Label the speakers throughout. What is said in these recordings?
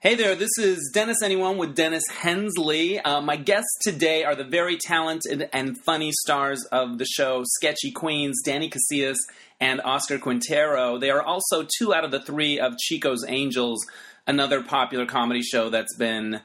Speaker 1: Hey there, this is Dennis Anyone with Dennis Hensley. Uh, my guests today are the very talented and funny stars of the show Sketchy Queens, Danny Casillas and Oscar Quintero. They are also two out of the three of Chico's Angels, another popular comedy show that's been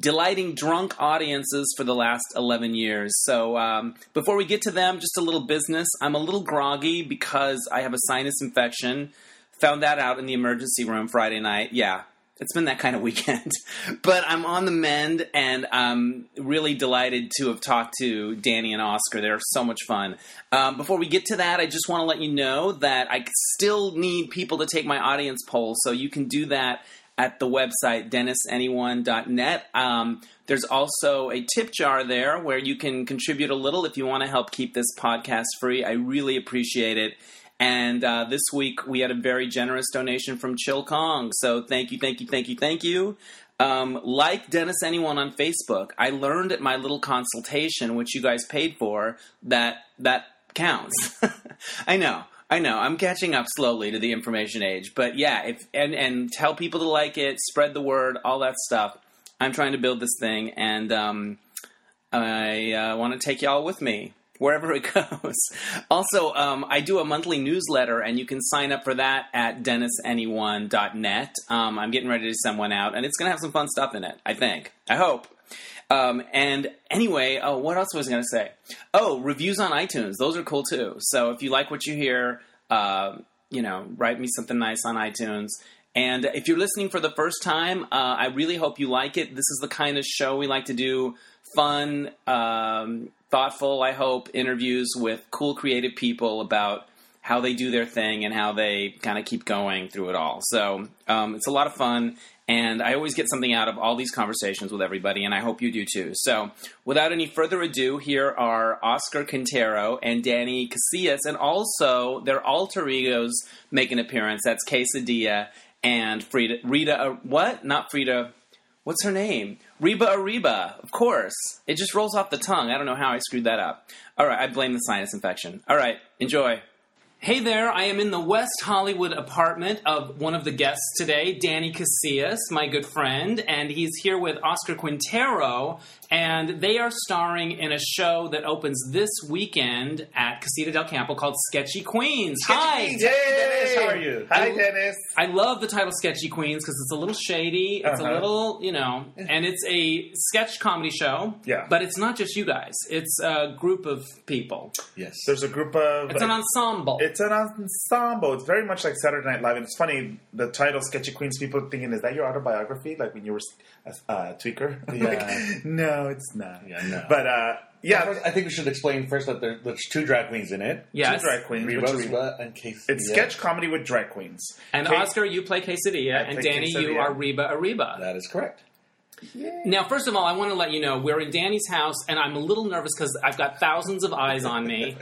Speaker 1: delighting drunk audiences for the last 11 years. So, um, before we get to them, just a little business. I'm a little groggy because I have a sinus infection. Found that out in the emergency room Friday night. Yeah, it's been that kind of weekend. but I'm on the mend and I'm really delighted to have talked to Danny and Oscar. They're so much fun. Um, before we get to that, I just want to let you know that I still need people to take my audience poll, so you can do that at the website dennisanyone.net. Um, there's also a tip jar there where you can contribute a little if you want to help keep this podcast free. I really appreciate it. And uh, this week we had a very generous donation from Chill Kong. So thank you, thank you, thank you, thank you. Um, like Dennis Anyone on Facebook, I learned at my little consultation, which you guys paid for, that that counts. I know. I know I'm catching up slowly to the information age, but yeah, if and and tell people to like it, spread the word, all that stuff. I'm trying to build this thing, and um, I uh, want to take y'all with me wherever it goes. also, um, I do a monthly newsletter, and you can sign up for that at DennisAnyone.net. Um, I'm getting ready to send one out, and it's going to have some fun stuff in it. I think. I hope. Um, and anyway, oh, what else was I going to say? Oh, reviews on iTunes. Those are cool too. So if you like what you hear, uh, you know, write me something nice on iTunes. And if you're listening for the first time, uh, I really hope you like it. This is the kind of show we like to do fun, um, thoughtful, I hope, interviews with cool, creative people about how they do their thing and how they kind of keep going through it all. So um, it's a lot of fun, and I always get something out of all these conversations with everybody, and I hope you do too. So without any further ado, here are Oscar Quintero and Danny Casillas, and also their alter egos make an appearance. That's Quesadilla and Frida. Rita, uh, what? Not Frida. What's her name? Reba Ariba, of course. It just rolls off the tongue. I don't know how I screwed that up. All right, I blame the sinus infection. All right, enjoy. Hey there, I am in the West Hollywood apartment of one of the guests today, Danny Casillas, my good friend, and he's here with Oscar Quintero, and they are starring in a show that opens this weekend at Casita del Campo called Sketchy Queens. Hi!
Speaker 2: Hey, Dennis, how are you? Hi, Dennis.
Speaker 1: I love the title Sketchy Queens because it's a little shady, it's a
Speaker 2: Uh-huh.
Speaker 1: little, you know, and it's a sketch comedy show.
Speaker 3: Yeah.
Speaker 1: But it's not just you guys, it's a group of people.
Speaker 2: Yes.
Speaker 3: There's a group of.
Speaker 1: It's an ensemble.
Speaker 3: it's an ensemble. It's very much like Saturday Night Live, and it's funny. The title "Sketchy Queens." People thinking, "Is that your autobiography?" Like when you were a uh, tweaker.
Speaker 2: Yeah.
Speaker 3: Like, no, it's not.
Speaker 2: Yeah, no.
Speaker 3: But uh, yeah,
Speaker 2: First, I think we should explain first that there, there's two drag queens in it.
Speaker 1: yes.
Speaker 3: two drag queens.
Speaker 2: Reba,
Speaker 3: which is-
Speaker 2: Reba, and Casey.
Speaker 3: It's sketch comedy with drag queens.
Speaker 1: And
Speaker 3: Kate-
Speaker 1: Oscar, you play Quesadilla, and
Speaker 3: play
Speaker 1: Danny, you
Speaker 3: Quesadilla.
Speaker 1: are Reba Arriba.
Speaker 2: That is correct.
Speaker 1: Now, first of all, I want to let you know we're in Danny's house, and I'm a little nervous because I've got thousands of eyes on me.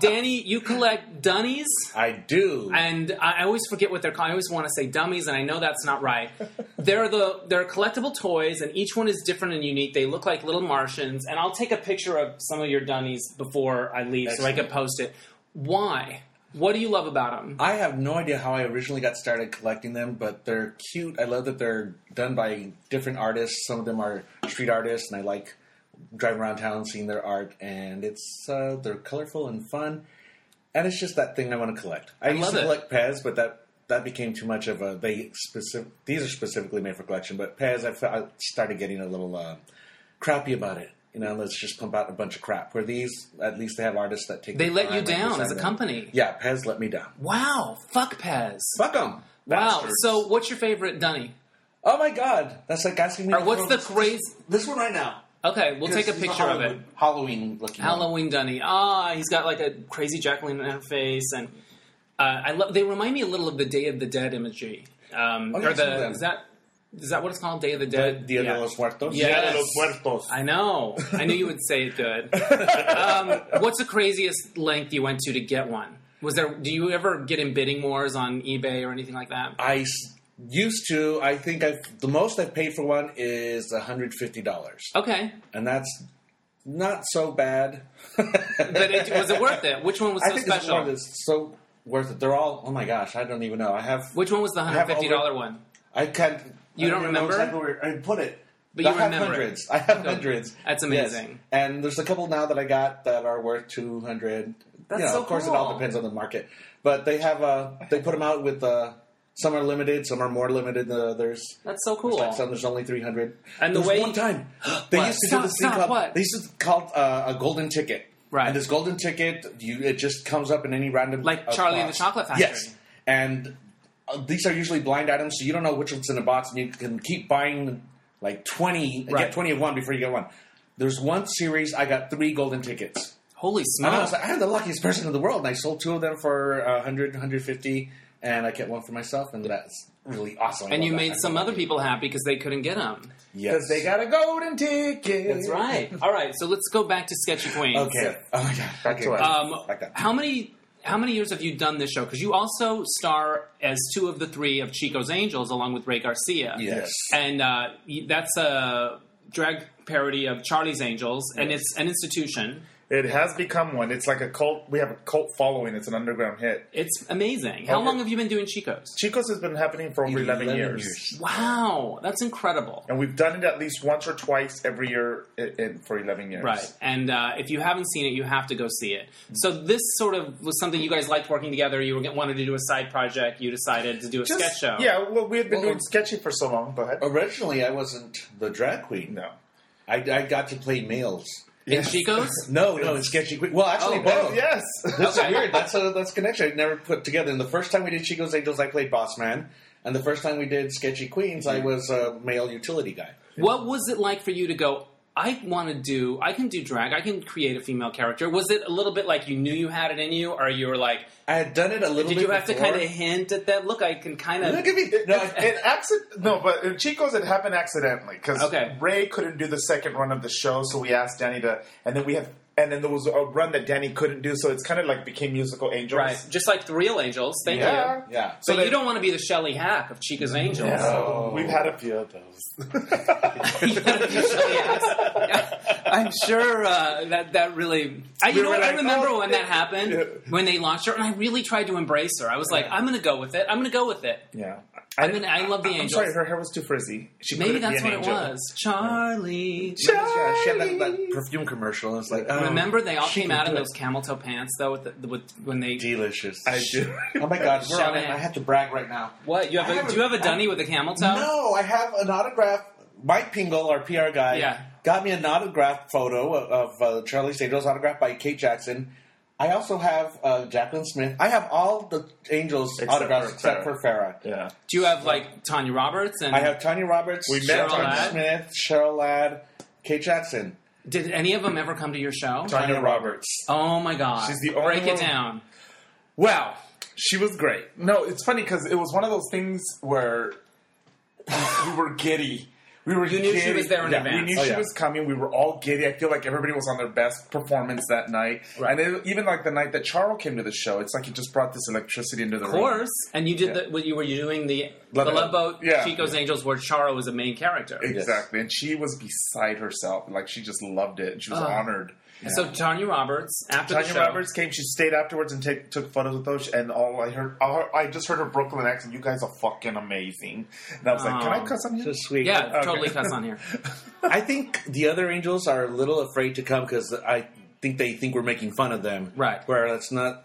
Speaker 1: Danny, you collect dunnies,
Speaker 2: I do.
Speaker 1: and I I always forget what they're called. I always want to say dummies, and I know that's not right. They're the they're collectible toys, and each one is different and unique. They look like little Martians, and I'll take a picture of some of your dunnies before I leave, so I
Speaker 2: Excellent.
Speaker 1: can post it. Why? What do you love about them?
Speaker 2: I have no idea how I originally got started collecting them, but they're cute. I love that they're done by different artists. Some of them are street artists, and I like driving around town seeing their art. And it's uh, they're colorful and fun, and it's just that thing I want to collect. I, used
Speaker 1: love
Speaker 2: to
Speaker 1: it.
Speaker 2: collect Pez, but that that became too much of a they specific. These are specifically made for collection, but Pez I, felt, I started getting a little uh, crappy about it. You know, let's just pump out a bunch of crap. Where these, at least they have artists that take.
Speaker 1: They
Speaker 2: the
Speaker 1: let you
Speaker 2: time to
Speaker 1: down
Speaker 2: design
Speaker 1: as a
Speaker 2: them.
Speaker 1: company.
Speaker 2: Yeah, Pez let me down.
Speaker 1: Wow, fuck Pez.
Speaker 2: Fuck them.
Speaker 1: Wow. So, what's your favorite Dunny?
Speaker 2: Oh my god, that's like asking me.
Speaker 1: Or
Speaker 2: to
Speaker 1: what's
Speaker 2: throw
Speaker 1: the
Speaker 2: this-
Speaker 1: craze?
Speaker 2: This one right now.
Speaker 1: Okay, we'll take a
Speaker 2: This is
Speaker 1: picture of it.
Speaker 2: Halloween- Halloween looking. one.
Speaker 1: Halloween Dunny. Ah, he's got like a crazy Jacqueline in her face, and uh, I love. They remind me a little of the Day of the Dead imagery. Um,
Speaker 2: Oh, yeah,
Speaker 1: or
Speaker 2: some of
Speaker 1: the
Speaker 2: them.
Speaker 1: is that is that what it's called? Day of the
Speaker 2: The
Speaker 1: Dead.
Speaker 2: Dia
Speaker 1: Yeah.
Speaker 2: de los Muertos.
Speaker 1: Yeah.
Speaker 3: Dia de los
Speaker 1: Yes.
Speaker 3: Muertos.
Speaker 1: I know. I knew you would say it good. um, what's the craziest length you went to to get one? Was there? Do you ever get in bidding wars on eBay or anything like that?
Speaker 2: I s- used to. I think I've the most I've paid for one is hundred fifty dollars,
Speaker 1: Okay,
Speaker 2: and that's not so bad.
Speaker 1: but it, was it worth it? Which one was so
Speaker 2: I think it's
Speaker 1: special?
Speaker 2: one that's so worth it. They're all. Oh my gosh, I don't even know. I have.
Speaker 1: Which one was the
Speaker 2: have
Speaker 1: hundred fifty dollar
Speaker 2: over-
Speaker 1: one?
Speaker 2: I can't.
Speaker 1: You
Speaker 2: I
Speaker 1: don't
Speaker 2: even know
Speaker 1: remember?
Speaker 2: exactly where I put it.
Speaker 1: But
Speaker 2: I
Speaker 1: you
Speaker 2: have
Speaker 1: remember it.
Speaker 2: hundreds. I have
Speaker 1: Good.
Speaker 2: hundreds.
Speaker 1: That's
Speaker 2: Yes.
Speaker 1: amazing.
Speaker 2: And there's a couple now that I got that are worth two hundred.
Speaker 1: That's
Speaker 2: you know,
Speaker 1: so
Speaker 2: Of course,
Speaker 1: cool.
Speaker 2: it all depends on the market. But they have uh, they put them out with uh, some are limited, some are more limited than others.
Speaker 1: That's so cool.
Speaker 2: Like some there's only three hundred.
Speaker 1: And the
Speaker 2: there's
Speaker 1: way-
Speaker 2: one time they
Speaker 1: What?
Speaker 2: used to
Speaker 1: Stop,
Speaker 2: do this thing
Speaker 1: stop,
Speaker 2: called
Speaker 1: what?
Speaker 2: they used to call uh, a golden ticket.
Speaker 1: Right.
Speaker 2: And this golden ticket, you it just comes up in any random
Speaker 1: Like
Speaker 2: uh,
Speaker 1: Charlie and the
Speaker 2: box.
Speaker 1: Chocolate Factory.
Speaker 2: Yes. And uh, these are usually blind items, so you don't know which one's in the box, and you can keep buying like twenty,
Speaker 1: Right.
Speaker 2: get twenty of one before you get one. There's one series I got three golden tickets.
Speaker 1: Holy
Speaker 2: And I
Speaker 1: smokes!
Speaker 2: was like, I'm the luckiest person in the world, and I sold two of them for uh, 100, 150, and I kept one for myself, and that's really awesome. I
Speaker 1: and
Speaker 2: love
Speaker 1: you
Speaker 2: that
Speaker 1: made
Speaker 2: kind of
Speaker 1: some
Speaker 2: thing.
Speaker 1: other people happy because they couldn't get them.
Speaker 2: yes.
Speaker 3: Because they got a golden ticket.
Speaker 1: That's right. All right, so let's go back to Sketchy Queens.
Speaker 2: Okay. Oh my god.
Speaker 3: Back
Speaker 2: okay.
Speaker 3: to us.
Speaker 1: Um,
Speaker 2: Like that.
Speaker 1: how many how many years have you done this show? Because you also star as two of the three of Chico's Angels, along with Ray Garcia.
Speaker 2: Yes.
Speaker 1: and uh, y- that's a drag parody of Charlie's Angels, and it's an institution.
Speaker 3: It has become one. It's like a cult. We have a cult following. It's an underground hit.
Speaker 1: It's amazing. How
Speaker 3: Okay.
Speaker 1: long have you been doing Chico's?
Speaker 3: Chico's has been happening for over 11, years.
Speaker 1: Wow, that's incredible.
Speaker 3: And we've done it at least once or twice every year i in, for 11 years.
Speaker 1: Right, and uh, if you haven't seen it, you have to go see it.
Speaker 2: Mm-hmm.
Speaker 1: So this sort of was something you guys liked working together. You were, g- wanted to do a side project. You decided to do a
Speaker 3: Just-
Speaker 1: sketch show.
Speaker 3: Yeah, well, we had been
Speaker 2: Well, Oh.
Speaker 3: doing sketchy for so long. Go ahead.
Speaker 2: Originally, I wasn't the drag queen.
Speaker 3: No.
Speaker 2: I, I got to play males.
Speaker 1: in Chico's.
Speaker 2: No, no, it's sketchy. Queen. Well, actually,
Speaker 1: Oh,
Speaker 2: both.
Speaker 3: Yes.
Speaker 2: That's weird. That's a that's a connection I never put together. And the first time we did Chico's Angels, I played Boss Man. And the first time we did Sketchy Queens, I was a male utility guy.
Speaker 1: What was it like for you to go? I want to do. I can do drag. I can create a female character. Was it a little bit like you knew you had it in you, or you were like,
Speaker 2: I had done it a little
Speaker 1: did
Speaker 2: bit.
Speaker 1: you have to
Speaker 2: before.
Speaker 1: kind of hint at that? Look, I can kind
Speaker 2: Look
Speaker 1: of.
Speaker 2: at me.
Speaker 3: No, it, it acci- no, but in Chico's it happened accidentally because
Speaker 1: Okay.
Speaker 3: Ray couldn't do the second run of the show, so we asked Danny to, and then we had, and then there was a run that Danny couldn't do, so it's kind of like became musical angels.
Speaker 1: Right, just like the real angels. Thank you.
Speaker 3: Yeah.
Speaker 2: Yeah.
Speaker 1: So
Speaker 3: they-
Speaker 1: you don't want to be the Shelly Hack of Chica's Angels.
Speaker 3: So
Speaker 2: Oh.
Speaker 3: We've had a few of those.
Speaker 1: You gotta be Shelly Hacks. Yeah. I'm sure uh, that that really. I, you
Speaker 3: We
Speaker 1: know
Speaker 3: were
Speaker 1: what? I
Speaker 3: like,
Speaker 1: remember
Speaker 3: oh,
Speaker 1: when that happened when they launched her, and I really tried to embrace her. I was like, I'm going to go with it. I'm going to go with it.
Speaker 3: yeah,
Speaker 1: I mean, I love the
Speaker 3: I'm
Speaker 1: angels.
Speaker 3: sorry, her hair was too frizzy. She
Speaker 1: Maybe
Speaker 3: couldn't
Speaker 1: that's
Speaker 3: be
Speaker 1: what
Speaker 3: an
Speaker 1: it
Speaker 3: angel.
Speaker 1: was. Charlie.
Speaker 2: Yeah, she had that, that
Speaker 3: Charlie.
Speaker 2: perfume commercial. It's like, oh,
Speaker 1: Remember, they all
Speaker 2: she
Speaker 1: came
Speaker 2: can
Speaker 1: out in
Speaker 2: do it.
Speaker 1: those camel toe pants, though, with, the, with when they.
Speaker 2: delicious.
Speaker 3: I do.
Speaker 2: Oh my god, we're on it.
Speaker 1: Shall I?
Speaker 2: I have to brag right now.
Speaker 1: What you have?
Speaker 2: I
Speaker 1: A,
Speaker 2: haven't-
Speaker 1: do you have a
Speaker 2: I-
Speaker 1: dunny with a camel toe?
Speaker 2: No, I have an autograph. Mike Pingle, our PR guy,
Speaker 1: Yeah.
Speaker 2: got me an autograph photo of, of uh, Charlie's Angels, autographed by Kate Jackson. I also have uh, Jacqueline Smith. I have all the Angels
Speaker 3: Except
Speaker 2: autographs
Speaker 3: for
Speaker 2: except
Speaker 3: Farrah.
Speaker 2: for Farrah.
Speaker 3: Yeah.
Speaker 1: Do you have like Tanya Roberts and?
Speaker 2: I have Tanya Roberts,
Speaker 3: We met
Speaker 2: Jacqueline
Speaker 1: Cheryl Ladd.
Speaker 2: Smith, Cheryl Ladd, Kate Jackson,
Speaker 1: Did any of them ever come to your show?
Speaker 3: Tanya
Speaker 2: Tanya
Speaker 3: Roberts.
Speaker 1: Oh my God!
Speaker 3: She's the only
Speaker 1: Break it
Speaker 3: one-
Speaker 1: down.
Speaker 3: Wow, she was great. No, it's funny because it was one of those things where we were giddy. We were
Speaker 1: You knew she
Speaker 3: giddy.
Speaker 1: was there in
Speaker 3: yeah,
Speaker 1: advance.
Speaker 3: We knew
Speaker 2: Oh,
Speaker 3: she
Speaker 2: yeah.
Speaker 3: was coming. We were all giddy. I feel like everybody was on their best performance that night.
Speaker 1: Right.
Speaker 3: And it, even like the night that Charles came to the show, it's like it just brought this electricity into the
Speaker 1: Of
Speaker 3: room.
Speaker 1: course, and you did
Speaker 3: Yeah.
Speaker 1: the. What you were you doing the
Speaker 3: Love
Speaker 1: the
Speaker 3: Boat.
Speaker 1: Love Boat,
Speaker 3: Yeah.
Speaker 1: Chico's Angels, where Charo was a main character.
Speaker 3: Exactly. And she was beside herself. Like she just loved it. She was
Speaker 1: Oh.
Speaker 3: honored.
Speaker 1: So Tanya Roberts after
Speaker 3: Tanya
Speaker 1: the show.
Speaker 3: Roberts came. She stayed afterwards and take, took photos with us. And all I heard, all, I just heard her Brooklyn accent. You guys are fucking amazing. And I was like, "Can I
Speaker 1: Oh.
Speaker 3: cuss on you?"
Speaker 2: so sweet.
Speaker 1: Yeah,
Speaker 3: Okay.
Speaker 1: totally cuss on here.
Speaker 2: I think the other angels are a little afraid to come because I think they think we're making fun of them.
Speaker 1: Right.
Speaker 2: Where that's not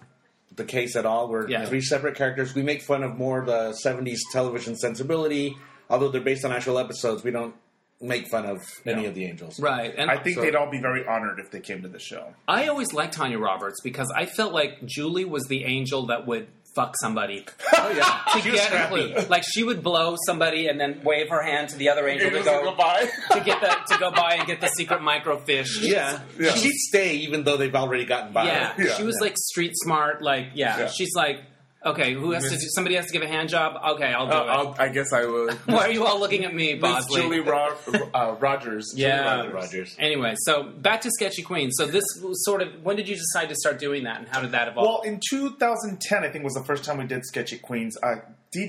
Speaker 2: the case at all. We're
Speaker 1: Yeah.
Speaker 2: three separate characters. We make fun of more the 70s television sensibility, although they're based on actual episodes. We don't make fun of any
Speaker 3: No.
Speaker 2: of the angels.
Speaker 1: Right, and
Speaker 3: I think
Speaker 2: So-
Speaker 3: they'd all be very honored if they came to the show.
Speaker 1: I always liked Tanya Roberts because I felt like Julie was the angel that would fuck somebody
Speaker 2: Oh, yeah.
Speaker 1: to get a clue. Like she would blow somebody and then wave her hand to the other angel to go
Speaker 3: goodbye.
Speaker 1: to get the to go by and get the secret microfish.
Speaker 2: yeah.
Speaker 3: Yeah.
Speaker 2: She'd stay even though they've already gotten by.
Speaker 1: yeah.
Speaker 3: Yeah.
Speaker 1: She was like street smart. Like yeah,
Speaker 3: Yeah.
Speaker 1: she's like okay, who has to do? Somebody has to give a hand job. Okay, I'll do it.
Speaker 3: I guess I would.
Speaker 1: Why are you all looking at me,
Speaker 3: Uh, Miss
Speaker 1: Bosley?
Speaker 3: Julie Ro- uh, Rogers. Julie
Speaker 1: Yeah.
Speaker 3: Rogers.
Speaker 2: Rogers.
Speaker 1: Anyway, so back to Sketchy Queen. So this was sort of when did you decide to start doing that, and how did that evolve?
Speaker 3: Well, in 2010, I think was the first time we did Sketchy Queens. Uh,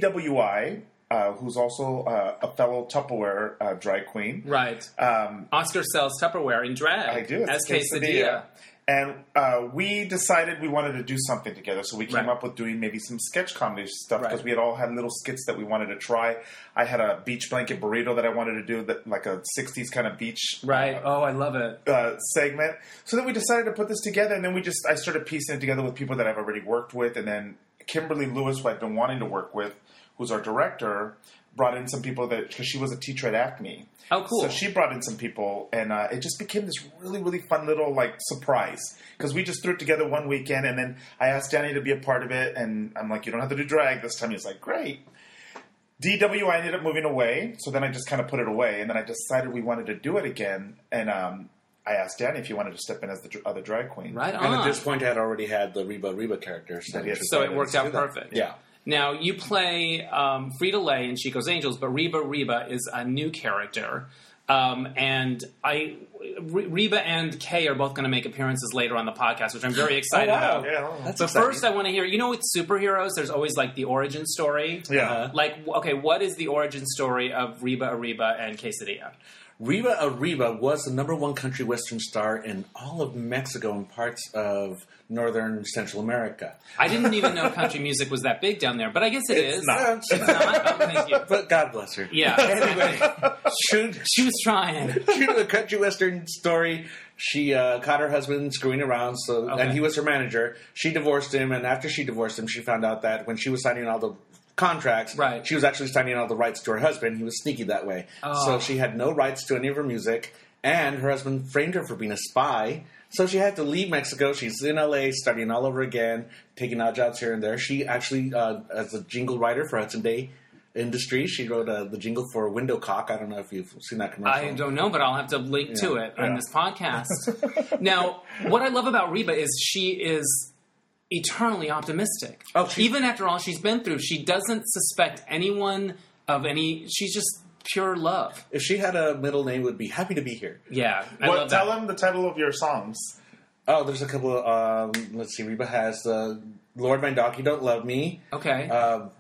Speaker 3: DWI, uh, who's also uh, a fellow Tupperware uh, drag queen,
Speaker 1: right.
Speaker 3: um,
Speaker 1: Oscar sells Tupperware in drag.
Speaker 3: I do.
Speaker 1: as
Speaker 3: It's
Speaker 1: quesadilla.
Speaker 3: And uh, we decided we wanted to do something together, so we came
Speaker 1: Right.
Speaker 3: up with doing maybe some sketch comedy stuff because
Speaker 1: Right.
Speaker 3: we had all had little skits that we wanted to try. I had a beach blanket burrito that I wanted to do, that like a '60s kind of beach
Speaker 1: Right. Oh, I love it.
Speaker 3: uh, segment. So then we decided to put this together, and then we just I started piecing it together with people that I've already worked with, and then Kimberly Lewis, who I've been wanting to work with, who's our director, brought in some people that because she was a teacher at Acme.
Speaker 1: Oh, cool.
Speaker 3: So she brought in some people, and uh, it just became this really, really fun little like surprise because we just threw it together one weekend, and then I asked Danny to be a part of it, and I'm like, you don't have to do drag this time. He's like, great. DW, I ended up moving away, so then I just kind of put it away, and then I decided we wanted to do it again, and um, I asked Danny if he wanted to step in as the dr- other drag queen.
Speaker 1: Right on.
Speaker 2: And at this point, I had already had the Reba Reba character, so,
Speaker 3: Yes.
Speaker 1: so it worked out perfect.
Speaker 2: Yeah.
Speaker 1: Now you play um, Frida Lay in Chico's Angels, but Reba Reba is a new character, um, and I Re- Reba and Kay are both going to make appearances later on the podcast, which I'm very excited
Speaker 2: Oh, wow.
Speaker 1: about.
Speaker 3: Yeah, I don't know.
Speaker 1: But first, I want to hear. You know, with superheroes, there's always like the origin story.
Speaker 3: Yeah.
Speaker 2: Uh-huh.
Speaker 1: Like, w- okay, what is the origin story of Reba Ariba and Quesadilla?
Speaker 2: Reba Arriba was the number one country western star in all of Mexico and parts of northern Central America.
Speaker 1: I didn't even know country music was that big down there, but I guess it's
Speaker 2: not.
Speaker 1: It's not. Oh, thank you.
Speaker 2: But God bless her.
Speaker 1: Yeah,
Speaker 2: Anyway, true,
Speaker 1: she was trying.
Speaker 2: true to the country western story, she uh, caught her husband screwing around, so
Speaker 1: Okay.
Speaker 2: and he was her manager. She divorced him, and after she divorced him, she found out that when she was signing all the contracts,
Speaker 1: Right.
Speaker 2: she was actually signing all the rights to her husband. He was sneaky that way,
Speaker 1: Oh.
Speaker 2: so she had no rights to any of her music. And her husband framed her for being a spy, so she had to leave Mexico. She's in LA, starting all over again, taking odd jobs here and there. She actually, uh, as a jingle writer for Hudson Bay Industries, she wrote uh, the jingle for Window Cock. I don't know if you've seen that commercial.
Speaker 1: I don't know, but I'll have to link to it on
Speaker 3: yeah.
Speaker 1: this podcast. now, what I love about Reba is she is eternally optimistic.
Speaker 2: Oh, she-
Speaker 1: Even after all she's been through, she doesn't suspect anyone of any. She's just pure love.
Speaker 2: If she had a middle name, it would be happy to be here.
Speaker 1: Yeah, I
Speaker 3: Well,
Speaker 1: love that.
Speaker 3: tell them the title of your songs.
Speaker 2: Oh, there's a couple. Of, um, let's see. Reba has uh, Lord, my dog, you don't love me.
Speaker 1: okay.
Speaker 3: Uh,
Speaker 2: Um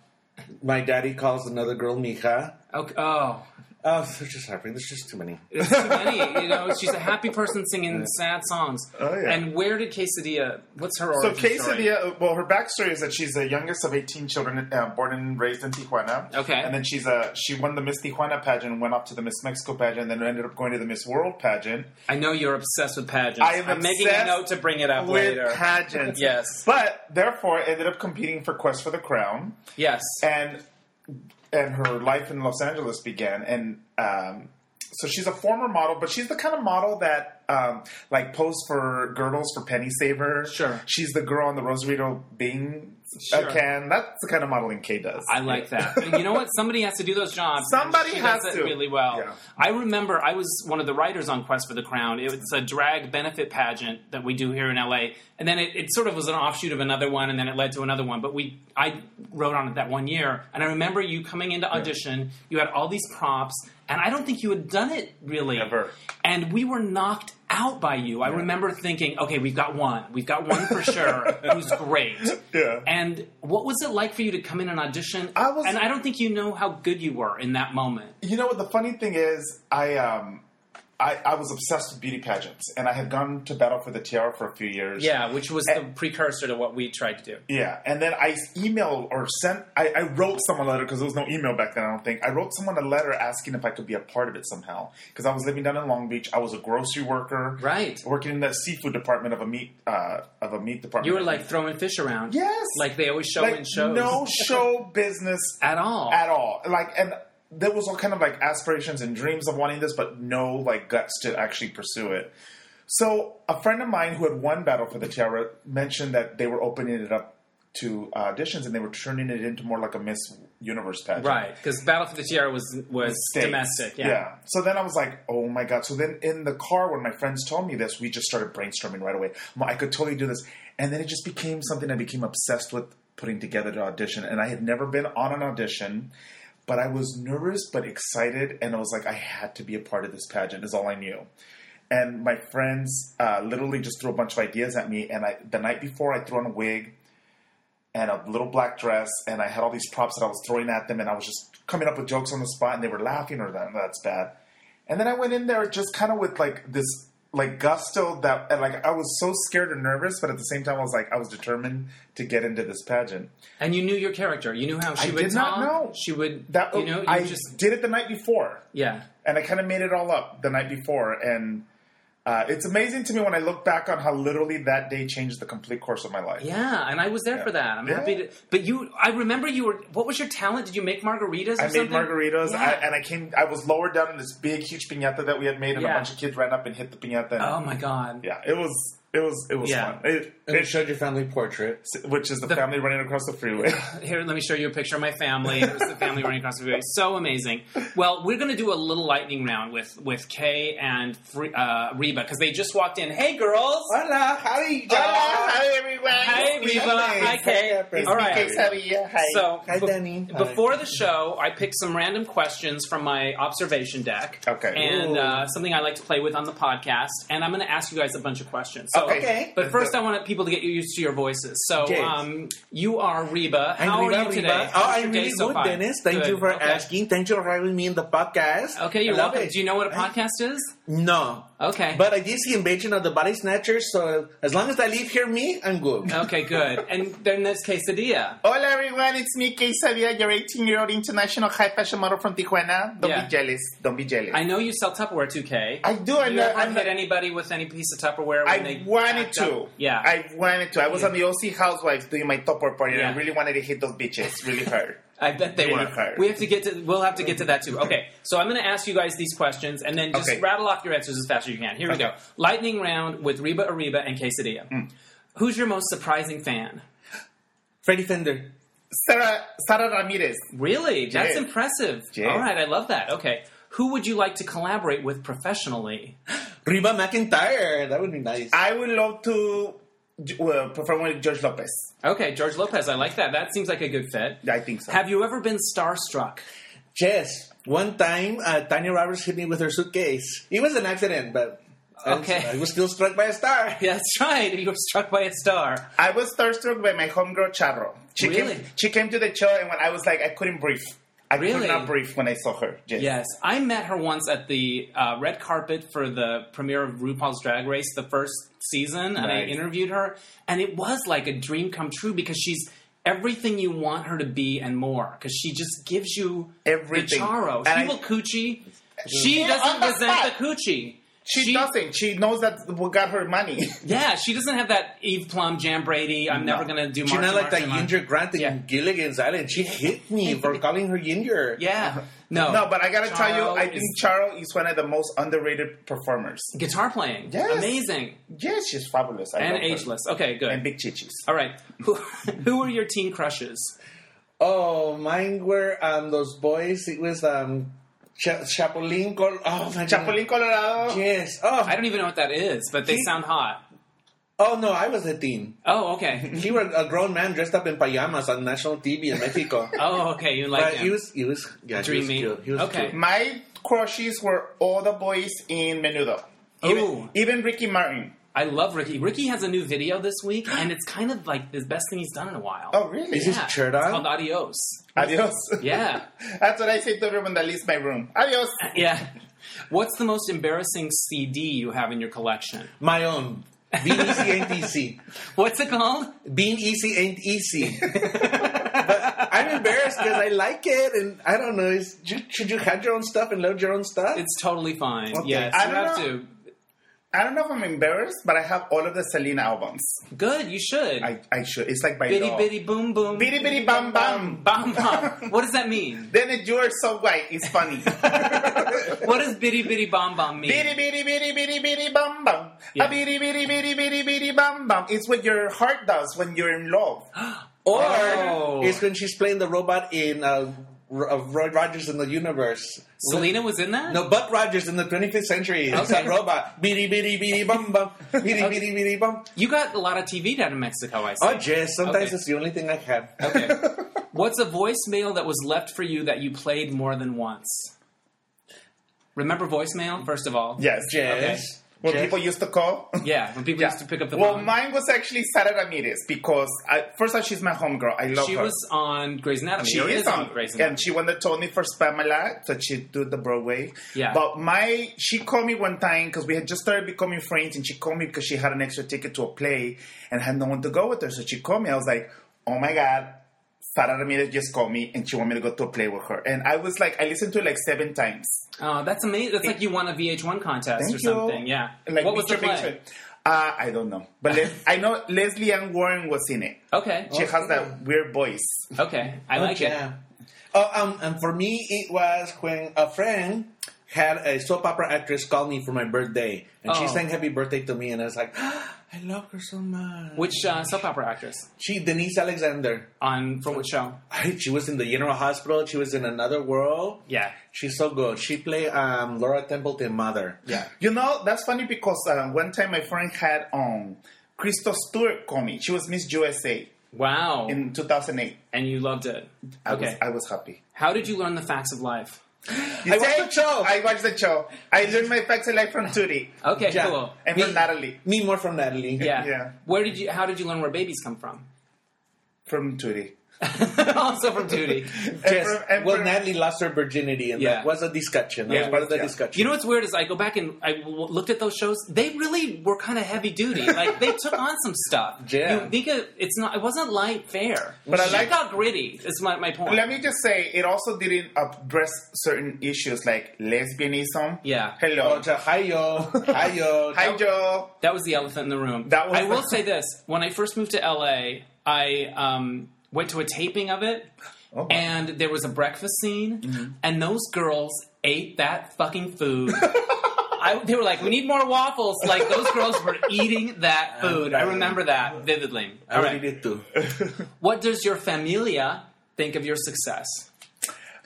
Speaker 2: my daddy calls another girl Mija.
Speaker 1: okay. Oh,
Speaker 2: Oh, there's just happening. There's just too many.
Speaker 1: it's too many. you know, she's a happy person singing sad songs.
Speaker 3: Oh, yeah.
Speaker 1: And where did Quesadilla? What's her
Speaker 3: So
Speaker 1: origin story?
Speaker 3: Quesadilla, well, her backstory is that she's the youngest of 18 children, uh, born and raised in Tijuana.
Speaker 1: Okay.
Speaker 3: And then she's a she won the Miss Tijuana pageant, went up to the Miss Mexico pageant, then ended up going to the Miss World pageant
Speaker 1: I know you're obsessed with pageants.
Speaker 3: I am
Speaker 1: I'm making a
Speaker 3: obsessed
Speaker 1: note to bring it up
Speaker 3: with
Speaker 1: later.
Speaker 3: pageants.
Speaker 1: Yes.
Speaker 3: But therefore, ended up competing for Quest for the Crown,
Speaker 1: yes.
Speaker 3: and and her life in Los Angeles began. And um, so she's a former model, but she's the kind of model that um, like posed for girdles for Penny Saver.
Speaker 1: Sure.
Speaker 3: she's the girl on the Rosarito Bing uh,
Speaker 1: Sure.
Speaker 3: can. That's the kind of modeling Kay does.
Speaker 1: I like that. And you know what? Somebody has to do those jobs. and
Speaker 3: Somebody
Speaker 1: she
Speaker 3: has
Speaker 1: does it
Speaker 3: to.
Speaker 1: really well.
Speaker 3: Yeah.
Speaker 1: I remember I was one of the writers on Quest for the Crown. It was a drag benefit pageant that we do here in LA, and then it, it sort of was an offshoot of another one, and then it led to another one. But we, I wrote on it that one year, and I remember you coming into audition. You had all these props, and I don't think you had done it really
Speaker 3: Never.
Speaker 1: and we were knocked out by you. I remember thinking, okay, we've got one. We've got one for sure who's great.
Speaker 3: Yeah.
Speaker 1: And what was it like for you to come in and audition?
Speaker 3: I was-
Speaker 1: and I don't think you know how good you were in that moment.
Speaker 3: You know what the funny thing is, I um I, I was obsessed with beauty pageants and I had gone to battle for the tiara for a few years.
Speaker 1: Yeah, which was the precursor to what we tried to do.
Speaker 3: Yeah. And then I emailed or sent I, I wrote someone a letter because there was no email back then, I don't think. I wrote someone a letter asking if I could be a part of it somehow. Because I was living down in Long Beach. I was a grocery worker.
Speaker 1: Right.
Speaker 3: Working in the seafood department of a meat uh of a meat department.
Speaker 1: You were like throwing fish around.
Speaker 3: Yes.
Speaker 1: Like they always show
Speaker 3: Like,
Speaker 1: in shows.
Speaker 3: no show business
Speaker 1: At all.
Speaker 3: at all. Like, and there was all kind of like aspirations and dreams of wanting this, but no like guts to actually pursue it. So a friend of mine who had won Battle for the Tiara mentioned that they were opening it up to uh, auditions and they were turning it into more like a Miss Universe pageant.
Speaker 1: Right, because Battle for the Tiara was was
Speaker 3: States.
Speaker 1: domestic. Yeah.
Speaker 3: So then I was like, oh my God. So then in the car, when my friends told me this, we just started brainstorming right away. I'm like, I could totally do this. And then it just became something I became obsessed with putting together the audition. And I had never been on an audition, but I was nervous but excited. And I was like, I had to be a part of this pageant, is all I knew. And my friends uh, literally just threw a bunch of ideas at me. And I, the night before, I threw on a wig and a little black dress, and I had all these props that I was throwing at them, and I was just coming up with jokes on the spot, and they were laughing, or that, that's bad. And then I went in there just kind of with like this like gusto that and like I was so scared and nervous, but at the same time I was like I was determined to get into this pageant.
Speaker 1: And you knew your character. You knew how she
Speaker 3: I
Speaker 1: would
Speaker 3: did not
Speaker 1: talk.
Speaker 3: know.
Speaker 1: She would.
Speaker 3: That
Speaker 1: you know. You
Speaker 3: I
Speaker 1: just
Speaker 3: did it the night before,
Speaker 1: yeah.
Speaker 3: and I kind of made it all up the night before, and uh, it's amazing to me when I look back on how literally that day changed the complete course of my life.
Speaker 1: Yeah, and I was there for that. I'm
Speaker 3: Yeah.
Speaker 1: happy to. But you, I remember you were. What was your talent? Did you make margaritas? Or
Speaker 3: I made
Speaker 1: something?
Speaker 3: margaritas,
Speaker 1: Yeah.
Speaker 3: I, and I came. I was lowered down in this big, huge pinata that we had made, and
Speaker 1: Yeah.
Speaker 3: a bunch of kids ran up and hit the pinata. And,
Speaker 1: oh my god!
Speaker 3: Yeah, it was, it was, it was
Speaker 1: Yeah.
Speaker 3: fun. It,
Speaker 2: And it
Speaker 3: it-
Speaker 2: showed your family portrait.
Speaker 3: which is the, family running across the freeway.
Speaker 1: Here, let me show you a picture of my family. Here's the family running across the freeway. So amazing. Well, we're going to do a little lightning round with with Kay and Fre- uh, Reba because they just walked in. Hey, girls.
Speaker 2: Hola, howdy,
Speaker 3: everyone.
Speaker 1: Hi, Reba. Hi, Kay.
Speaker 2: It's
Speaker 1: All right.
Speaker 2: BK.
Speaker 1: So,
Speaker 2: Hi,
Speaker 1: bef-
Speaker 2: Danny. Hi.
Speaker 1: before the show, I picked some random questions from my observation deck.
Speaker 3: Okay.
Speaker 1: And
Speaker 2: Ooh.
Speaker 1: uh, something I like to play with on the podcast. And I'm going to ask you guys a bunch of questions. So,
Speaker 2: Okay.
Speaker 1: But first, I want people to get used to your voices. So,
Speaker 2: Yes.
Speaker 1: um, you are Reba.
Speaker 2: I'm
Speaker 1: How
Speaker 2: Reba,
Speaker 1: are you today?
Speaker 2: Reba. Oh,
Speaker 1: How's your
Speaker 2: I'm
Speaker 1: day
Speaker 2: really
Speaker 1: so
Speaker 2: good,
Speaker 1: far?
Speaker 2: Dennis. Thank
Speaker 1: Good.
Speaker 2: you for
Speaker 1: Okay.
Speaker 2: asking. Thanks for having me in the podcast.
Speaker 1: Okay,
Speaker 2: I
Speaker 1: you're
Speaker 2: love
Speaker 1: welcome.
Speaker 2: it.
Speaker 1: Do you know what a podcast is?
Speaker 2: No.
Speaker 1: Okay.
Speaker 2: But I did see invasion of the body snatchers, so as long as I leave here me, I'm good.
Speaker 1: okay, good. And then there's quesadilla.
Speaker 4: Hola everyone, it's me, Quesadilla, your 18 year old international high fashion model from Tijuana. Don't
Speaker 1: Yeah.
Speaker 4: be jealous. Don't be jealous.
Speaker 1: I know you sell Tupperware 2K.
Speaker 4: I do. I
Speaker 1: you
Speaker 4: know.
Speaker 1: ever
Speaker 4: I'm
Speaker 1: hit
Speaker 4: not-
Speaker 1: anybody with any piece of Tupperware? When
Speaker 4: I
Speaker 1: they
Speaker 4: wanted
Speaker 1: act
Speaker 4: to.
Speaker 1: up? Yeah.
Speaker 4: I wanted to. I was on the OC Housewives doing my topper party,
Speaker 1: Yeah.
Speaker 4: and I really wanted to hit those bitches really hard.
Speaker 1: I bet they
Speaker 4: Really
Speaker 1: were.
Speaker 4: hard.
Speaker 1: We have to get to. We'll have to get to that too. Okay, so I'm going to ask you guys these questions, and then just
Speaker 4: Mm-hmm. Okay.
Speaker 1: rattle off your answers as fast as you can. Here we go. Lightning round with Reba Ariba and Quesadilla.
Speaker 4: Mm.
Speaker 1: Who's your most surprising fan?
Speaker 2: Freddy Fender.
Speaker 4: Sarah, Sarah Ramirez.
Speaker 1: Really, that's
Speaker 4: Jay.
Speaker 1: impressive.
Speaker 4: Jay.
Speaker 1: All right, I love that. Okay, who would you like to collaborate with professionally?
Speaker 2: Reba McIntyre. That would be nice.
Speaker 1: Ah.
Speaker 4: I would love to well, perform with George Lopez.
Speaker 1: Okay, George Lopez. I like that. That seems like a good fit.
Speaker 4: I think so.
Speaker 1: Have you ever been starstruck?
Speaker 2: Yes. One time, uh, Tanya Roberts hit me with her suitcase. It was an accident, but I was-
Speaker 1: Okay.
Speaker 2: I was still struck by a star.
Speaker 1: Yeah, that's right. You were struck by a star.
Speaker 4: I was starstruck by my homegirl Charro. She
Speaker 1: Really?
Speaker 4: Came, she came to the show, and when I was like, I couldn't breathe. I
Speaker 1: Really?
Speaker 4: could not breathe when I saw her. Yes.
Speaker 1: Yes, I met her once at the uh, red carpet for the premiere of RuPaul's Drag Race, the first season, and I
Speaker 4: Nice.
Speaker 1: interviewed her, and it was like a dream come true because she's everything you want her to be and more. Because she just gives you
Speaker 4: Everything.
Speaker 1: The charo,
Speaker 4: And
Speaker 1: she
Speaker 4: I-
Speaker 1: will coochie. She
Speaker 4: Yeah,
Speaker 1: doesn't
Speaker 4: on the
Speaker 1: resent
Speaker 4: spot.
Speaker 1: the coochie.
Speaker 4: She, doesn't. She knows that what got her money.
Speaker 1: Yeah, she doesn't have that Eve Plum, Jam Brady. I'm never gonna do.
Speaker 2: She's
Speaker 1: Marcia,
Speaker 2: not like
Speaker 1: Marcia,
Speaker 2: that
Speaker 1: Marcia.
Speaker 2: Ginger Grant in
Speaker 1: Yeah.
Speaker 2: Gilligan's Island. She hit me for calling her Ginger.
Speaker 1: Yeah, no,
Speaker 4: Uh-huh. No, but I gotta tell
Speaker 1: Charo
Speaker 4: you, I
Speaker 1: is-
Speaker 4: think Charo is one of the most underrated performers.
Speaker 1: guitar playing,
Speaker 4: Yes.
Speaker 1: amazing
Speaker 4: Yes, she's fabulous. I
Speaker 1: and Uh,
Speaker 4: love her.
Speaker 1: ageless. Okay, good.
Speaker 4: And big chichis.
Speaker 1: All right. Who who are your teen crushes?
Speaker 2: Oh, mine were um, those boys. It was um, Cha- Chapulín. Col- oh my
Speaker 4: Chapulín Colorado.
Speaker 2: God. Yes. Oh,
Speaker 1: I don't even know what that is, but they sound hot.
Speaker 2: oh no, I was a teen.
Speaker 1: Oh, okay.
Speaker 2: He was a grown man dressed up in pajamas on national TV in Mexico.
Speaker 1: Oh, okay. You like
Speaker 2: but he
Speaker 1: him.
Speaker 2: was, he was, yeah,
Speaker 1: Dreamy.
Speaker 2: he was cute. He was
Speaker 1: Okay.
Speaker 2: cute.
Speaker 4: My crushes were all the boys in Menudo.
Speaker 1: Ooh.
Speaker 4: Even, even Ricky Martin.
Speaker 1: I love Ricky. Ricky has a new video this week, and it's kind of like the best thing he's done in a while.
Speaker 4: Oh, really?
Speaker 2: Is his
Speaker 1: Yeah,
Speaker 2: shirt
Speaker 1: It's
Speaker 2: on?
Speaker 1: called Adios.
Speaker 4: Adios.
Speaker 1: Yeah.
Speaker 4: That's what I say to everyone that leaves my room. Adios.
Speaker 1: Yeah. What's the most embarrassing CD you have in your collection?
Speaker 2: My own. Being easy ain't easy.
Speaker 1: What's it called?
Speaker 2: Being easy ain't easy. but I'm embarrassed because I like it, and I don't know. Is, should you have your own stuff and load your own stuff?
Speaker 1: It's totally fine.
Speaker 2: Okay.
Speaker 1: Yes,
Speaker 4: I
Speaker 1: you
Speaker 4: don't
Speaker 1: have
Speaker 4: know.
Speaker 1: to.
Speaker 4: I don't know if I'm embarrassed, but I have all of the Selena albums.
Speaker 1: Good, you should.
Speaker 4: I, I should. It's like by
Speaker 1: bitty
Speaker 4: law.
Speaker 1: bitty boom boom.
Speaker 4: Bitty bitty bam bam.
Speaker 1: bum bum. What does that mean?
Speaker 4: Then it, you are so white. It's funny.
Speaker 1: What does bitty bitty bomb bomb mean?
Speaker 4: Bitty bitty bitty bitty bitty bum bum.
Speaker 1: Yeah.
Speaker 4: A bitty bitty bitty bitty bitty bum bum. It's what your heart does when you're in love.
Speaker 2: Or
Speaker 1: Oh.
Speaker 2: it's when she's playing the robot in uh, Ro- uh, Roy Rogers in the universe.
Speaker 1: Selena was in that?
Speaker 2: No, Buck Rogers in the 25th century. It's
Speaker 1: Okay.
Speaker 2: a robot. Beady, beady, beady, bum, bum. Beady, beady, beady, bum.
Speaker 1: You got a lot of TV down in Mexico, I see.
Speaker 2: Oh, Jess, sometimes
Speaker 1: Okay.
Speaker 2: it's the only thing I have.
Speaker 1: Okay. What's a voicemail that was left for you that you played more than once? Remember voicemail, first of all?
Speaker 4: Yes.
Speaker 2: Jess,
Speaker 3: When
Speaker 4: Jeff?
Speaker 3: people used to call.
Speaker 1: Yeah, when people
Speaker 3: Yeah.
Speaker 1: used to pick up the
Speaker 3: well,
Speaker 1: phone.
Speaker 3: mine was actually Sarah Ramirez because I, first off, she's my homegirl. I love
Speaker 1: she
Speaker 3: her.
Speaker 1: was on Grey's Anatomy.
Speaker 3: she
Speaker 1: or
Speaker 3: is on
Speaker 1: Grey's Anatomy.
Speaker 3: and she won the Tony for Pamela, so she did the Broadway.
Speaker 1: Yeah.
Speaker 3: But my she called me one time because we had just started becoming friends, and she called me because she had an extra ticket to a play and had no one to go with her. So she called me. I was like, oh my god. Sarah Ramirez just called me and she wanted me to go to a play with her. And I was like, I listened to it like seven times.
Speaker 1: Oh, that's amazing. That's like you won a VH1 contest
Speaker 3: Thank
Speaker 1: or
Speaker 3: you.
Speaker 1: something. Yeah.
Speaker 3: Like
Speaker 1: what was the
Speaker 3: Mr.
Speaker 1: play?
Speaker 3: Picture. Uh, I don't know. But Les- I know Leslie Ann Warren was in it.
Speaker 1: Okay.
Speaker 3: She has that weird voice.
Speaker 1: Okay. I like it.
Speaker 2: Yeah. Oh, um, and for me, it was when a friend had a soap opera actress call me for my birthday, and
Speaker 1: Oh.
Speaker 2: she sang "Happy Birthday" to me, and I was like, "I love her so much."
Speaker 1: Which uh, soap opera actress?
Speaker 2: she, Denise Alexander.
Speaker 1: On from what show?
Speaker 2: She was in the General Hospital. She was in Another World.
Speaker 1: Yeah.
Speaker 2: She's so good. She played um, Laura Templeton mother.
Speaker 3: Yeah. You know, that's funny because uh, one time my friend had um, Crystal Stewart call me. She was Miss USA
Speaker 1: Wow.
Speaker 3: in 2008.
Speaker 1: and you loved it.
Speaker 3: I, was,
Speaker 1: okay.
Speaker 3: I was happy.
Speaker 1: How did you learn the facts of life?
Speaker 3: You
Speaker 2: I watched
Speaker 3: say-
Speaker 2: the show.
Speaker 3: I watched the show. I learned my facts alike from Tootie
Speaker 1: Okay.
Speaker 2: Yeah.
Speaker 1: Cool.
Speaker 3: and from Natalie.
Speaker 2: Me more from Natalie.
Speaker 1: Yeah.
Speaker 3: Yeah.
Speaker 1: Where did you? How did you learn where babies come from?
Speaker 3: From Tootie.
Speaker 1: also from Judy.
Speaker 2: Yes.
Speaker 3: Emperor- Emperor-
Speaker 2: well, Natalie lost her virginity, and
Speaker 1: Yeah.
Speaker 2: that was a discussion. That
Speaker 1: Yeah.
Speaker 2: was part of the
Speaker 3: Yeah.
Speaker 2: discussion.
Speaker 1: You know what's weird is I go back and I w- looked at those shows. They really were kind of heavy duty. Like they took on some stuff.
Speaker 2: Yeah.
Speaker 1: You think it- it's not. It wasn't light fare.
Speaker 3: But I
Speaker 1: Shit
Speaker 3: like-
Speaker 1: got gritty. Is my my point.
Speaker 3: Let me just say, it also didn't address certain issues like lesbianism.
Speaker 1: Yeah.
Speaker 3: Hello.
Speaker 2: Oh, to hi yo, hi yo,
Speaker 3: Hi, Joe.
Speaker 1: That was the elephant in the room.
Speaker 3: That was
Speaker 1: I will
Speaker 3: the-
Speaker 1: say this: when I first moved to LA, I um, went to a taping of it,
Speaker 3: Oh. Mm-hmm.
Speaker 1: and there was a breakfast scene, and those girls ate that fucking food. I, they were like, "We need more waffles." Like those girls were eating that food. I remember that vividly.
Speaker 2: I
Speaker 1: All
Speaker 2: already
Speaker 1: right.
Speaker 2: did too.
Speaker 1: What does your familia think of your success?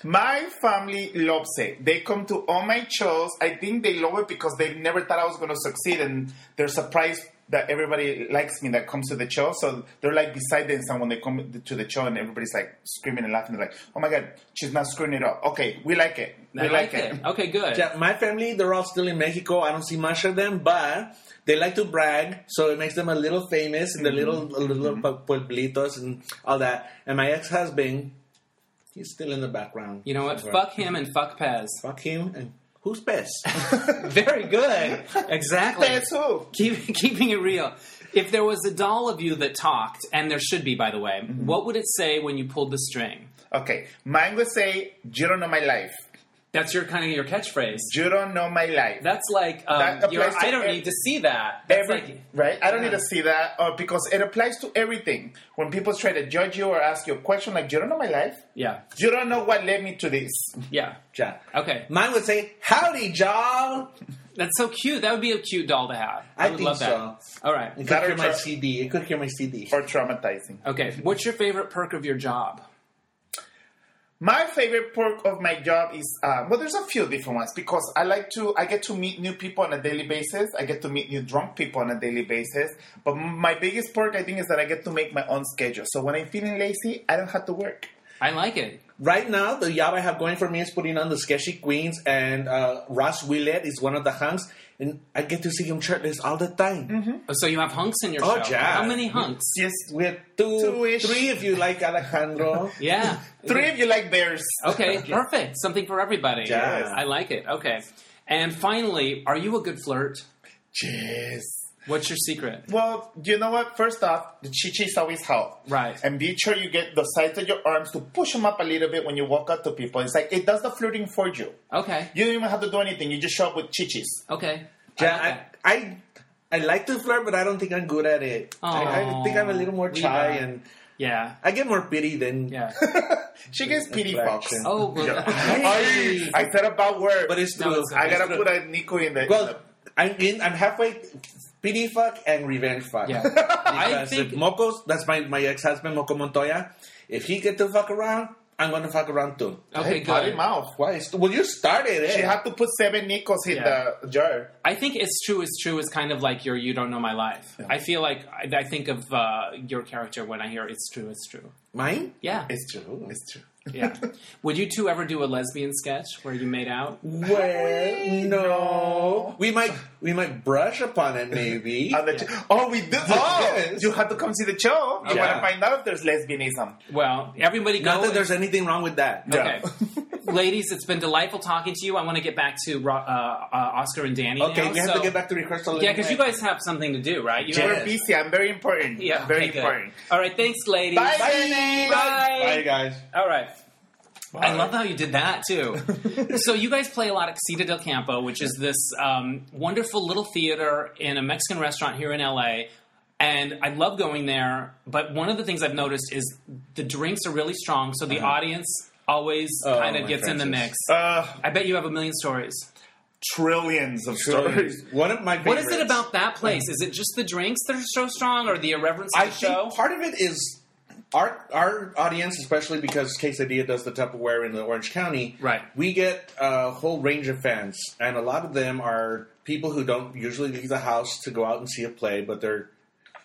Speaker 3: My family loves it. They come to all my shows. I think they love it because they never thought I was going to succeed, and they're surprised that everybody likes me that comes to the show. So they're like beside themselves when they come to the show, and everybody's like screaming and laughing. They're like, "Oh my god, she's not screwing it up." Okay, we like it. We
Speaker 1: I
Speaker 3: like, it.
Speaker 1: Okay, good.
Speaker 2: Yeah, my family, they're all still in Mexico. I don't see much of them, but they like to brag, so it makes them a little famous in the little
Speaker 1: Mm-hmm.
Speaker 2: little pue- pueblitos and all that. And my ex husband, he's still in the background.
Speaker 1: You know what?
Speaker 2: somewhere.
Speaker 1: Fuck him and fuck Pez.
Speaker 2: fuck him, and who's best?
Speaker 1: Very good. Exactly.
Speaker 3: That's who.
Speaker 1: Keep, keeping it real. If there was a doll of you that talked, and there should be, by the way, what would it say when you pulled the string?
Speaker 3: Okay, mine would say, "You don't know my life.
Speaker 1: That's your kind of your catchphrase.
Speaker 3: You don't know my life."
Speaker 1: That's like um,
Speaker 3: That applies
Speaker 1: your,
Speaker 3: to
Speaker 1: I don't
Speaker 3: ev-
Speaker 1: need to see that. That's
Speaker 3: Every,
Speaker 1: like,
Speaker 3: right? I don't need to see that uh, because it applies to everything. When people try to judge you or ask you a question like, you don't know my life,
Speaker 1: yeah,
Speaker 3: You don't know what led me to this.
Speaker 1: yeah.
Speaker 2: yeah.
Speaker 1: Okay,
Speaker 2: Mine would say, "Howdy, y'all."
Speaker 1: that's so cute. That would be a cute doll to have. I,
Speaker 2: I
Speaker 1: would
Speaker 2: think
Speaker 1: love that. All right.
Speaker 2: It could
Speaker 3: That
Speaker 2: hear
Speaker 3: or
Speaker 2: my
Speaker 3: tra-
Speaker 2: CD. It could hear my CD.
Speaker 3: Or traumatizing.
Speaker 1: Okay. What's your favorite perk of your job?
Speaker 3: My favorite perk of my job is uh, well, there's a few different ones because I like to I get to meet new people on a daily basis. I get to meet new drunk people on a daily basis. But m- my biggest perk I think is that I get to make my own schedule. So when I'm feeling lazy, I don't have to work.
Speaker 1: I like it.
Speaker 2: Right now, the job I have going for me is putting on the sketchy queens, and uh, Ross Willett is one of the hunks, and I get to see him shirtless all the
Speaker 1: Mm-hmm.
Speaker 2: time.
Speaker 1: So you have hunks in your
Speaker 2: Oh,
Speaker 1: show.
Speaker 2: yeah.
Speaker 1: How many hunks?
Speaker 3: Yes,
Speaker 2: We have two,
Speaker 3: Two-ish.
Speaker 2: three if you like Alejandro.
Speaker 1: Yeah.
Speaker 3: three if you like bears.
Speaker 1: Okay, perfect. Something for everybody.
Speaker 2: Yes.
Speaker 1: I like it. Okay. And finally, are you a good flirt?
Speaker 3: Yes.
Speaker 1: What's your secret?
Speaker 3: Well, you know what? First off, the chichis always help.
Speaker 1: Right.
Speaker 3: And be sure you get the sides of your arms to push them up a little bit when you walk up to people. It's like it does the flirting for you.
Speaker 1: Okay.
Speaker 3: You don't even have to do anything. You just show up with chichis.
Speaker 1: Okay.
Speaker 2: Yeah, I, I I like to flirt, but I don't think I'm good at it. I, I
Speaker 1: Aw,
Speaker 2: think I'm a little more shy,
Speaker 1: Levi.
Speaker 2: and
Speaker 1: Yeah.
Speaker 2: I get more pity than.
Speaker 1: Yeah.
Speaker 3: She gets pity fox.
Speaker 2: Attraction.
Speaker 1: Oh, well,
Speaker 3: I, I said about word.
Speaker 2: But it's
Speaker 1: No,
Speaker 2: true.
Speaker 1: it's-
Speaker 3: I gotta put a Nico in the.
Speaker 2: well, I'm in, I'm halfway. Pity fuck and revenge fuck.
Speaker 1: Yeah. I
Speaker 2: Because if
Speaker 1: think.
Speaker 2: Mocos, that's my, my ex husband Moco Montoya. If he get to fuck around, I'm gonna fuck around too.
Speaker 1: Okay,
Speaker 3: potty
Speaker 1: good.
Speaker 3: mouth.
Speaker 2: Why? It's- Well, you started it.
Speaker 3: She had to put seven Nikos in
Speaker 1: Yeah.
Speaker 3: the jar.
Speaker 1: I think it's true. It's true is kind of like your "you don't know my life." I feel like I, I think of uh, your character when I hear "it's true, it's true."
Speaker 2: Mine?
Speaker 1: Yeah,
Speaker 3: It's true. It's true.
Speaker 1: yeah. Would you two ever do a lesbian sketch where you made out?
Speaker 2: Well, no. We might we might brush upon it, maybe.
Speaker 3: On the ch- oh, we did.
Speaker 2: Oh!
Speaker 3: this.
Speaker 4: You have to come see the show. You
Speaker 1: Yeah.
Speaker 4: want to find out if there's lesbianism.
Speaker 1: Well, everybody go.
Speaker 2: Not that there's anything wrong with that.
Speaker 1: okay. Ladies, it's been delightful talking to you. I want to get back to Ro- uh, uh, Oscar and Danny.
Speaker 2: Okay,
Speaker 1: now,
Speaker 2: we have
Speaker 1: so-
Speaker 2: to get back to rehearsal.
Speaker 1: Yeah, because you guys have something to do, right? You
Speaker 2: Yes.
Speaker 4: We're busy. I'm very important.
Speaker 1: Yeah,
Speaker 4: very
Speaker 1: okay, good.
Speaker 4: important.
Speaker 1: All right, thanks, ladies.
Speaker 4: Bye,
Speaker 1: Bye.
Speaker 4: Jenny.
Speaker 1: Bye.
Speaker 3: Bye, guys.
Speaker 1: All right. I
Speaker 3: Bye.
Speaker 1: love how you did that too. so you guys play a lot at Casita del Campo, which is this um, wonderful little theater in a Mexican restaurant here in LA. And I love going there, but one of the things I've noticed is the drinks are really strong, so the audience always
Speaker 2: Uh-huh. Oh,
Speaker 1: kind of
Speaker 2: my
Speaker 1: gets in the mix.
Speaker 2: Francis.
Speaker 3: Uh,
Speaker 1: I bet you have a million stories.
Speaker 3: trillions of stories.
Speaker 2: One of my
Speaker 1: What is
Speaker 2: favorites.
Speaker 1: it about that place? Is it just the drinks that are so strong, or the irreverence of
Speaker 2: I
Speaker 1: the show?
Speaker 2: think part of it is our our audience, especially because Quesadilla does the Tupperware in the Orange County.
Speaker 1: Right.
Speaker 2: We get a whole range of fans, and a lot of them are people who don't usually leave the house to go out and see a play, but they're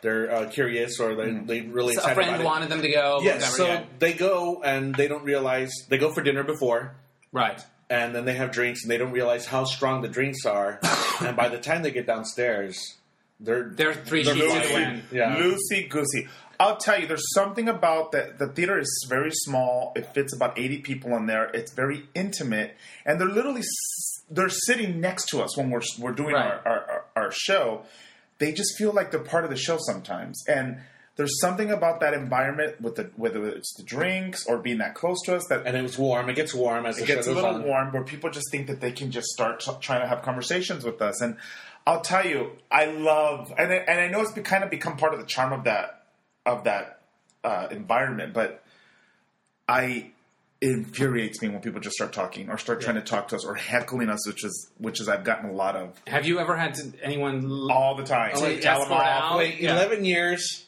Speaker 2: they're uh, curious or they they really
Speaker 1: So a
Speaker 2: excited
Speaker 1: friend
Speaker 2: about
Speaker 1: wanted them to go.
Speaker 2: It.
Speaker 1: whatever,
Speaker 2: Yes, so
Speaker 1: yeah.
Speaker 2: they go and they don't realize they go for dinner before.
Speaker 1: right.
Speaker 2: and then they have drinks and they don't realize how strong the drinks are. and by the time they get downstairs, they're
Speaker 1: They're three
Speaker 2: They're
Speaker 1: sheets
Speaker 2: really-
Speaker 1: to win.
Speaker 2: Yeah.
Speaker 3: Loosey goosey. I'll tell you, there's something about that. The theater is very small. It fits about 80 people in there. It's very intimate, and they're literally s- they're sitting next to us when we're we're doing
Speaker 1: Right.
Speaker 3: our, our, our our show. They just feel like they're part of the show sometimes, and there's something about that environment with the whether it's the drinks or being that close to us that
Speaker 2: and it was warm. It gets warm as the
Speaker 3: it gets
Speaker 2: show
Speaker 3: a
Speaker 2: goes
Speaker 3: little
Speaker 2: on.
Speaker 3: warm where people just think that they can just start t- trying to have conversations with us. And I'll tell you, I love and I, and I know it's be, kind of become part of the charm of that of that uh, environment, but I it infuriates me when people just start talking or start trying to talk to us or heckling us, which is which is I've gotten a lot of
Speaker 1: Have you ever had to, anyone? l-
Speaker 3: all the time.
Speaker 1: wait,
Speaker 3: Tell
Speaker 1: that's
Speaker 3: them
Speaker 1: not
Speaker 3: off.
Speaker 1: out.
Speaker 2: Wait,
Speaker 1: Yeah.
Speaker 2: eleven years.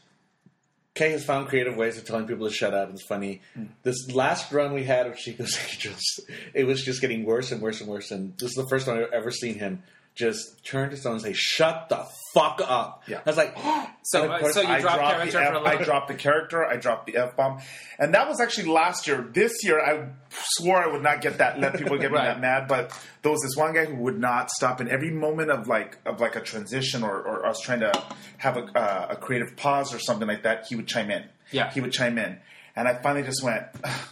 Speaker 2: Kay has found creative ways of telling people to shut up. It's funny. This last run we had of Chico's Angels, it was just getting worse and worse and worse. And this is the first time I've ever seen him just turn to someone and say, "Shut the fuck up."
Speaker 3: Yeah.
Speaker 2: I was like,
Speaker 1: So,
Speaker 2: And of
Speaker 1: uh,
Speaker 2: course,
Speaker 1: so you
Speaker 3: I
Speaker 1: drop
Speaker 3: dropped,
Speaker 1: character for
Speaker 3: the F, I
Speaker 1: like.
Speaker 3: dropped the character. I dropped the f bomb, and that was actually last year. This year, I swore I would not get that. Let people get me
Speaker 1: Right.
Speaker 3: that mad, but there was this one guy who would not stop. And every moment of like of like a transition or, or us trying to have a, uh, a creative pause or something like that, he would chime in.
Speaker 1: Yeah.
Speaker 3: he would chime in, and I finally just went.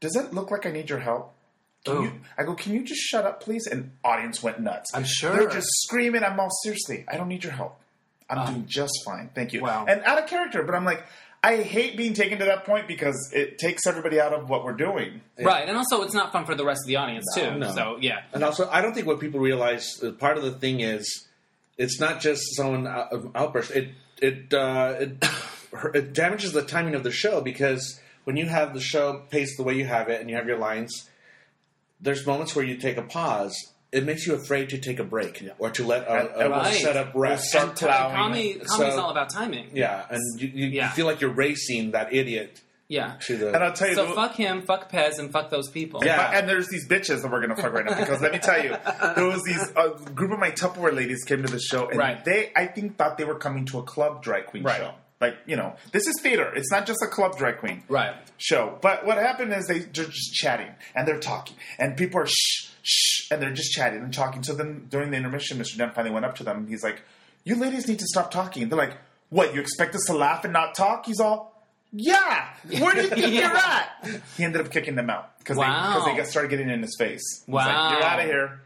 Speaker 3: Does it look like I need your help? Can
Speaker 1: Ooh.
Speaker 3: you, I go, can you just shut up, please? And audience went nuts.
Speaker 1: Oh. I'm sure.
Speaker 3: they're just screaming. I'm all seriously. I don't need your help. I'm doing just fine. Thank you.
Speaker 1: Uh, Wow.
Speaker 3: And out of character, but I'm like, I hate being taken to that point because it takes everybody out of what we're doing.
Speaker 1: Right, and also it's not fun for the rest of the audience too.
Speaker 2: no.
Speaker 1: So yeah,
Speaker 2: And also, I don't think what people realize uh, part of the thing is it's not just someone out- of outburst. It it uh, it, it damages the timing of the show because when you have the show paced the way you have it and you have your lines, there's moments where you take a pause. It makes you afraid to take a break or to let a, a
Speaker 1: Right.
Speaker 2: setup rest.
Speaker 3: Start plowing.
Speaker 1: comedy
Speaker 2: So-
Speaker 1: comedy's all about timing.
Speaker 2: yeah, and you, you,
Speaker 1: Yeah.
Speaker 2: you feel like you're racing that idiot
Speaker 1: yeah.
Speaker 2: to the.
Speaker 3: And I'll tell you,
Speaker 1: So
Speaker 3: the-
Speaker 1: fuck him, fuck Pez, and fuck those people.
Speaker 2: Yeah.
Speaker 3: But- and there's these bitches that we're gonna fuck right now because let me tell you, there was these a group of my Tupperware ladies came to the show and
Speaker 1: Right.
Speaker 3: they I think thought they were coming to a club drag queen
Speaker 1: Right.
Speaker 3: show. Like you know, this is theater. It's not just a club drag queen
Speaker 1: Right.
Speaker 3: show. But what happened is they, they're just chatting and they're talking and people are shh shh and they're just chatting and talking. So then during the intermission, Mr. Dunn finally went up to them. and He's like, "You ladies need to stop talking." They're like, "What? You expect us to laugh and not talk?" He's all. Yeah, where do you think
Speaker 1: Yeah.
Speaker 3: you're at? He ended up kicking them out because
Speaker 1: Wow.
Speaker 3: they, 'cause they got started getting in his face. He's
Speaker 1: Wow.
Speaker 3: like, you're out of here.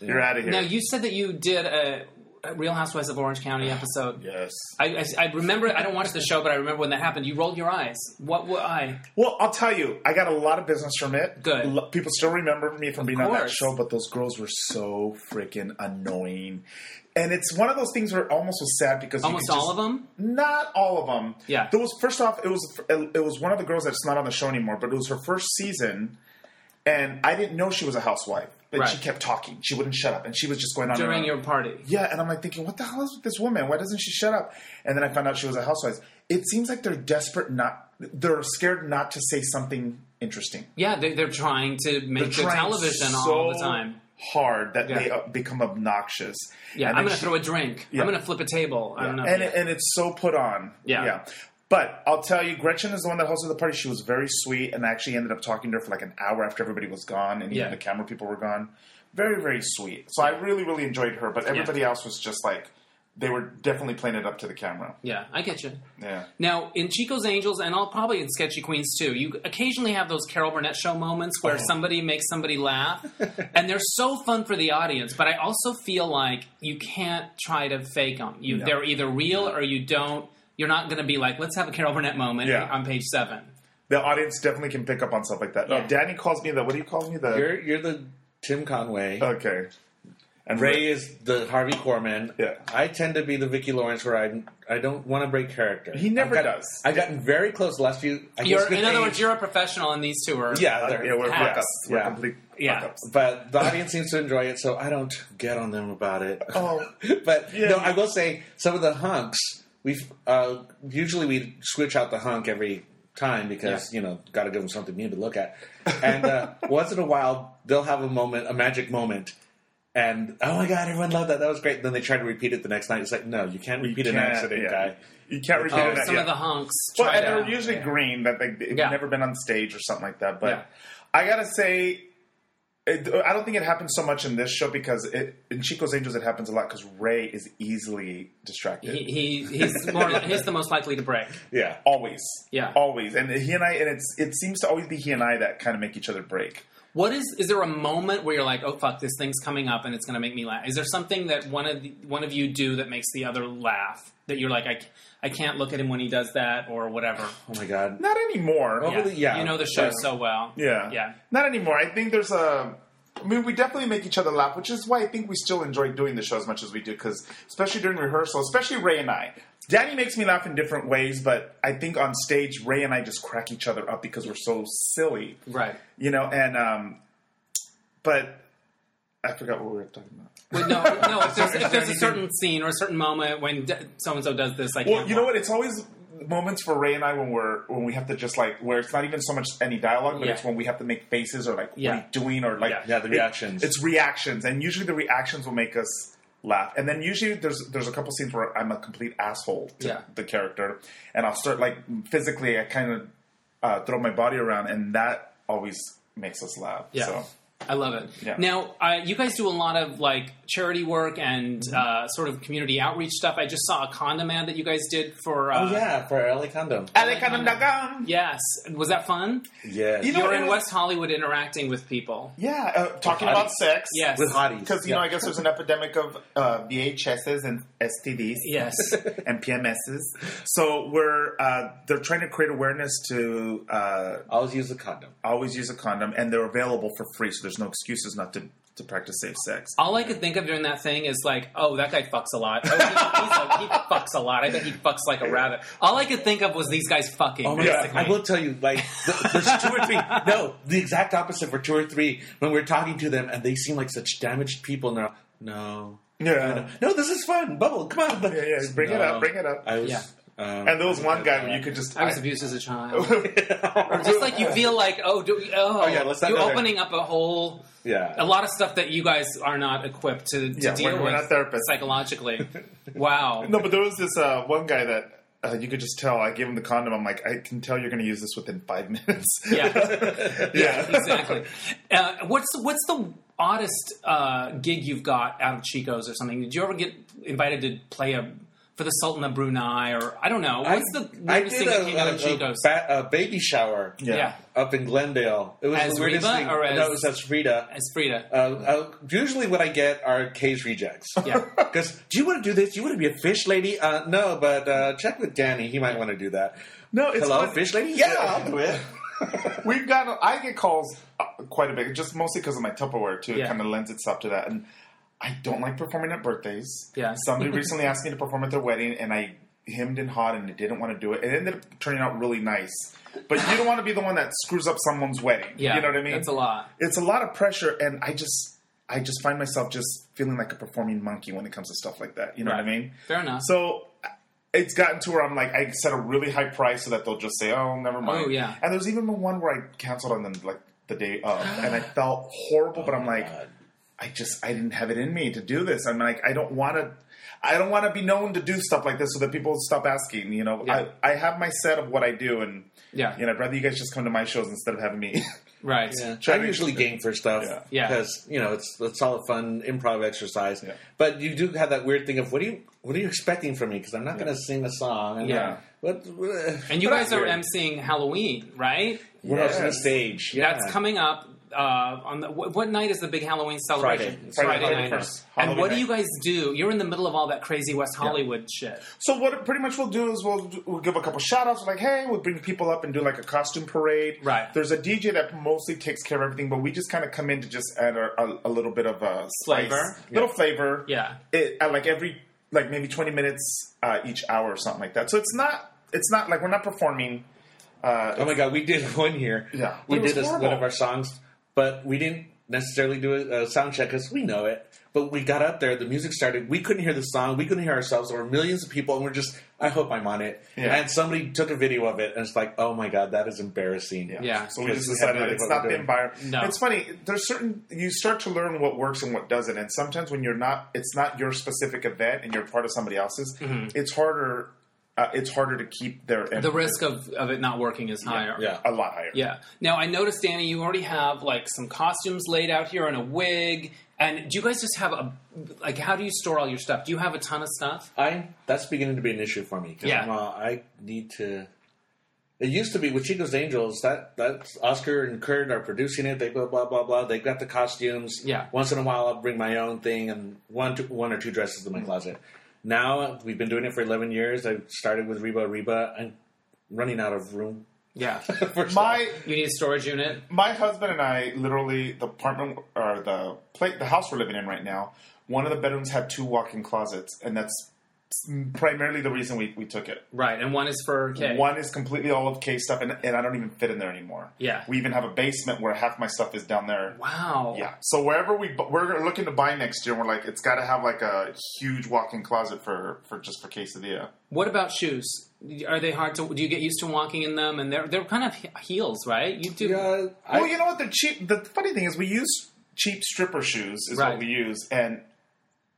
Speaker 3: You're out of here.
Speaker 1: Now you said that you did a, a Real Housewives of Orange County episode.
Speaker 3: yes.
Speaker 1: I, I, I remember. I don't watch the show, but I remember when that happened. You rolled your eyes. What would I?
Speaker 3: Well, I'll tell you, I got a lot of business from it.
Speaker 1: Good.
Speaker 3: Lo- People still remember me from being on that
Speaker 1: course.
Speaker 3: show, but those girls were so freaking annoying. And it's one of those things where it almost was sad because you
Speaker 1: Almost
Speaker 3: could just-
Speaker 1: all of them.
Speaker 3: Not all of them.
Speaker 1: Yeah.
Speaker 3: There was first off, it was it was one of the girls that's not on the show anymore, but it was her first season, and I didn't know she was a housewife, but she
Speaker 1: Right.
Speaker 3: kept talking. She wouldn't shut up, and she was just going on and
Speaker 1: during
Speaker 3: on.
Speaker 1: your party.
Speaker 3: Yeah, and I'm like thinking, what the hell is with this woman? Why doesn't she shut up? And then I found out she was a housewife. It seems like they're desperate not they're scared not to say something interesting.
Speaker 1: Yeah, they, they're trying to make their
Speaker 3: They're trying
Speaker 1: television
Speaker 3: so
Speaker 1: all the time.
Speaker 3: Hard that they
Speaker 1: Yeah.
Speaker 3: uh, become obnoxious.
Speaker 1: Yeah,
Speaker 3: And
Speaker 1: I'm
Speaker 3: then
Speaker 1: going to
Speaker 3: she-
Speaker 1: throw a drink.
Speaker 3: Yeah.
Speaker 1: I'm going to flip a table. I don't know.
Speaker 3: and
Speaker 1: Yeah.
Speaker 3: it, and it's so put on.
Speaker 1: Yeah.
Speaker 3: But I'll tell you, Gretchen is the one that hosted the party. She was very sweet, and I actually ended up talking to her for like an hour after everybody was gone, and
Speaker 1: Yeah.
Speaker 3: even the camera people were gone. very very sweet. So I really really enjoyed her, but everybody else was just like they were definitely playing it up to the camera.
Speaker 1: Yeah, I get you.
Speaker 3: Yeah.
Speaker 1: Now, in Chico's Angels, and all probably in Sketchy Queens too, you occasionally have those Carol Burnett show moments
Speaker 3: Oh.
Speaker 1: where somebody makes somebody laugh, and they're so fun for the audience. But I also feel like you can't try to fake them. You,
Speaker 3: No.
Speaker 1: they're either real or you don't. You're not going to be like, let's have a Carol Burnett moment
Speaker 3: Yeah.
Speaker 1: on page seven.
Speaker 3: The audience definitely can pick up on stuff like that. Uh,
Speaker 1: Yeah.
Speaker 3: Danny calls me the what do you call me the
Speaker 2: You're you're the Tim Conway.
Speaker 3: okay, and
Speaker 2: Ray is the Harvey Korman.
Speaker 3: Yeah.
Speaker 2: I tend to be the Vicky Lawrence, where I I don't want to break character.
Speaker 3: He never
Speaker 2: I've got-
Speaker 3: does.
Speaker 2: I've gotten very close the last few. I
Speaker 1: You're,
Speaker 2: guess with
Speaker 1: in other
Speaker 2: age-
Speaker 1: words, you're a professional, and these two are.
Speaker 2: yeah,
Speaker 3: Uh,
Speaker 2: they're-
Speaker 3: yeah, we're
Speaker 1: Hacks.
Speaker 3: fuck-ups. We're
Speaker 2: Yeah.
Speaker 3: complete
Speaker 1: Yeah.
Speaker 3: fuck-ups.
Speaker 2: but the audience seems to enjoy it, so I don't get on them about it.
Speaker 3: Oh.
Speaker 2: but
Speaker 3: Yeah.
Speaker 2: no, I will say some of the hunks. We uh, usually we switch out the hunk every time because you know got to give them something new to look at. And uh, once in a while, they'll have a moment, a magic moment. And oh my god, everyone loved that. That was great. Then they try to repeat it the next night. It's like, no, you can't repeat an
Speaker 3: Can't-
Speaker 2: accident,
Speaker 3: yeah.
Speaker 2: guy.
Speaker 3: You can't repeat
Speaker 1: Oh,
Speaker 3: it.
Speaker 1: some
Speaker 3: yeah.
Speaker 1: of the hunks.
Speaker 3: Well,
Speaker 1: tried
Speaker 3: and they're
Speaker 1: out.
Speaker 3: usually green that they, they've
Speaker 1: Yeah.
Speaker 3: never been on stage or something like that. But
Speaker 1: Yeah.
Speaker 3: I gotta say, it, I don't think it happens so much in this show because it, in Chico's Angels it happens a lot because Ray is easily distracted.
Speaker 1: He, he, he's, more, he's the most likely to break.
Speaker 2: Yeah.
Speaker 3: always,
Speaker 1: Yeah.
Speaker 3: always, and he and I, and it's it seems to always be he and I that kind of make each other break.
Speaker 1: What is is there a moment where you're like, oh fuck, this thing's coming up and it's going to make me laugh? Is there something that one of the, one of you do that makes the other laugh that you're like, I, c- I can't look at him when he does that or whatever?
Speaker 2: Oh my god.
Speaker 3: Not anymore.
Speaker 2: Yeah. Really?
Speaker 1: you know the show
Speaker 2: Yeah.
Speaker 1: so well.
Speaker 3: Yeah.
Speaker 1: yeah.
Speaker 3: Not anymore. I think there's a. I mean, we definitely make each other laugh, which is why I think we still enjoy doing the show as much as we do, because especially during rehearsal, especially Ray and I. Danny makes me laugh in different ways, but I think on stage, Ray and I just crack each other up because we're so silly,
Speaker 1: Right.
Speaker 3: you know. And um, but I forgot what we were talking about.
Speaker 1: Well, no, no. If there's, if there's a
Speaker 3: anything-
Speaker 1: certain scene or a certain moment when so and so does this, I
Speaker 3: Well,
Speaker 1: can't
Speaker 3: you know
Speaker 1: laugh.
Speaker 3: what? It's always moments for Ray and I when we're when we have to just like where it's not even so much any dialogue, but
Speaker 1: Yeah.
Speaker 3: it's when we have to make faces or like
Speaker 1: Yeah.
Speaker 3: what are you doing or like
Speaker 1: Yeah.
Speaker 2: Yeah, the
Speaker 3: it-
Speaker 2: reactions.
Speaker 3: it's reactions, and usually the reactions will make us laugh. And then usually there's there's a couple scenes where I'm a complete asshole to
Speaker 1: Yeah.
Speaker 3: the character, and I'll start like physically I kind of uh, throw my body around, and that always makes us laugh.
Speaker 1: Yeah.
Speaker 3: So.
Speaker 1: I love it.
Speaker 3: Yeah.
Speaker 1: Now, uh, you guys do a lot of like charity work and
Speaker 3: Mm-hmm.
Speaker 1: uh, sort of community outreach stuff. I just saw a condom ad that you guys did for. Uh,
Speaker 2: Oh yeah, for LA Condom.
Speaker 3: Alakadamdagam.
Speaker 1: Yes. Was that fun?
Speaker 2: Yeah.
Speaker 3: You know-
Speaker 1: You're
Speaker 3: it
Speaker 1: in
Speaker 3: was-
Speaker 1: West Hollywood interacting with people.
Speaker 3: Yeah, uh, talking about sex.
Speaker 1: Yes.
Speaker 2: with hotties.
Speaker 3: Because, you know, I guess there's an epidemic of uh, VHSs and STDs.
Speaker 1: Yes.
Speaker 3: and PMSs. So we're uh, they're trying to create awareness to uh,
Speaker 2: I always use a condom.
Speaker 3: always use a condom, and they're available for free. So there's no excuses not to to practice safe sex.
Speaker 1: All I could think of during that thing is like, oh, that guy fucks a lot. Oh, he's like, he fucks a lot. I bet he fucks like a rabbit. All I could think of was these guys fucking.
Speaker 2: Oh my god!
Speaker 1: basically.
Speaker 2: I will tell you, like th- there's two or three. No, the exact opposite for two or three. When we're talking to them, and they seem like such damaged people, and they're like, no,
Speaker 3: Yeah.
Speaker 2: no, this is fun. Bubble, come on,
Speaker 3: Yeah, yeah, bring it up, bring it up.
Speaker 2: I was,
Speaker 1: Yeah.
Speaker 2: um,
Speaker 3: And there was one guy where you could just
Speaker 1: I was abused as a child.
Speaker 2: yeah,
Speaker 1: Just like you feel like, oh, do, oh,
Speaker 2: yeah, let's not
Speaker 1: you're
Speaker 2: go there.
Speaker 1: opening up a whole, a lot of stuff that you guys are not equipped to, to
Speaker 3: Yeah,
Speaker 1: deal
Speaker 3: we're- we're
Speaker 1: with
Speaker 3: not therapists.
Speaker 1: psychologically. wow.
Speaker 3: no, but there was this uh, one guy that. Uh, you could just tell. I gave him the condom. I'm like, I can tell you're going to use this within five minutes.
Speaker 1: Yeah.
Speaker 3: yeah.
Speaker 1: exactly. Uh, what's what's the oddest uh, gig you've got out of Chico's or something? Did you ever get invited to play a for the Sultan of Brunei or I don't know? What's the
Speaker 2: I
Speaker 1: weirdest thing
Speaker 2: did
Speaker 1: that came out
Speaker 2: a,
Speaker 1: of
Speaker 2: a, a,
Speaker 1: Chico's?
Speaker 2: ba- a baby shower
Speaker 1: yeah.
Speaker 2: up in Glendale. It was
Speaker 1: As
Speaker 2: the weirdest
Speaker 1: Reba
Speaker 2: thing.
Speaker 1: or as-
Speaker 2: no, it was as Rita.
Speaker 1: as Frida.
Speaker 2: uh, uh, usually, what I get are K's rejects.
Speaker 1: yeah.
Speaker 2: Because do you want to do this? Do you want to be a fish lady? Uh, no, but uh, check with Danny. He might want to do that.
Speaker 3: No, it's
Speaker 2: Hello,
Speaker 3: fun.
Speaker 2: fish lady.
Speaker 3: Oh, Yeah.
Speaker 2: I'll do it.
Speaker 3: We've got. I get calls uh, quite a bit, just mostly because of my Tupperware too. It
Speaker 1: Yeah.
Speaker 3: kind of lends itself to that, and I don't like performing at birthdays.
Speaker 1: Yeah.
Speaker 3: Somebody recently asked me to perform at their wedding, and I hemmed and hawed and didn't want to do it. It ended up turning out really nice, but you don't want to be the one that screws up someone's wedding.
Speaker 1: Yeah.
Speaker 3: You know what I mean?
Speaker 1: That's a lot.
Speaker 3: It's a lot of pressure, and I just. I just find myself just feeling like a performing monkey when it comes to stuff like that. You know what I
Speaker 1: Right.
Speaker 3: mean?
Speaker 1: Fair enough.
Speaker 3: So it's gotten to where I'm like, I set a really high price so that they'll just say, "Oh, never mind."
Speaker 1: Oh, yeah.
Speaker 3: And
Speaker 1: Oh
Speaker 3: there's even the one where I canceled on them like the day of, and I felt horrible. but I'm like, I just I didn't have it in me to do this. I'm like I don't want to. I don't want to be known to do stuff like this, so that people stop asking. You know,
Speaker 1: Yeah.
Speaker 3: I, I have my set of what I do, and
Speaker 1: Yeah.
Speaker 3: you know, I'd rather you guys just come to my shows instead of having me.
Speaker 1: Right.
Speaker 2: Yeah. I'm usually game for stuff
Speaker 3: Yeah.
Speaker 1: Yeah.
Speaker 2: because you know it's it's all a fun improv exercise.
Speaker 3: Yeah.
Speaker 2: But you do have that weird thing of what do you what are you expecting from me? Because I'm not going to sing a song. And
Speaker 1: Yeah.
Speaker 2: What, what,
Speaker 1: And you
Speaker 2: but
Speaker 1: guys
Speaker 2: I-
Speaker 1: are emceeing Halloween, right?
Speaker 2: We're yes. on the
Speaker 3: Yes.
Speaker 2: stage. Yeah.
Speaker 1: That's coming up. Uh, on the, wh- what night is the big Halloween celebration?
Speaker 2: Friday.
Speaker 1: It's
Speaker 3: Friday, Friday
Speaker 1: night.
Speaker 3: first.
Speaker 1: And what
Speaker 3: Halloween
Speaker 1: do you
Speaker 3: night.
Speaker 1: guys do? You're in the middle of all that crazy West Hollywood shit.
Speaker 3: So what it pretty much we'll do is we'll, we'll give a couple shout outs like hey we'll bring people up and do like a costume parade.
Speaker 1: Right.
Speaker 3: There's a DJ that mostly takes care of everything, but we just kind of come in to just add our, a, a little bit of a spice,
Speaker 1: Flavor.
Speaker 3: little flavor.
Speaker 1: Yeah.
Speaker 3: It, at like every like maybe 20 minutes uh, each hour or something like that. So it's not it's not like we're not performing.
Speaker 2: Oh my god, we did one here.
Speaker 3: Yeah.
Speaker 2: we
Speaker 3: It was
Speaker 2: did a,
Speaker 3: horrible.
Speaker 2: one of our songs, but we didn't necessarily do a, a sound check because we know it. But we got up there, the music started. We couldn't hear the song. We couldn't hear ourselves. There were millions of people, and we're just, I hope I'm on it.
Speaker 3: Yeah.
Speaker 2: And somebody took a video of it, and it's like, oh my god, that is embarrassing.
Speaker 1: Yeah.
Speaker 3: So we just
Speaker 2: Because we have
Speaker 3: decided
Speaker 2: no idea
Speaker 3: it's
Speaker 2: what
Speaker 3: not
Speaker 2: we're
Speaker 3: the
Speaker 2: doing.
Speaker 3: environment.
Speaker 1: No.
Speaker 3: It's funny. There's certain you start to learn what works and what doesn't, and sometimes when you're not, it's not your specific event, and you're part of somebody else's. It's harder. Uh, it's harder to keep their
Speaker 1: Mm-hmm. The risk of, of it not working is higher.
Speaker 2: yeah.
Speaker 3: a lot higher.
Speaker 1: Yeah. Now I noticed, Danny, you already have like some costumes laid out here and a wig. And do you guys just have a like? How do you store all your stuff? Do you have a ton of stuff?
Speaker 2: I that's beginning to be an issue for me. 'cause
Speaker 1: Yeah.
Speaker 2: I'm, uh, I need to. It used to be with Chico's Angels that that's Oscar and Kurt are producing it. They blah blah blah blah. They got the costumes.
Speaker 1: Yeah.
Speaker 2: Once in a while, I'll bring my own thing and one two, one or two dresses
Speaker 1: Mm-hmm.
Speaker 2: in my closet. Now we've been doing it for eleven years. I started with Reba Reba. I'm running out of room.
Speaker 1: Yeah.
Speaker 2: for stuff.
Speaker 3: My
Speaker 1: you need a storage unit.
Speaker 3: my husband and I literally the apartment or the plate the house we're living in right now. One of the bedrooms had two walk-in closets, and that's primarily the reason we, we took it.
Speaker 1: Right. And one is for Kay.
Speaker 3: One is completely all of K stuff, and, and I don't even fit in there anymore.
Speaker 1: Yeah.
Speaker 3: we even have a basement where half my stuff is down there.
Speaker 1: Wow.
Speaker 3: Yeah. So wherever we bu- we're looking to buy next year, we're like, it's got to have like a huge walk-in closet for for just for quesadilla.
Speaker 1: What about shoes? Are they hard to? Do you get used to walking in them? And they're they're kind of he- heels, right? You do.
Speaker 2: Yeah,
Speaker 3: well,
Speaker 2: I,
Speaker 3: you know what? They're cheap. The funny thing is, we use cheap stripper shoes is
Speaker 1: Right.
Speaker 3: what we use, and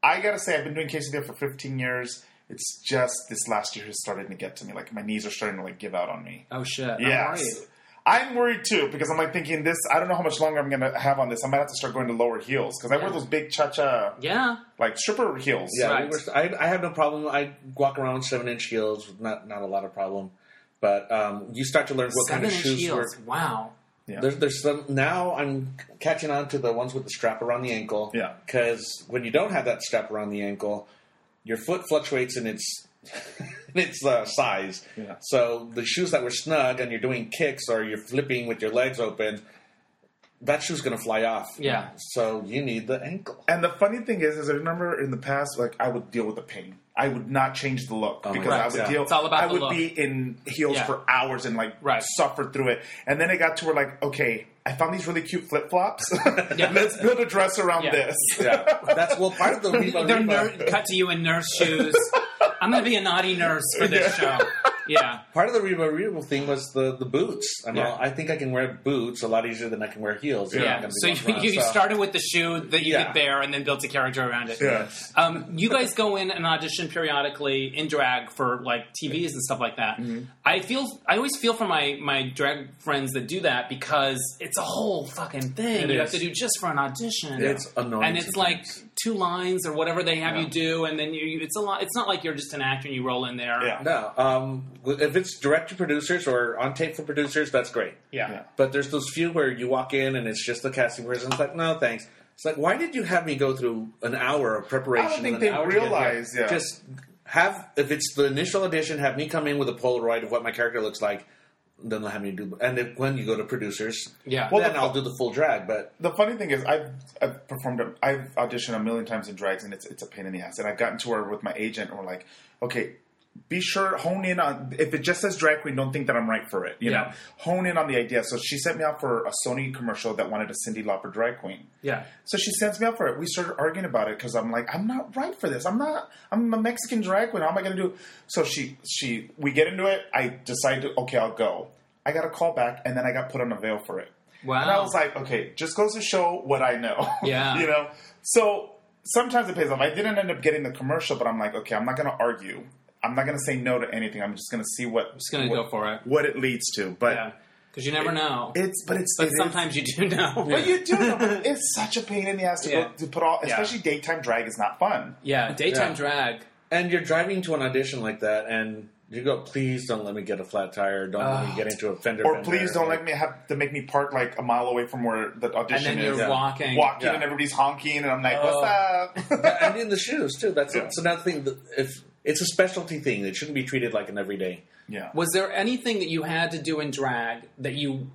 Speaker 3: I gotta say, I've been doing quesadilla for 15 years. It's just this last year has started to get to me. Like my knees are starting to like give out on me.
Speaker 1: Oh shit.
Speaker 3: Yes. I'm worried too because I'm like thinking this. I don't know how much longer I'm gonna have on this. I might have to start going to lower heels because I wear
Speaker 1: Yeah.
Speaker 3: those big cha cha
Speaker 1: Yeah.
Speaker 3: like stripper heels.
Speaker 2: yeah.
Speaker 1: Right.
Speaker 2: we were, I, I have no problem. I walk around with seven inch heels. with Not not a lot of problem. But um, you start to learn what
Speaker 1: Seven
Speaker 2: kind of
Speaker 1: inch
Speaker 2: shoes
Speaker 1: heels.
Speaker 2: work.
Speaker 1: Wow.
Speaker 2: There's, there's some now. I'm catching on to the ones with the strap around the ankle.
Speaker 3: Yeah.
Speaker 2: Because when you don't have that strap around the ankle, your foot fluctuates in its in its uh, size.
Speaker 3: Yeah.
Speaker 2: So the shoes that were snug and you're doing kicks or you're flipping with your legs open, that shoe's going to fly off.
Speaker 1: Yeah.
Speaker 2: So you need the ankle.
Speaker 3: And the funny thing is, is I remember in the past, like I would deal with the pain. I would not change the look
Speaker 2: my
Speaker 3: because
Speaker 2: God.
Speaker 3: I would
Speaker 2: Yeah.
Speaker 3: deal.
Speaker 1: Oh, It's all about
Speaker 3: I
Speaker 1: the
Speaker 3: would
Speaker 1: look.
Speaker 3: be in heels
Speaker 1: Yeah.
Speaker 3: for hours and like
Speaker 1: Right.
Speaker 3: suffer through it. And then it got to where like, okay, I found these really cute flip flops.
Speaker 1: Yeah.
Speaker 3: Let's build a dress around
Speaker 1: Yeah.
Speaker 3: this.
Speaker 2: Yeah. That's well part of the Reba
Speaker 1: They're
Speaker 2: Reba-
Speaker 1: ner- cut to you in nurse shoes. I'm going to be a naughty nurse for this show. Yeah.
Speaker 2: part of the Reba Reba thing was the the boots. And
Speaker 3: Yeah.
Speaker 2: all- I think I can wear boots a lot easier than I can wear heels. They're not
Speaker 1: Yeah.
Speaker 2: gonna be
Speaker 1: So
Speaker 2: walking
Speaker 1: you,
Speaker 2: around,
Speaker 1: you
Speaker 2: so-
Speaker 1: started with the shoe that you
Speaker 2: Yeah.
Speaker 1: could bear and then built a character around it.
Speaker 3: Yeah.
Speaker 1: Um, you guys go in and audition periodically in drag for like TVs and stuff like that.
Speaker 2: Mm-hmm.
Speaker 1: I feel I always feel for my my drag friends that do that because it's a whole fucking thing
Speaker 2: It
Speaker 1: you
Speaker 2: is.
Speaker 1: have to do just for an audition.
Speaker 2: It's annoying
Speaker 1: and it's like
Speaker 2: sometimes.
Speaker 1: two lines or whatever they have
Speaker 3: Yeah.
Speaker 1: you do, and then you, you it's a lot. It's not like you're just an actor and you roll in there.
Speaker 3: Yeah.
Speaker 2: No, um, if it's direct to producers or on tape for producers, that's great.
Speaker 1: Yeah.
Speaker 3: Yeah.
Speaker 2: But there's those few where you walk in and it's just the casting person. It's like, no, thanks. It's like, why did you have me go through an hour of preparation?
Speaker 3: I don't think
Speaker 2: an
Speaker 3: they
Speaker 2: hour to get here?
Speaker 3: realize, yeah.
Speaker 2: Just have if it's the initial audition, have me come in with a Polaroid of what my character looks like. Then have me do. And if, when you go to producers,
Speaker 1: Yeah.
Speaker 2: well,
Speaker 1: Well,
Speaker 2: then
Speaker 3: the-
Speaker 2: I'll do the full drag. But
Speaker 3: The funny thing is, I've, I've performed, a, I've auditioned a million times in drags, and it's it's a pain in the ass. And I've gotten to where with my agent, and we're like, okay, be sure hone in on if it just says drag queen, don't think that I'm right for it. You
Speaker 1: Yeah.
Speaker 3: know, hone in on the idea. So she sent me out for a Sony commercial that wanted a Cindy Lauper drag queen.
Speaker 1: Yeah.
Speaker 3: So she sends me up for it. We started arguing about it because I'm like, I'm not right for this. I'm not. I'm a Mexican drag queen. How am I going to do? So she, she, we get into it. I decide to, okay, I'll go. I got a call back, and then I got put on a veil for it.
Speaker 1: Wow.
Speaker 3: And I was like, okay, just goes to show what I know.
Speaker 1: Yeah.
Speaker 3: you know? So sometimes it pays off. I didn't end up getting the commercial, but I'm like, okay, I'm not going to argue. I'm not going to say no to anything. I'm just going to see what
Speaker 1: Just gonna
Speaker 3: what-
Speaker 1: go for it.
Speaker 3: What it leads to. But
Speaker 1: Yeah, because you never know.
Speaker 3: it's but it's
Speaker 1: but
Speaker 3: it is-
Speaker 1: sometimes you do know.
Speaker 3: but you do know, but it's such a pain in the ass to,
Speaker 1: Yeah.
Speaker 3: go, to put all,
Speaker 1: Yeah.
Speaker 3: especially daytime drag is not fun.
Speaker 1: yeah, daytime
Speaker 2: Yeah.
Speaker 1: drag.
Speaker 2: And you're driving to an audition like that, and you go, please don't let me get a flat tire. Don't let me get into a fender.
Speaker 3: Uh, Or
Speaker 2: bender,"
Speaker 3: please don't
Speaker 2: like-
Speaker 3: let me have to make me park like a mile away from where the
Speaker 1: And
Speaker 3: audition
Speaker 1: then
Speaker 3: is.
Speaker 1: you're
Speaker 2: Yeah.
Speaker 1: walking.
Speaker 3: Walking
Speaker 2: Yeah.
Speaker 3: and everybody's honking, and I'm like, "What's
Speaker 2: Yeah,
Speaker 3: up?"
Speaker 2: and in the shoes too. That's
Speaker 3: Yeah.
Speaker 2: it. so another thing. that If it's a specialty thing, it shouldn't be treated like an everyday.
Speaker 3: yeah.
Speaker 1: Was there anything that you had to do in drag that you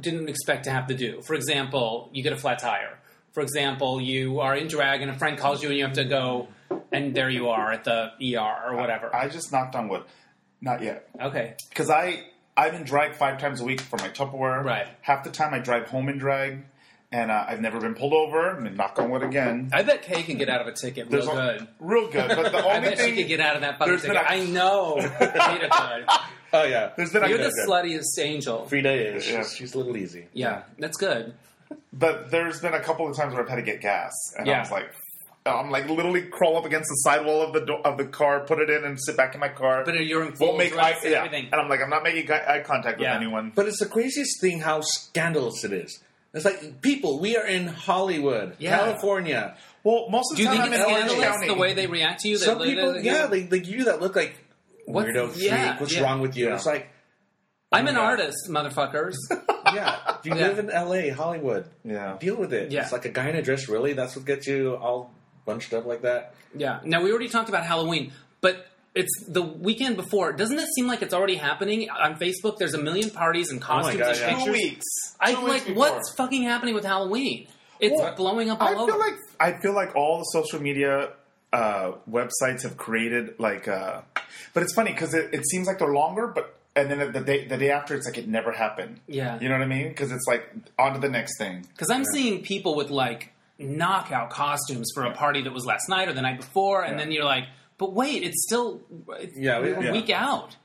Speaker 1: didn't expect to have to do? For example, you get a flat tire. For example, you are in drag and a friend calls you and you have to go, and there you are at the ER or whatever.
Speaker 3: I just knocked on wood. Not yet.
Speaker 1: okay.
Speaker 3: Because I, I'm in drag five times a week for my Tupperware.
Speaker 1: Right.
Speaker 3: Half the time I drive home in drag, and uh, I've never been pulled over. And knock on wood again.
Speaker 1: I bet Kay can get out of a ticket real
Speaker 3: al-
Speaker 1: good.
Speaker 3: Real good. But the
Speaker 1: I
Speaker 3: only
Speaker 1: bet she
Speaker 3: thing.
Speaker 1: could get out of that fucking
Speaker 3: There's been
Speaker 1: ticket.
Speaker 3: a-
Speaker 1: I know. Rita could.
Speaker 2: Oh yeah,
Speaker 3: There's been a-
Speaker 1: You're the
Speaker 2: good.
Speaker 1: sluttiest angel.
Speaker 2: Frida is
Speaker 3: Yeah.
Speaker 2: she's, she's a little easy.
Speaker 1: Yeah, that's good.
Speaker 3: But there's been a couple of times where I've had to get gas, and
Speaker 1: Yeah.
Speaker 3: I was like, I'm like literally crawl up against the sidewall of the do- of the car, put it in, and sit back in my car.
Speaker 1: But you're in full
Speaker 3: won't make eye,
Speaker 1: dress and
Speaker 3: yeah.
Speaker 1: everything.
Speaker 3: And I'm like, I'm not making eye eye contact with
Speaker 1: Yeah.
Speaker 3: anyone.
Speaker 2: But it's the craziest thing how scandalous it is. It's like people, we are in Hollywood,
Speaker 1: Yeah.
Speaker 2: California.
Speaker 3: well, most of the
Speaker 1: Do you
Speaker 3: time
Speaker 1: think
Speaker 3: I'm
Speaker 1: it's
Speaker 3: in Orange
Speaker 1: scandalous
Speaker 3: County.
Speaker 1: the way they react to you? They
Speaker 2: Some
Speaker 1: literally-
Speaker 2: people, yeah, they, they give you that look like
Speaker 1: What's-
Speaker 2: weirdo freak.
Speaker 1: yeah,
Speaker 2: What's
Speaker 1: yeah.
Speaker 2: wrong with you?
Speaker 3: Yeah.
Speaker 2: It's like,
Speaker 1: I'm an
Speaker 2: Yeah.
Speaker 1: artist, motherfuckers.
Speaker 2: yeah, you
Speaker 1: Yeah.
Speaker 2: live in L.A., Hollywood.
Speaker 3: Yeah.
Speaker 2: deal with it.
Speaker 1: Yeah.
Speaker 2: It's like a guy in a dress. Really, that's what gets you all bunched up like that.
Speaker 1: yeah. Now we already talked about Halloween, but it's the weekend before. Doesn't that seem like it's already happening on Facebook? There's a million parties and costumes
Speaker 2: God,
Speaker 1: and
Speaker 2: yeah.
Speaker 1: pictures.
Speaker 3: Two weeks.
Speaker 1: I
Speaker 3: Two
Speaker 1: like
Speaker 3: weeks
Speaker 1: what's
Speaker 3: before.
Speaker 1: fucking happening with Halloween? It's
Speaker 3: Well,
Speaker 1: blowing up all
Speaker 3: I
Speaker 1: over.
Speaker 3: feel like I feel like all the social media uh, websites have created like, uh, but it's funny because it, it seems like they're longer, but and then the day the day after, it's like it never happened.
Speaker 1: Yeah.
Speaker 3: you know what I mean? Because it's like on to the next thing.
Speaker 1: Because I'm seeing people with like knockout costumes for a party that was last night or the night before, and then you're like, but wait, it's still it's
Speaker 2: Yeah,
Speaker 1: we're a
Speaker 2: yeah.
Speaker 1: week out.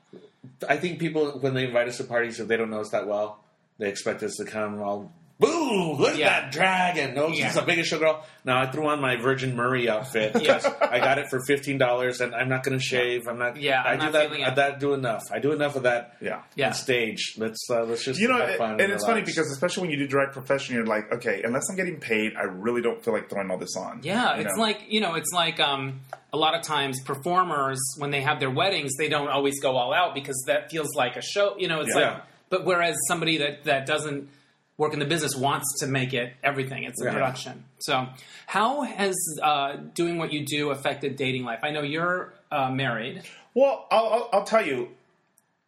Speaker 2: I think people, when they invite us to parties, if they don't know us that well, they expect us to come all, boo, look
Speaker 1: Yeah.
Speaker 2: at that dragon. No,
Speaker 1: Yeah.
Speaker 2: she's a big show girl. No, I threw on my Virgin Murray outfit.
Speaker 1: Yeah.
Speaker 2: I got it for $15 and I'm not going to shave. I'm not,
Speaker 1: Yeah,
Speaker 2: I
Speaker 1: I'm
Speaker 2: do
Speaker 1: not
Speaker 2: that.
Speaker 1: feeling
Speaker 2: I,
Speaker 1: it.
Speaker 2: that do enough. I do enough of that
Speaker 3: Yeah,
Speaker 1: Yeah.
Speaker 2: on stage. Let's, uh, let's just
Speaker 3: You know,
Speaker 2: have fun.
Speaker 3: and
Speaker 2: and
Speaker 3: it's funny
Speaker 2: relax.
Speaker 3: because especially when you do direct profession, you're like, okay, unless I'm getting paid, I really don't feel like throwing all this on.
Speaker 1: Yeah,
Speaker 3: You
Speaker 1: it's
Speaker 3: know?
Speaker 1: like you know, it's like um, a lot of times performers when they have their weddings, they don't always go all out because that feels like a show. You know, it's
Speaker 2: Yeah.
Speaker 1: like. But whereas somebody that that doesn't work in the business wants to make it everything. It's a
Speaker 2: Yeah.
Speaker 1: production. So, how has uh, doing what you do affected dating life? I know you're uh, married.
Speaker 3: Well, I'll, I'll, I'll tell you,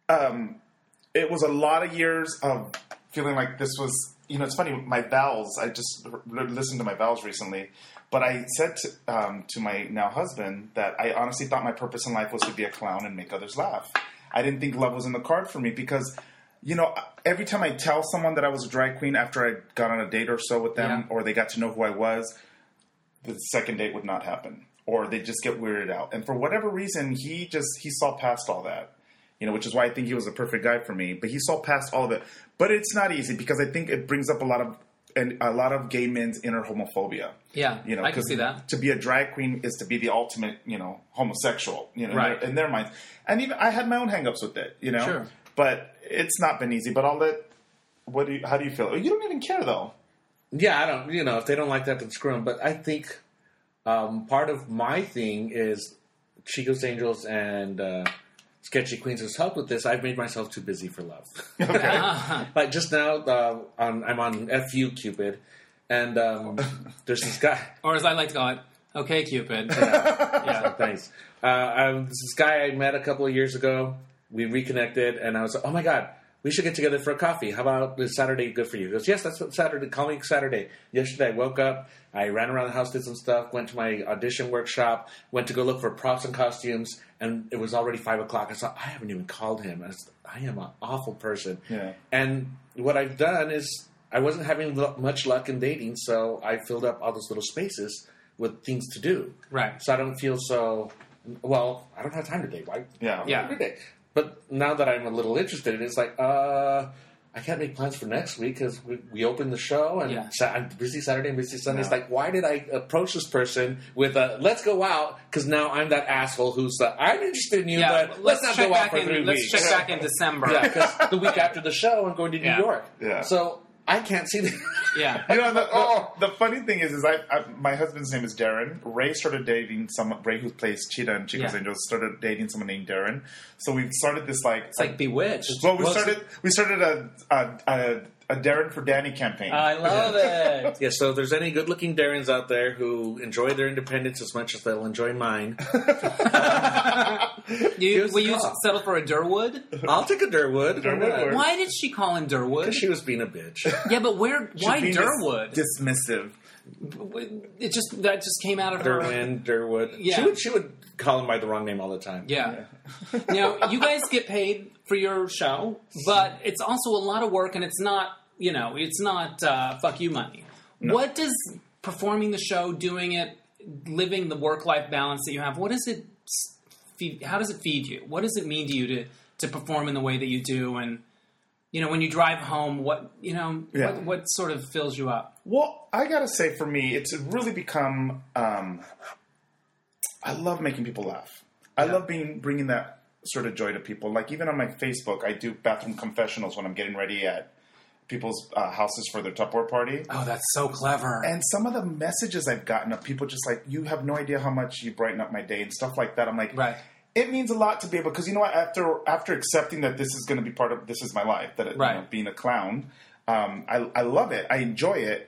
Speaker 3: um, it was a lot of years of feeling like this was. You know, it's funny. My vows. I just r- r- listened to my vows recently, but I said to, um, to my now husband that I honestly thought my purpose in life was to be a clown and make others laugh. I didn't think love was in the card for me because. You know, every time I tell someone that I was a drag queen after I got on a date or so with them,
Speaker 1: Yeah.
Speaker 3: or they got to know who I was, the second date would not happen or they just get weirded out and for whatever reason he just he saw past all that you know which is why i think he was a perfect guy for me but he saw past all of it but it's not easy because i think it brings up a lot of and a lot of gay men's inner homophobia
Speaker 1: Yeah,
Speaker 3: you know
Speaker 1: I can
Speaker 3: 'cause
Speaker 1: see that.
Speaker 3: to be a drag queen is to be the ultimate you know homosexual you know in their-
Speaker 1: Right.
Speaker 3: in, their, minds and even i had my own hangups with it you know
Speaker 1: Sure.
Speaker 3: but it's not been easy but i'll let what do you, how do you feel you don't even care though
Speaker 2: yeah, I don't. You know, if they don't like that, then screw them. But I think um, part of my thing is Chico's Angels and uh, Sketchy Queens has helped with this. I've made myself too busy for love. like just now, uh, on, I'm on FU Cupid, and um, there's this guy.
Speaker 1: Or as I like to call it, okay, Cupid.
Speaker 2: Oh, thanks. Uh, I, this guy I met a couple of years ago. We reconnected, and I was like, "Oh my god, we should get together for a coffee. How about is Saturday good for you?" He goes, "Yes, that's what Saturday. Call me Saturday." Yesterday, I woke up. I ran around the house, did some stuff, went to my audition workshop, went to go look for props and costumes, and it was already five o'clock. I thought, "I haven't even called him. I, was- I am an awful person."
Speaker 3: Yeah.
Speaker 2: And what I've done is I wasn't having l- much luck in dating, so I filled up all those little spaces with things to do.
Speaker 1: Right.
Speaker 2: So I don't feel so. Well, I don't have time to date. Why?
Speaker 3: Yeah.
Speaker 1: Yeah.
Speaker 2: Every day. But now that I'm a little interested, it's like, uh, I I can't make plans for next week because we, we open the show and
Speaker 1: Yeah.
Speaker 2: sa- I'm busy Saturday and busy Sunday. It's
Speaker 3: No.
Speaker 2: like, why did I approach this person with a let's go out? Because now I'm that asshole who's uh, I'm interested in you,
Speaker 1: yeah,
Speaker 2: but
Speaker 1: let's,
Speaker 2: let's, not
Speaker 1: check
Speaker 2: go out
Speaker 1: back
Speaker 2: for three
Speaker 1: in.
Speaker 2: weeks.
Speaker 1: Let's check back in December.
Speaker 2: Yeah, because the week after the show, I'm going to New
Speaker 1: Yeah.
Speaker 2: York.
Speaker 3: Yeah.
Speaker 2: So I can't see the.
Speaker 1: Yeah.
Speaker 3: You know, the, oh, the funny thing is, is I, I my husband's name is Darren. Ray started dating some Ray who plays Cheetah and Chico's
Speaker 1: Yeah.
Speaker 3: Angels started dating someone named Darren. So we started this like,
Speaker 1: It's like Bewitched.
Speaker 3: well, we
Speaker 2: well,
Speaker 3: started we started a a, a a Darren for Danny campaign.
Speaker 1: I love it.
Speaker 2: Yeah, so if there's any good looking Darrens out there who enjoy their independence as much as they'll enjoy mine,
Speaker 1: You,
Speaker 2: Here's
Speaker 1: will
Speaker 2: the
Speaker 1: you
Speaker 2: call.
Speaker 1: settle for a Durwood?
Speaker 2: I'll take a Durwood. Why
Speaker 3: Durwood
Speaker 2: not?
Speaker 3: or-
Speaker 1: Why did she call him Durwood?
Speaker 2: Because she was being a bitch.
Speaker 1: yeah, but where? Why
Speaker 3: Being dis-
Speaker 1: Durwood?
Speaker 3: dismissive.
Speaker 1: it just that just came out of her.
Speaker 2: Derwin, Durwood. She
Speaker 1: Yeah.
Speaker 2: would she would call him by the wrong name all the time.
Speaker 1: Yeah. now you guys get paid for your show, but it's also a lot of work, and it's not you know it's not uh, fuck you money. What does performing the show, doing it, living the work life balance that you have, what does it s- feed? How does it feed you? What does it mean to you to to perform in the way that you do and you know, when you drive home, what you know,
Speaker 3: Yeah.
Speaker 1: what, what sort of fills you up?
Speaker 3: Well, I gotta say, for me, it's really become. Um, I love making people laugh. I love being bringing that sort of joy to people. Like even on my Facebook, I do bathroom confessionals when I'm getting ready at people's uh, houses for their Tupperware party.
Speaker 1: Oh, that's so clever.
Speaker 3: And some of the messages I've gotten of people just like, you have no idea how much you brighten up my day and stuff like that. I'm like,
Speaker 1: Right.
Speaker 3: It means a lot to be able because you know what after after accepting that this is going to be part of this is my life that it,
Speaker 1: Right.
Speaker 3: you know, being a clown, um, I I love it. I enjoy it,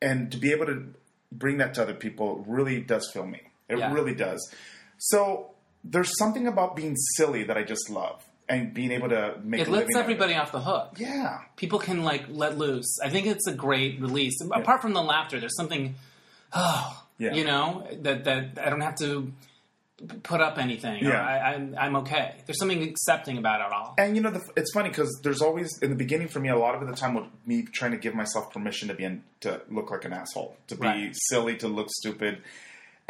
Speaker 3: and to be able to bring that to other people really does fill me. It
Speaker 1: Yeah.
Speaker 3: really does. So there's something about being silly that I just love and being able to make
Speaker 1: it
Speaker 3: a
Speaker 1: lets
Speaker 3: living out of it.
Speaker 1: everybody off the hook.
Speaker 3: Yeah.
Speaker 1: people can like let loose. I think it's a great release. Apart from the laughter, there's something, oh,
Speaker 3: Yeah.
Speaker 1: you know, that that I don't have to put up anything.
Speaker 3: Yeah.
Speaker 1: I, I'm I'm okay. There's something accepting about it all.
Speaker 3: And you know, the, it's funny because there's always in the beginning for me a lot of the time with me trying to give myself permission to be in, to look like an asshole, to be
Speaker 1: Right.
Speaker 3: silly, to look stupid.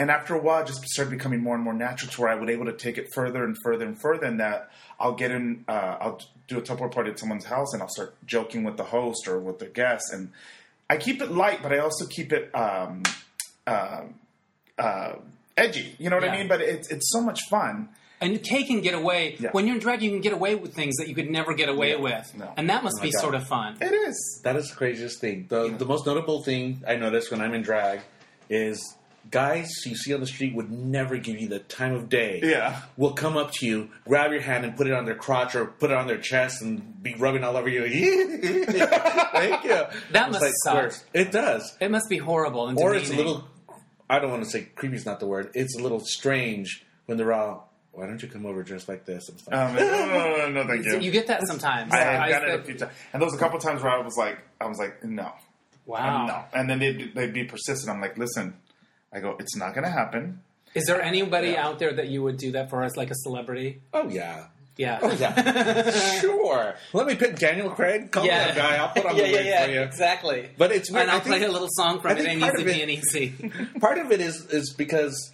Speaker 3: And after a while, it just started becoming more and more natural to where I was able to take it further and further and further. And that I'll get in, uh, I'll do a Tupperware party at someone's house, and I'll start joking with the host or with the guest. And I keep it light, but I also keep it um, uh, uh, edgy. You know what I
Speaker 1: Yeah.
Speaker 3: mean? But it's it's so much fun.
Speaker 1: And Kay can get away
Speaker 3: Yeah.
Speaker 1: when you're in drag. You can get away with things that you could never get away with,
Speaker 3: No.
Speaker 1: and that must be
Speaker 2: God.
Speaker 1: sort of fun.
Speaker 3: It is.
Speaker 2: That is the craziest thing. The the most notable thing I notice when I'm in drag is guys you see on the street would never give you the time of day.
Speaker 3: Yeah.
Speaker 2: Will come up to you, grab your hand and put it on their crotch or put it on their chest and be rubbing all over you. Thank you.
Speaker 1: That
Speaker 2: It's
Speaker 1: must suck.
Speaker 2: gross. It does.
Speaker 1: It must be horrible. And
Speaker 2: Or it's a
Speaker 1: demeaning.
Speaker 2: little I don't want to say creepy is not the word. It's a little strange when they're all why don't you come over dressed like this? It's like,
Speaker 1: Oh,
Speaker 3: Um, no, no, no, no, thank you.
Speaker 1: You get that sometimes.
Speaker 3: I have
Speaker 1: I
Speaker 3: done it a
Speaker 1: said-
Speaker 3: few times, and there was a couple times where I was like, I was like, no,
Speaker 1: wow.
Speaker 3: no, and then they'd, they'd be persistent. I'm like, listen, I go, it's not going to happen.
Speaker 1: Is there anybody
Speaker 3: Yeah.
Speaker 1: out there that you would do that for as like a celebrity?
Speaker 2: oh yeah.
Speaker 1: Yeah.
Speaker 2: Oh yeah. sure. Let me pick Daniel Craig. Call
Speaker 1: Yeah.
Speaker 2: that Oh, guy. I'll put on
Speaker 1: yeah,
Speaker 2: the
Speaker 1: yeah,
Speaker 2: wig
Speaker 1: yeah,
Speaker 2: for you.
Speaker 1: exactly.
Speaker 2: But it's weird.
Speaker 1: and I'll
Speaker 2: I think-
Speaker 1: play a little song
Speaker 2: I
Speaker 1: from it,
Speaker 2: think
Speaker 1: and
Speaker 2: part
Speaker 1: easy
Speaker 2: of it-
Speaker 1: be an E easy.
Speaker 2: Part of it is is because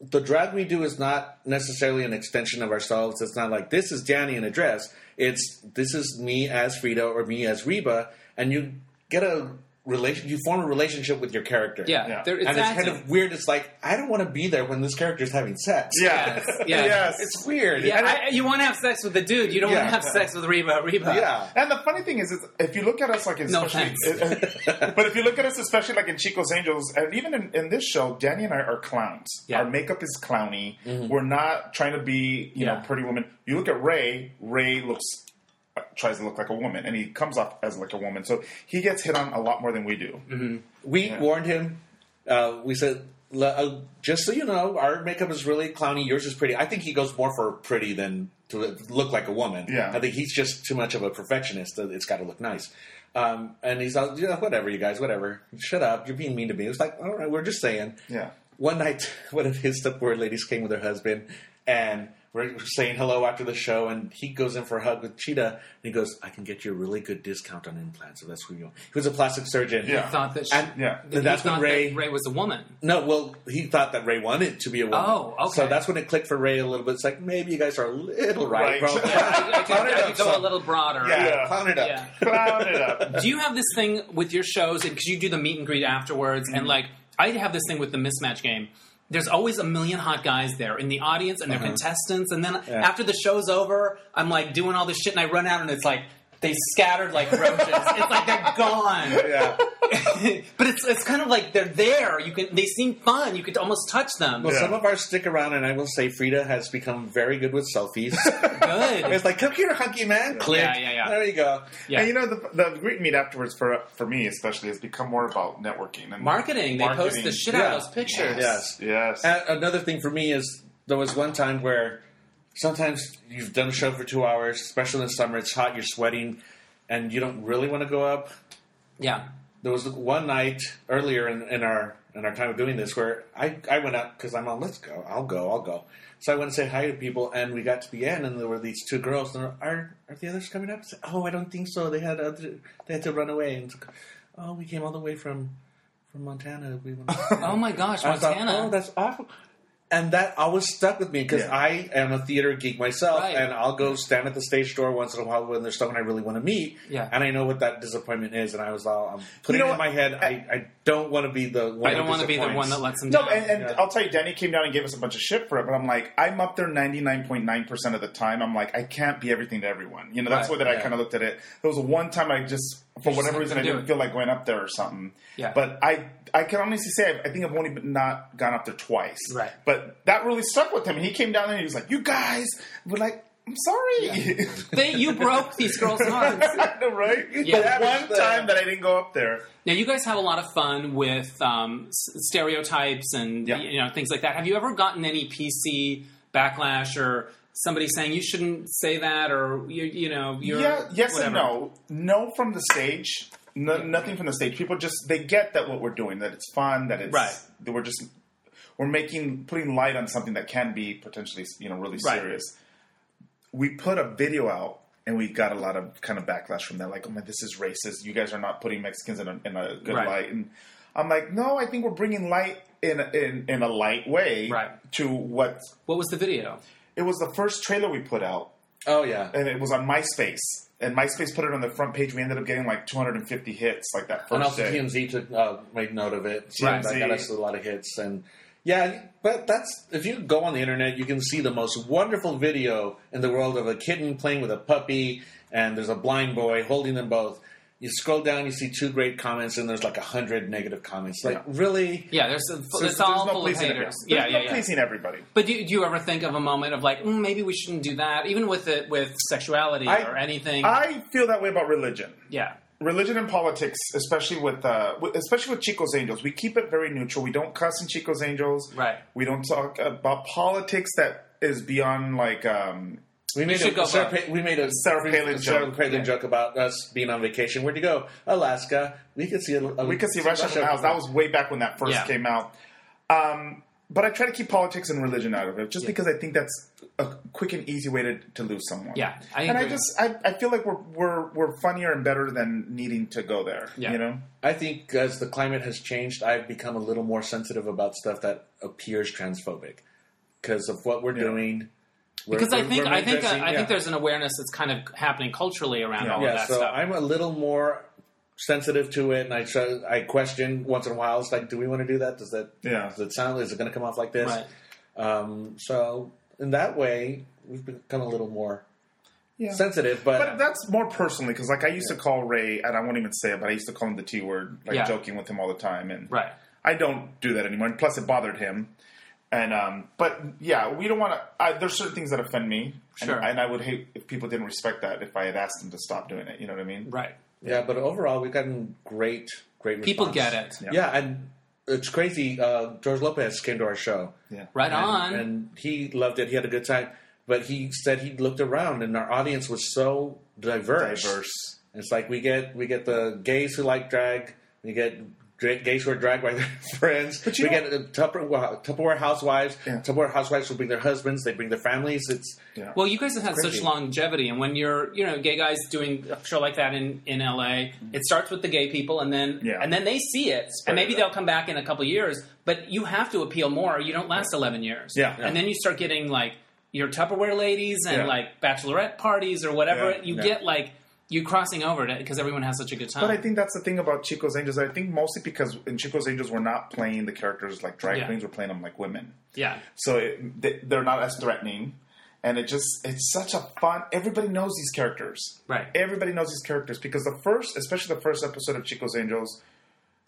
Speaker 2: the drag we do is not necessarily an extension of ourselves. It's not like this is Danny in a dress. It's this is me as Frida or me as Reba, and you get a relation. You form a relationship with your character.
Speaker 1: Yeah,
Speaker 3: Yeah.
Speaker 1: There, it's
Speaker 2: and it's
Speaker 1: acting.
Speaker 2: kind of weird. It's like I don't want to be there when this character's having sex.
Speaker 3: Yeah,
Speaker 1: Yes, yeah.
Speaker 2: it's weird.
Speaker 1: Yeah,
Speaker 2: And I-
Speaker 1: I, you want to have sex with the dude. You don't want
Speaker 2: Yeah.
Speaker 1: to have sex with Reba. Reba.
Speaker 2: yeah.
Speaker 3: And the funny thing is, is if you look at us like
Speaker 1: No
Speaker 3: especially, but if you look at us especially like in Chico's Angels, and even in, in this show, Danny and I are clowns.
Speaker 1: Yeah.
Speaker 3: Our makeup is clowny.
Speaker 2: Mm-hmm.
Speaker 3: We're not trying to be you know
Speaker 1: Yeah.
Speaker 3: pretty woman. You look at Ray. Ray looks tries to look like a woman, and he comes off as like a woman. So he gets hit on a lot more than we do.
Speaker 1: Mm-hmm.
Speaker 2: We warned him. Uh, we said, "L- uh, just so you know, our makeup is really clowny. Yours is pretty. I think he goes more for pretty than to look like a woman.
Speaker 3: Yeah.
Speaker 2: I think he's just too much of a perfectionist. that It's got to look nice. Um, and he's like, yeah, whatever, you guys, whatever. Shut up. You're being mean to me. It was like, all right, we're just saying.
Speaker 3: Yeah.
Speaker 2: One night, one of his support ladies came with her husband, and we're saying hello after the show, and he goes in for a hug with Cheetah, and he goes, "I can get you a really good discount on implants if that's what you want." He was a plastic surgeon.
Speaker 3: Yeah.
Speaker 1: Thought that she,
Speaker 2: And
Speaker 3: Yeah.
Speaker 1: that
Speaker 2: that's
Speaker 1: he
Speaker 2: when
Speaker 1: thought
Speaker 2: Ray.
Speaker 1: that Ray was a woman.
Speaker 2: No, well, he thought that Ray wanted to be a woman.
Speaker 1: Oh, okay.
Speaker 2: So that's when it clicked for Ray a little bit. It's like maybe you guys are a little right,
Speaker 3: Right.
Speaker 2: bro.
Speaker 1: I, I, could,
Speaker 3: Clown it
Speaker 1: I
Speaker 3: up
Speaker 1: could go a
Speaker 3: some.
Speaker 1: little broader.
Speaker 3: Yeah.
Speaker 2: yeah, clown it up.
Speaker 1: Yeah.
Speaker 3: Clown it up.
Speaker 1: do you have this thing with your shows because you do the meet and greet afterwards
Speaker 2: Mm-hmm.
Speaker 1: and like i have this thing with the mismatch game there's always a million hot guys there in the audience and they're
Speaker 2: Mm-hmm.
Speaker 1: contestants and then after the show's over i'm like doing all this shit and i run out and it's like they scattered like roaches it's like they're gone
Speaker 2: Yeah.
Speaker 1: but it's it's kind of like they're there you can they seem fun you could almost touch them
Speaker 2: Well,
Speaker 3: Yeah.
Speaker 2: some of our stick around, and I will say Frida has become very good with selfies.
Speaker 1: good
Speaker 2: it's like, come here, hunky man. Click.
Speaker 1: Yeah, yeah, yeah.
Speaker 2: There you go.
Speaker 1: Yeah.
Speaker 3: And you know, the, the greet meet afterwards for for me especially has become more about networking and
Speaker 1: marketing they post
Speaker 3: Marketing.
Speaker 1: the shit
Speaker 2: Yeah.
Speaker 1: out of those pictures
Speaker 2: Yes.
Speaker 3: Yes.
Speaker 2: And Uh, another thing for me is there was one time where sometimes you've done a show for two hours, especially in the summer, it's hot, you're sweating, and you don't really want to go up.
Speaker 1: yeah
Speaker 2: There was one night earlier in, in our in our time of doing this where I, I went up because I'm on, let's go, I'll go, I'll go. So I went and said hi to people, and we got to the end, and there were these two girls, and they're, are are the others coming up? I said, oh, I don't think so. They had other, they had to run away, and it's like, oh, we came all the way from from Montana. We went
Speaker 1: oh my gosh
Speaker 2: I thought,
Speaker 1: montana
Speaker 2: oh, that's awful. And that always stuck with me because
Speaker 3: Yeah.
Speaker 2: I am a theater geek myself,
Speaker 1: Right.
Speaker 2: and I'll go stand at the stage door once in a while when there's someone I really want to meet,
Speaker 1: Yeah.
Speaker 2: and I know what that disappointment is. And I was all, I'm putting
Speaker 3: know
Speaker 2: it in
Speaker 3: what?
Speaker 2: my head. I, I don't want to be the
Speaker 1: i
Speaker 2: one
Speaker 1: don't want
Speaker 2: want
Speaker 1: to be the one that lets them
Speaker 3: No,
Speaker 1: down
Speaker 3: and, and
Speaker 2: Yeah.
Speaker 3: I'll tell you, Danny came down and gave us a bunch of shit for it, but I'm like, I'm up there 99.9% of the time. I'm like, I can't be everything to everyone. You know, that's
Speaker 1: Right,
Speaker 3: the way that
Speaker 2: yeah.
Speaker 3: I kind of looked at it. There was one time I just, for
Speaker 1: just
Speaker 3: whatever
Speaker 1: not
Speaker 3: reason, I
Speaker 1: gonna do
Speaker 3: didn't
Speaker 1: it.
Speaker 3: feel like going up there or something.
Speaker 1: Yeah.
Speaker 3: But I I can honestly say, I, I think I've only been- not gone up there twice.
Speaker 1: Right.
Speaker 3: But that really stuck with him. And he came down there and he was like, You guys, we're like, I'm sorry.
Speaker 1: they, you broke these girls' hearts
Speaker 3: I know, right?
Speaker 1: Yeah.
Speaker 3: The one time that I didn't go up there.
Speaker 1: Now, you guys have a lot of fun with um, s- stereotypes and
Speaker 3: Yeah.
Speaker 1: you know things like that. Have you ever gotten any PC backlash or somebody saying you shouldn't say that or you, you know you're
Speaker 3: yeah, yes
Speaker 1: whatever.
Speaker 3: and no. No from the stage. No, nothing from the stage. People just they get that what we're doing, that it's fun, that it's
Speaker 1: Right.
Speaker 3: that we're just we're making putting light on something that can be potentially you know really
Speaker 1: Right.
Speaker 3: serious. We put a video out and we got a lot of kind of backlash from that, like, oh man, this is racist. You guys are not putting Mexicans in a, in a good
Speaker 1: Right.
Speaker 3: light. And I'm like, no, I think we're bringing light in a, in, in a light way
Speaker 1: Right.
Speaker 3: to what
Speaker 1: What was the video?
Speaker 3: it was the first trailer we put out
Speaker 2: Oh yeah,
Speaker 3: and it was on MySpace. And MySpace put it on the front page. We ended up getting like 250 hits, like that
Speaker 2: and
Speaker 3: first
Speaker 2: also
Speaker 3: day.
Speaker 2: TMZ took uh, made note of it. So
Speaker 1: Right.
Speaker 2: That got us a lot of hits, and yeah, but that's if you go on the internet, you can see the most wonderful video in the world of a kitten playing with a puppy, and there's a blind boy holding them both. You scroll down, you see two great comments, and there's like a hundred negative comments. Like really,
Speaker 1: Yeah, there's a,
Speaker 3: There's-
Speaker 1: it's all
Speaker 3: there's no
Speaker 1: full of
Speaker 3: pleasing
Speaker 1: haters.
Speaker 3: everybody. There's
Speaker 1: yeah,
Speaker 3: no
Speaker 1: yeah, yeah.
Speaker 3: pleasing everybody.
Speaker 1: But do, do you ever think of a moment of like mm, maybe we shouldn't do that, even with it with sexuality
Speaker 3: I-
Speaker 1: or anything?
Speaker 3: I feel that way about religion.
Speaker 1: yeah,
Speaker 3: Religion and politics, especially with uh, with- especially with Chico's Angels, we keep it very neutral. We don't cuss in Chico's Angels.
Speaker 1: Right.
Speaker 3: We don't talk about politics that is beyond like um,
Speaker 2: We made,
Speaker 1: should
Speaker 2: a,
Speaker 1: go
Speaker 2: Sarah
Speaker 1: vote.
Speaker 2: Pa- we made a
Speaker 3: Sarah Palin
Speaker 2: Sarah
Speaker 3: joke.
Speaker 2: Palin joke about us being on vacation. Where'd you go? Alaska. We could see. A, a-
Speaker 3: we could see Russia from the house. That was way back when that first
Speaker 1: Yeah.
Speaker 3: came out. Um, but I try to keep politics and religion out of it, just because I think that's a quick and easy way to, to lose someone.
Speaker 1: Yeah, I
Speaker 3: and I
Speaker 1: agree.
Speaker 3: just I, I feel like we're we're we're funnier and better than needing to go there.
Speaker 1: Yeah.
Speaker 3: You know,
Speaker 2: I think as the climate has changed, I've become a little more sensitive about stuff that appears transphobic because of what we're doing. We're-
Speaker 1: because I
Speaker 2: we're-
Speaker 1: think uh,
Speaker 2: we're
Speaker 1: I think
Speaker 2: addressing-
Speaker 1: I
Speaker 2: yeah.
Speaker 1: think there's an awareness that's kind of happening culturally around all of
Speaker 2: yeah.
Speaker 1: that
Speaker 2: So
Speaker 1: stuff.
Speaker 2: I'm a little more sensitive to it, and I try, I question once in a while. It's like, do we want to do that? Does that
Speaker 3: Yeah.
Speaker 2: Does it sound? Is it going to come off like this?
Speaker 1: right.
Speaker 2: Um, so in that way, we've become a little more
Speaker 3: Yeah.
Speaker 2: sensitive.
Speaker 3: but that's more personally because like I used to call Ray, and I won't even say it, but I used to call him the T word, like
Speaker 1: Yeah.
Speaker 3: joking with him all the time, and
Speaker 1: Right.
Speaker 3: I don't do that anymore. And plus, it bothered him. And um, but yeah, we don't want to. There's certain things that offend me, and-
Speaker 1: Sure.
Speaker 3: and, I would hate if people didn't respect that if I had asked them to stop doing it. You know what I mean?
Speaker 1: Right.
Speaker 2: Yeah, but overall, we've gotten great, great. Response.
Speaker 1: People get it.
Speaker 2: Yeah. and it's crazy. Uh, George Lopez came to our show,
Speaker 3: Yeah.
Speaker 1: Right
Speaker 2: and,
Speaker 1: on.
Speaker 2: and he loved it. He had a good time, but he said he looked around, and our audience was so diverse.
Speaker 3: Diverse.
Speaker 2: It's like we get we get the gays who like drag, we get dra- gays who are dragged by their friends. But
Speaker 3: you
Speaker 2: we
Speaker 3: know-
Speaker 2: get uh, Tupperware, Tupperware housewives. Tupperware housewives will bring their husbands. They bring their families. It's
Speaker 3: Yeah.
Speaker 1: Well, you guys have had such
Speaker 2: Crazy.
Speaker 1: longevity, and when you're, you know, gay guys doing a show like that in in LA, it starts with the gay people, and then
Speaker 3: Mm-hmm. Yeah.
Speaker 1: and then they see it,
Speaker 3: Spread
Speaker 1: and maybe
Speaker 3: it
Speaker 1: they'll come back in a couple years. But you have to appeal more. or You don't last eleven years,
Speaker 3: Yeah.
Speaker 1: and then you start getting like your Tupperware ladies and
Speaker 3: Yeah.
Speaker 1: like bachelorette parties or whatever.
Speaker 3: Yeah,
Speaker 1: You
Speaker 3: yeah.
Speaker 1: get like you crossing over to because everyone has such a good time.
Speaker 3: But I think that's the thing about Chico's Angels. I think mostly because in Chico's Angels, we're not playing the characters like drag
Speaker 1: Yeah.
Speaker 3: queens; we're playing them like women.
Speaker 1: yeah,
Speaker 3: So it, they, they're not as threatening, and it just it's such a fun. Everybody knows these characters,
Speaker 1: Right.
Speaker 3: Everybody knows these characters because the first, especially the first episode of Chico's Angels,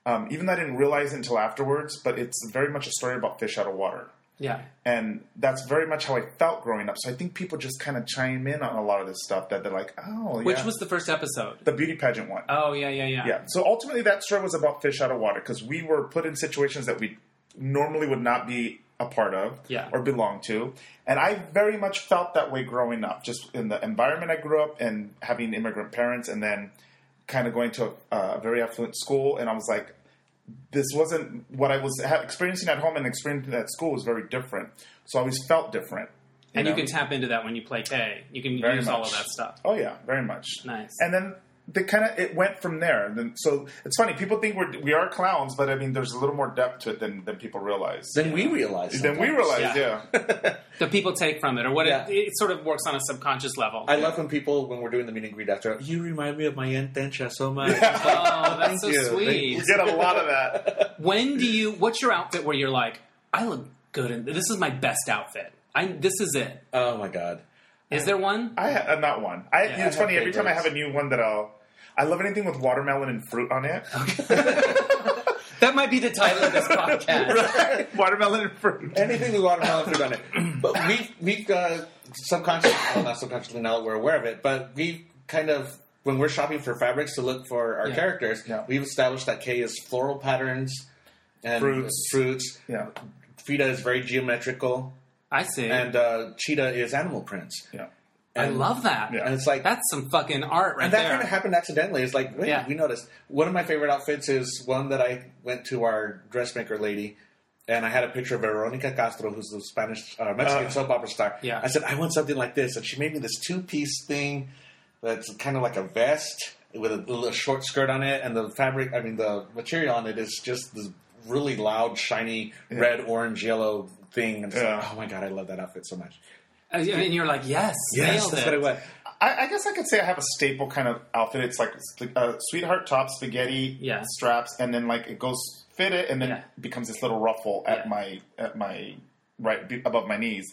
Speaker 3: um, even though I didn't realize it until afterwards, but it's very much a story about fish out of water.
Speaker 1: yeah.
Speaker 3: And that's very much how I felt growing up. So I think people just kind of chime in on a lot of this stuff that they're like, "Oh,
Speaker 1: Which
Speaker 3: yeah.
Speaker 1: was the first episode.
Speaker 3: the beauty pageant one?"
Speaker 1: Oh yeah, yeah, yeah.
Speaker 3: Yeah. So ultimately, that story was about fish out of water because we were put in situations that we normally would not be a part of
Speaker 1: Yeah.
Speaker 3: or belong to, and I very much felt that way growing up, just in the environment I grew up and having immigrant parents, and then kind of going to a, a very affluent school, and I was like, this wasn't what I was ha- experiencing at home and experiencing at school was very different. So I always felt different.
Speaker 1: and
Speaker 3: know?
Speaker 1: you can tap into that when you play K. You can
Speaker 3: Very
Speaker 1: use all
Speaker 3: much.
Speaker 1: of that stuff.
Speaker 3: Oh yeah, very much.
Speaker 1: Nice.
Speaker 3: And then they kind of it went from there. And then so it's funny. People think we're we are clowns, but I mean, there's a little more depth to it than than people realize.
Speaker 2: then we realize.
Speaker 3: Than we
Speaker 2: sometimes.
Speaker 3: realize, yeah.
Speaker 1: Yeah. The people take from it, or what
Speaker 2: Yeah.
Speaker 1: it, it sort of works on a subconscious level.
Speaker 2: I love when people when we're doing the meet and greet after. You remind me of my aunt Tencha so much.
Speaker 1: Oh, that's so
Speaker 2: Thank you.
Speaker 1: sweet.
Speaker 3: we get a lot of that.
Speaker 1: When do you? What's your outfit where you're like, I look good in this is my best outfit. I this is it.
Speaker 2: oh my god.
Speaker 1: Is there one?
Speaker 3: I ha- uh, not one. I
Speaker 1: Yeah,
Speaker 3: it's
Speaker 2: I
Speaker 3: funny
Speaker 2: have
Speaker 3: every time I have
Speaker 2: favorites.
Speaker 3: a new one that I'll. I love anything with watermelon and fruit on it.
Speaker 1: That might be the title of this podcast.
Speaker 3: watermelon and fruit.
Speaker 2: Anything with watermelon fruit on it. But we've we've uh, subconsciously, well, not subconsciously now that we're aware of it, but we've kind of when we're shopping for fabrics to look for our
Speaker 1: Yeah.
Speaker 2: characters,
Speaker 3: Yeah.
Speaker 2: we've established that K is floral patterns and
Speaker 3: Fruits.
Speaker 2: fruits.
Speaker 3: Yeah.
Speaker 2: Frida is very geometrical,
Speaker 1: I see.
Speaker 2: and uh, Cheetah is animal prints.
Speaker 3: Yeah.
Speaker 1: I love that.
Speaker 3: Yeah.
Speaker 2: And it's like
Speaker 1: That's some fucking art right
Speaker 2: And that
Speaker 1: there.
Speaker 2: kind of happened accidentally. It's like, wait,
Speaker 1: Yeah.
Speaker 2: we noticed. One of my favorite outfits is one that I went to our dressmaker lady, and I had a picture of Veronica Castro, who's the Spanish uh, Mexican
Speaker 3: Uh,
Speaker 2: soap opera star.
Speaker 1: yeah.
Speaker 2: I said, I want something like this, and she made me this two piece thing that's kind of like a vest with a little short skirt on it, and the fabric, I mean, the material on it is just this really loud, shiny red, orange, yellow thing. And it's
Speaker 3: Yeah.
Speaker 2: like, oh my god, I love that outfit so much.
Speaker 1: and and you're like, yes,
Speaker 2: Yes,
Speaker 1: nailed
Speaker 2: that's
Speaker 1: it.
Speaker 2: what it was.
Speaker 3: I, I guess I could say I have a staple kind of outfit. It's like sp- uh, sweetheart top, spaghetti
Speaker 1: Yeah.
Speaker 3: straps, and then like it goes fit it, and then
Speaker 1: Yeah.
Speaker 3: becomes this little ruffle at
Speaker 1: Yeah.
Speaker 3: my at my right be- above my knees.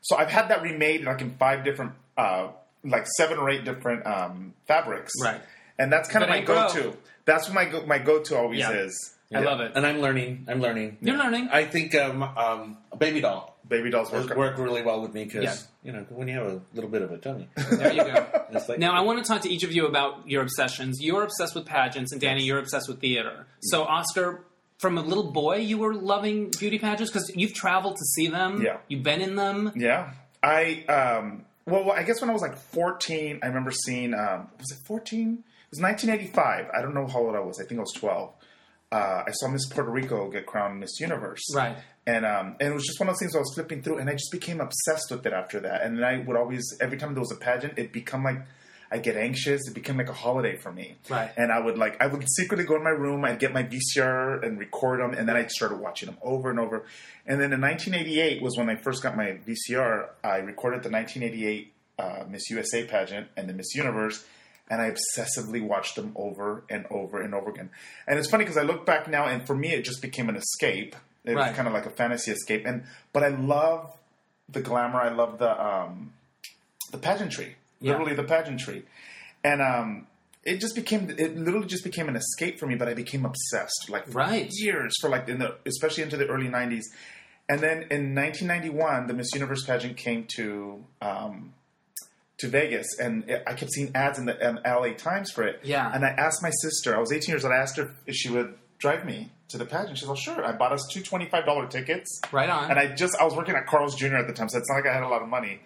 Speaker 3: So I've had that remade like in five different, uh, like seven or eight different um, fabrics,
Speaker 1: Right.
Speaker 3: And that's kind of
Speaker 1: But
Speaker 3: my
Speaker 1: they grow.
Speaker 3: go-to. That's what my go- my go-to always
Speaker 1: Yeah.
Speaker 3: is.
Speaker 1: I love it.
Speaker 2: And I'm learning. I'm learning.
Speaker 1: You're learning.
Speaker 2: I think um, um, baby doll
Speaker 3: Baby dolls
Speaker 2: work,
Speaker 3: work.
Speaker 2: work really well with me because
Speaker 1: Yeah.
Speaker 2: you know when you have a little bit of a tummy,
Speaker 1: There you go.
Speaker 2: it's like
Speaker 1: Now, I want to talk to each of you about your obsessions. You're obsessed with pageants, and Danny, you're obsessed with theater. So, Oscar, from a little boy, you were loving beauty pageants because you've traveled to see them.
Speaker 3: Yeah.
Speaker 1: You've been in them.
Speaker 3: Yeah. I um well I guess when I was like 14, I remember seeing um was it 14? It was 1985. I don't know how old I was. I think I was 12. Uh, I saw Miss Puerto Rico get crowned Miss Universe.
Speaker 1: Right.
Speaker 3: And um and it was just one of those things I was flipping through and I just became obsessed with it after that. And then I would always every time there was a pageant, it become like I get anxious. It became like a holiday for me.
Speaker 1: Right.
Speaker 3: And I would like I would secretly go in my room. I'd get my VCR and record them, and then I started watching them over and over. And then in 1988 was when I first got my VCR. I recorded the 1988 uh, Miss USA pageant and the Miss Universe, and I obsessively watched them over and over and over again. And it's funny because I look back now, and for me, it just became an escape. It
Speaker 1: Right.
Speaker 3: was kind of like a fantasy escape. And but I love the glamour. I love the um, the pageantry, literally the pageantry, and um, it just became it literally just became an escape for me. But I became obsessed, like for
Speaker 1: Right.
Speaker 3: years, for like in the especially into the early '90s, and then in 1991, the Miss Universe pageant came to um, to Vegas, and it, I kept seeing ads in the in LA Times for it.
Speaker 1: Yeah.
Speaker 3: and I asked my sister. I was 18 years old. I asked her if she would drive me to the pageant. She's like, "Sure." I bought us two twenty-five dollar tickets.
Speaker 1: Right on.
Speaker 3: And I just I was working at Carl's Jr. at the time, so it's not like I had a lot of money.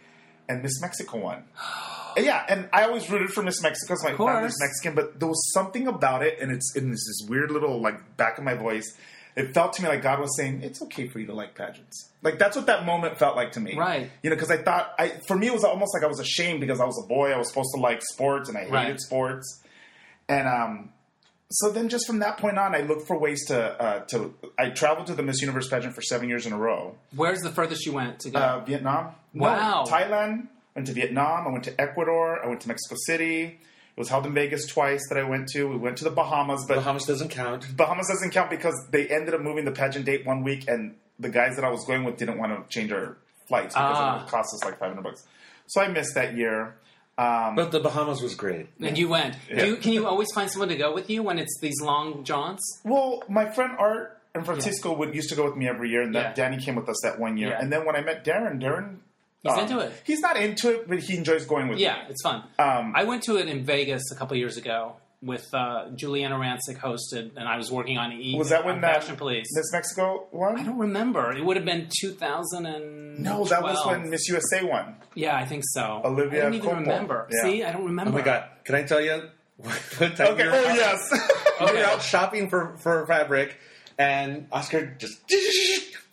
Speaker 3: And Miss Mexico won. yeah, and I always rooted for Miss Mexico. So my
Speaker 5: course.
Speaker 3: family's Mexican, but there was something about it, and it's in this, this weird little like back of my voice. It felt to me like God was saying, "It's okay for you to like pageants." Like that's what that moment felt like to me,
Speaker 1: Right.
Speaker 3: You know, because I thought, I for me it was almost like I was ashamed because I was a boy. I was supposed to like sports, and I hated
Speaker 1: Right.
Speaker 3: sports. And um, so then, just from that point on, I looked for ways to uh, to. I traveled to the Miss Universe pageant for seven years in a row.
Speaker 1: Where's the furthest you went to go?
Speaker 3: Uh, Vietnam. No,
Speaker 1: Wow.
Speaker 3: Thailand. I went to Vietnam. I went to Ecuador. I went to Mexico City. It was held in Vegas twice that I went to. We went to the Bahamas, but Bahamas,
Speaker 2: Bahamas doesn't count.
Speaker 3: doesn't count because they ended up moving the pageant date one week, and the guys that I was going with didn't want to change our flights because
Speaker 1: Ah.
Speaker 3: it would cost us like five hundred bucks. So I missed that year. Um,
Speaker 2: But the Bahamas was great.
Speaker 1: and you went.
Speaker 3: Yeah.
Speaker 1: Do you, can you always find someone to go with you when it's these long jaunts?
Speaker 3: Well, my friend Art and Francisco would used to go with me every year, and that
Speaker 1: Yeah.
Speaker 3: Danny came with us that one year.
Speaker 1: Yeah.
Speaker 3: And then when I met Darren, Darren he's
Speaker 1: into it.
Speaker 3: He's not into it, but he enjoys going with me.
Speaker 1: Yeah, it's fun.
Speaker 3: Um,
Speaker 1: I went to it in Vegas a couple years ago with uh, Juliana Rancic hosted, and I was working on E.
Speaker 3: Was that
Speaker 1: on
Speaker 3: when that
Speaker 1: Fashion Police?
Speaker 3: Miss Mexico won?
Speaker 1: I don't remember. It would have been 2000 and
Speaker 3: no, that was when Miss USA won.
Speaker 1: Yeah, I think so.
Speaker 3: Olivia
Speaker 1: I don't even
Speaker 3: Colman.
Speaker 1: remember.
Speaker 3: Yeah.
Speaker 1: See, I don't remember.
Speaker 2: Oh my god! Can I tell you what time
Speaker 3: Okay.
Speaker 2: we were
Speaker 3: Oh
Speaker 2: out-
Speaker 3: yes. Oh,
Speaker 2: we were out shopping for for fabric, and Oscar just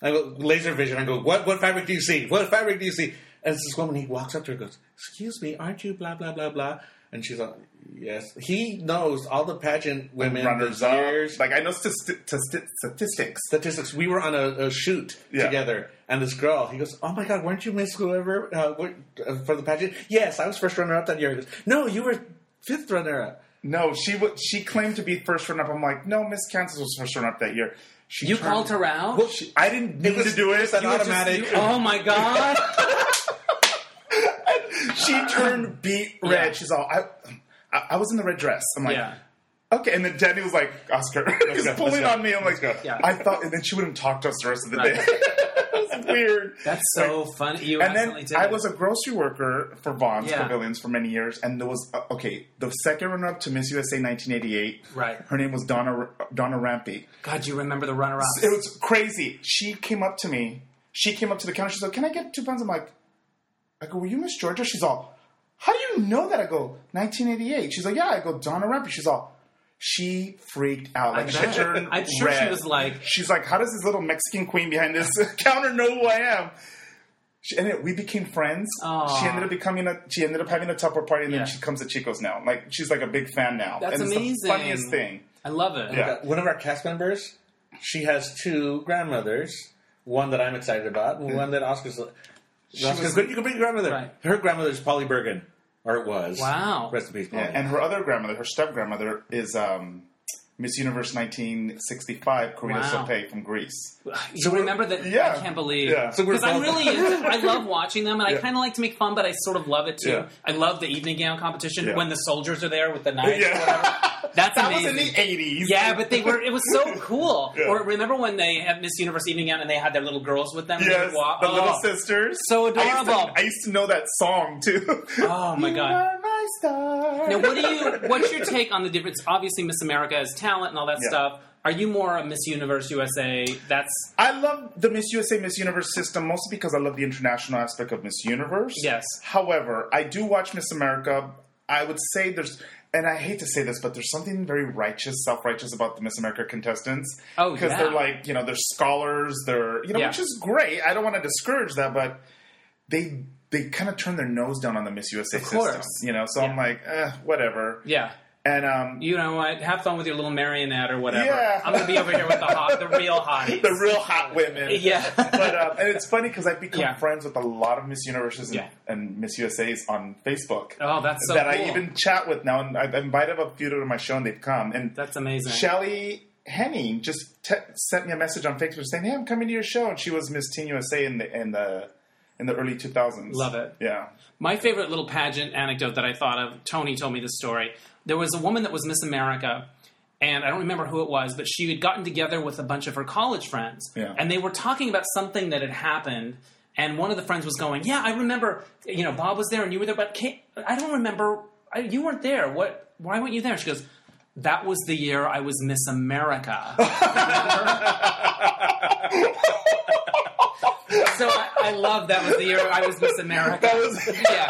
Speaker 2: I go laser vision. I go, what what fabric do you see? What fabric do you see? And it's this woman, he walks up to her, and goes, "Excuse me, aren't you blah blah blah blah?" And she's like, "Yes." He knows all the pageant women,
Speaker 3: Runners
Speaker 2: the
Speaker 3: up.
Speaker 2: years,
Speaker 3: Like I know sti- to sti- statistics.
Speaker 2: statistics. We were on a, a shoot
Speaker 3: Yeah.
Speaker 2: together, and this girl, he goes, "Oh my god, weren't you Miss whoever uh, what, uh, for the pageant?" Yes, I was first runner up that year. He goes, "No, you were fifth runner up."
Speaker 3: No, she w- she claimed to be first runner up. I'm like, no, Miss Kansas was first runner up that year. She
Speaker 1: You
Speaker 3: turned-
Speaker 1: called her out?
Speaker 2: Well, she,
Speaker 3: I didn't need
Speaker 2: was-
Speaker 3: to do
Speaker 2: it
Speaker 3: it.
Speaker 2: was an
Speaker 3: You were just-
Speaker 2: automatic-
Speaker 3: you-
Speaker 1: oh my god!
Speaker 3: she turned beet red.
Speaker 1: Yeah.
Speaker 3: She's all, I, I, I was in the red dress. I'm like,
Speaker 1: yeah.
Speaker 3: okay. And then Danny was like, Oscar, he's
Speaker 2: go,
Speaker 3: pulling
Speaker 2: let's go,
Speaker 3: on me. I'm like,
Speaker 1: Yeah.
Speaker 3: I thought, and then she wouldn't talk to us the rest of the day. it was weird.
Speaker 1: That's so funny. You
Speaker 3: and
Speaker 1: accidentally
Speaker 3: then
Speaker 1: did
Speaker 3: I
Speaker 1: it.
Speaker 3: was a grocery worker for Vaughn's
Speaker 1: Yeah.
Speaker 3: Pavilions for many years, and there was uh, okay the second runner up to Miss USA 1988.
Speaker 1: Right.
Speaker 3: her name was Donna uh, Donna Rampy.
Speaker 1: God, you remember the runner ups.
Speaker 3: It was crazy. She came up to me. She came up to the counter. She's like, "Can I get two pounds?" I'm like, "I go, were you Miss Georgia?" She's all, "How do you know that?" I go, "1988." She's like, "Yeah." I go, "Donna Rampy." She's all, "She freaked out. Like she
Speaker 1: bet.
Speaker 3: turned
Speaker 1: I'm sure
Speaker 3: red.
Speaker 1: she was like-
Speaker 3: she's like, how does this little Mexican queen behind this counter know who I am?" She, and it, we became friends.
Speaker 1: Aw.
Speaker 3: She ended up becoming a. She ended up having a Tupper party, and
Speaker 1: Yeah.
Speaker 3: then she comes to Chico's now. Like she's like a big fan now.
Speaker 1: That's
Speaker 3: and it's
Speaker 1: amazing.
Speaker 3: The funniest thing.
Speaker 1: I love it.
Speaker 3: Yeah.
Speaker 2: one of our cast members, she has two grandmothers. One that I'm excited about, and one that Oscar's. Oscar's
Speaker 3: was-
Speaker 2: good. You can bring your grandmother.
Speaker 1: Right.
Speaker 2: Her grandmother's Polly Bergen, or it was.
Speaker 1: Wow.
Speaker 2: Rest in peace, Polly.
Speaker 3: Yeah, and her other grandmother, her step grandmother, is um, Miss Universe 1965, Corina
Speaker 1: Wow.
Speaker 3: Sopé from Greece.
Speaker 1: You
Speaker 2: So we're-
Speaker 1: remember that?
Speaker 3: yeah.
Speaker 1: I can't believe.
Speaker 3: Yeah. So
Speaker 2: we're
Speaker 1: Because I'm
Speaker 2: both-
Speaker 1: really, into, I love watching them, and I
Speaker 3: Yeah.
Speaker 1: kind of like to make fun, but I sort of love it too.
Speaker 3: Yeah.
Speaker 1: I love the evening gown competition
Speaker 3: Yeah.
Speaker 1: when the soldiers are there with the knives. Or whatever.
Speaker 3: Yeah.
Speaker 1: That's
Speaker 3: that was
Speaker 1: amazing.
Speaker 3: in the 80s.
Speaker 1: yeah, but they were. It was so cool.
Speaker 3: Yeah.
Speaker 1: Or remember when they had Miss Universe evening gown and they had their little girls with them? and they
Speaker 3: Yes,
Speaker 1: would walk-
Speaker 3: the little
Speaker 1: oh.
Speaker 3: sisters.
Speaker 1: So
Speaker 3: I used, to,
Speaker 1: adorable.
Speaker 3: I used to know that song too.
Speaker 1: Oh my
Speaker 3: You
Speaker 1: God.
Speaker 3: are my star.
Speaker 1: Now, what do you? What's your take on the difference? Obviously, Miss America is talent and all that
Speaker 3: Yeah.
Speaker 1: stuff. Are you more a Miss Universe USA? That's
Speaker 3: I love the Miss USA, Miss Universe system mostly because I love the international aspect of Miss Universe.
Speaker 1: Yes.
Speaker 3: However, I do watch Miss America. I would say there's, and I hate to say this, but there's something very righteous, self righteous about the Miss America contestants.
Speaker 1: Oh,
Speaker 3: Because
Speaker 1: yeah.
Speaker 3: they're like, you know, they're scholars, they're, you know,
Speaker 1: Yeah.
Speaker 3: which is great. I don't want to discourage that, but they they kind of turn their nose down on the Miss USA system.
Speaker 1: course.
Speaker 3: You know, so I'm like, eh, whatever.
Speaker 1: yeah.
Speaker 3: And, um,
Speaker 1: You know what? Have fun with your little marionette or whatever.
Speaker 3: Yeah.
Speaker 1: I'm gonna be over here with the hot, the real hotties.
Speaker 3: the real hot women.
Speaker 1: yeah.
Speaker 3: but um, and it's funny because I've become
Speaker 1: Yeah.
Speaker 3: friends with a lot of Miss Universes and,
Speaker 1: Yeah.
Speaker 3: and Miss USAs on Facebook
Speaker 1: Oh, that's so
Speaker 3: that
Speaker 1: cool.
Speaker 3: I even chat with now, and I've invited a few to my show, and they've come. And
Speaker 1: That's amazing.
Speaker 3: Shelly Henning just te- sent me a message on Facebook saying, "Hey, I'm coming to your show," and she was Miss Teen USA in the in the in the early 2000s.
Speaker 1: Love it.
Speaker 3: Yeah.
Speaker 1: My favorite little pageant anecdote that I thought of, Tony told me this story. There was a woman that was Miss America, and I don't remember who it was, but she had gotten together with a bunch of her college friends.
Speaker 3: Yeah.
Speaker 1: And they were talking about something that had happened, and one of the friends was going, Yeah, I remember, you know, Bob was there and you were there, but can't, I don't remember, I, you weren't there. What? Why weren't you there? She goes, That was the year I was Miss America. so I, I love that was the year I was Miss America.
Speaker 3: That was
Speaker 1: Yeah.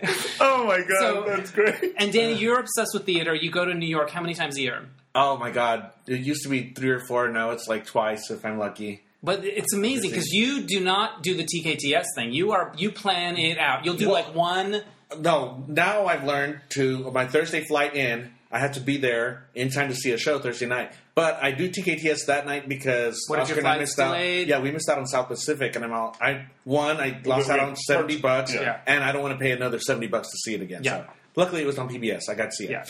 Speaker 3: Oh my god,
Speaker 1: So-
Speaker 3: that's great.
Speaker 1: And Danny, you're obsessed with theater. You go to New York how many times a year?
Speaker 2: Oh my god! It used to be three or four. Now it's like twice if I'm lucky.
Speaker 1: But it's amazing because
Speaker 2: Busy.
Speaker 1: you do not do the TKTS thing. You are you plan it out. You'll do
Speaker 2: Well-
Speaker 1: like one.
Speaker 2: No, now I've learned to my Thursday flight in. I have to be there in time to see a show Thursday night. But I do TKTS that night because
Speaker 1: What if your
Speaker 2: Oscar and I
Speaker 1: flight's
Speaker 2: missed out.
Speaker 1: delayed?
Speaker 2: Yeah, we missed out on South Pacific, and I'm all I one. I lost
Speaker 3: we-
Speaker 2: out on seventy bucks,
Speaker 3: Yeah.
Speaker 2: and I don't want to pay another seventy bucks to see it again.
Speaker 1: Yeah.
Speaker 2: So luckily, it was on PBS. I got to see it.
Speaker 1: Yeah,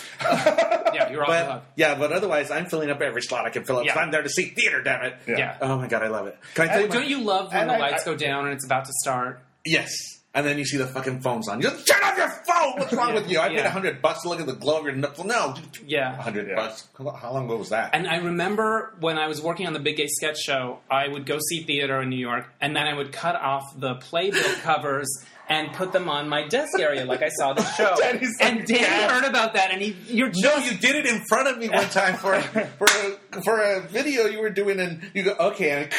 Speaker 1: yeah, you're off the hook.
Speaker 2: But yeah, but otherwise, I'm filling up every slot I can fill up. 'cause
Speaker 1: Yeah.
Speaker 2: I'm there to see theater. Damn it!
Speaker 3: Yeah.
Speaker 1: Yeah.
Speaker 2: Oh my god, I love it. Can I tell you? my-
Speaker 1: Don't you love when
Speaker 3: and
Speaker 1: the
Speaker 3: I-
Speaker 1: lights
Speaker 3: I-
Speaker 1: go down and it's about to start?
Speaker 2: Yes. And then you see the fucking phones on. You're like, turn off your phone. What's wrong
Speaker 1: Yeah,
Speaker 2: with you? I paid
Speaker 1: yeah.
Speaker 2: a hundred bucks to look at the glow of your nipple. No, a
Speaker 1: Yeah.
Speaker 2: hundred
Speaker 3: Yeah.
Speaker 2: bucks. How how long ago was that?
Speaker 1: And I remember when I was working on the Big Gay Sketch Show, I would go see theater in New York, and then I would cut off the playbill covers and put them on my desk area, like I saw the show.
Speaker 3: Danny's like,
Speaker 1: and Danny
Speaker 3: "Yes."
Speaker 1: heard about that, and he, you're just
Speaker 2: no, you did it in front of me one time for a, for a, for a video you were doing, and you go, okay, and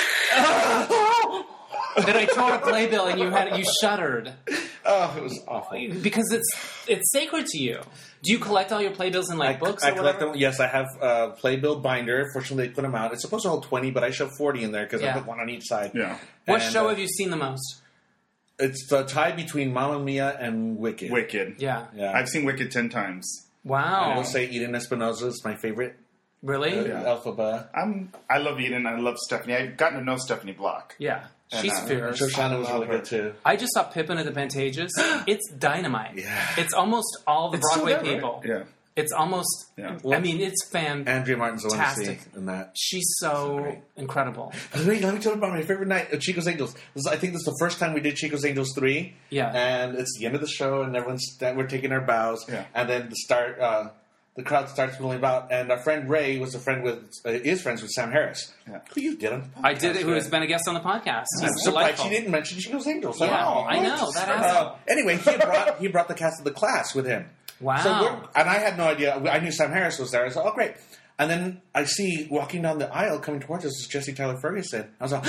Speaker 1: that I tore a playbill, and you had you shuddered
Speaker 2: oh, it was awful.
Speaker 1: because it's it's sacred to you. Do you collect all your playbills in like books?
Speaker 2: I
Speaker 1: or
Speaker 2: collect
Speaker 1: whatever?
Speaker 2: them. Yes, I have a playbill binder. Fortunately, they put them out. It's supposed to hold twenty, but I shove forty in there because
Speaker 1: Yeah.
Speaker 2: I put one on each side.
Speaker 3: Yeah.
Speaker 1: What
Speaker 2: And,
Speaker 1: show
Speaker 2: uh,
Speaker 1: have you seen the most?
Speaker 2: It's the tie between Mamma Mia and Wicked.
Speaker 3: Wicked.
Speaker 1: Yeah.
Speaker 2: Yeah,
Speaker 3: I've seen Wicked ten times.
Speaker 2: I
Speaker 1: Wow.
Speaker 2: will say uh, Eden Espinosa is my favorite.
Speaker 1: Really? Yeah.
Speaker 2: Elphaba.
Speaker 3: I'm I love Eden, I love Stephanie. I've gotten to know Stephanie Block.
Speaker 1: She's
Speaker 3: uh,
Speaker 1: fierce.
Speaker 2: Shoshana was really good too.
Speaker 1: I just saw Pippin at the Pantages. it's dynamite.
Speaker 2: Yeah.
Speaker 1: It's almost all the
Speaker 2: still
Speaker 1: Broadway
Speaker 2: there, right?
Speaker 1: people.
Speaker 3: Yeah.
Speaker 1: It's almost.
Speaker 3: Yeah.
Speaker 1: I mean, it's fan.
Speaker 2: Andrea Martin Zelinsky
Speaker 1: Fantastic.
Speaker 2: in that.
Speaker 1: She's so
Speaker 2: great.
Speaker 1: incredible.
Speaker 2: Wait, let me tell you about my favorite night, uh, Chico's Angels. This is, I think this is the first time we did Chico's Angels three.
Speaker 1: Yeah.
Speaker 2: and it's the end of the show, and everyone's that we're taking our bows,
Speaker 3: Yeah.
Speaker 2: and then the start, uh, the crowd starts milling about, and our friend Ray was a friend with uh, is friends with Sam Harris,
Speaker 3: Yeah.
Speaker 2: who you did on. the
Speaker 1: I did.
Speaker 2: podcast
Speaker 1: Who has
Speaker 2: with.
Speaker 1: been a guest on the podcast?
Speaker 2: I'm
Speaker 1: He's
Speaker 2: surprised
Speaker 1: delightful.
Speaker 2: she didn't mention Chico's Angels.
Speaker 1: Yeah,
Speaker 2: at all.
Speaker 1: I know that asshole.
Speaker 2: Uh, anyway, he brought he brought the cast of the class with him.
Speaker 1: Wow.
Speaker 2: So we're- and I had no idea. I knew Sam Harris was there. I was like, oh great. And then I see walking down the aisle coming towards us is Jesse Tyler Ferguson. I was like.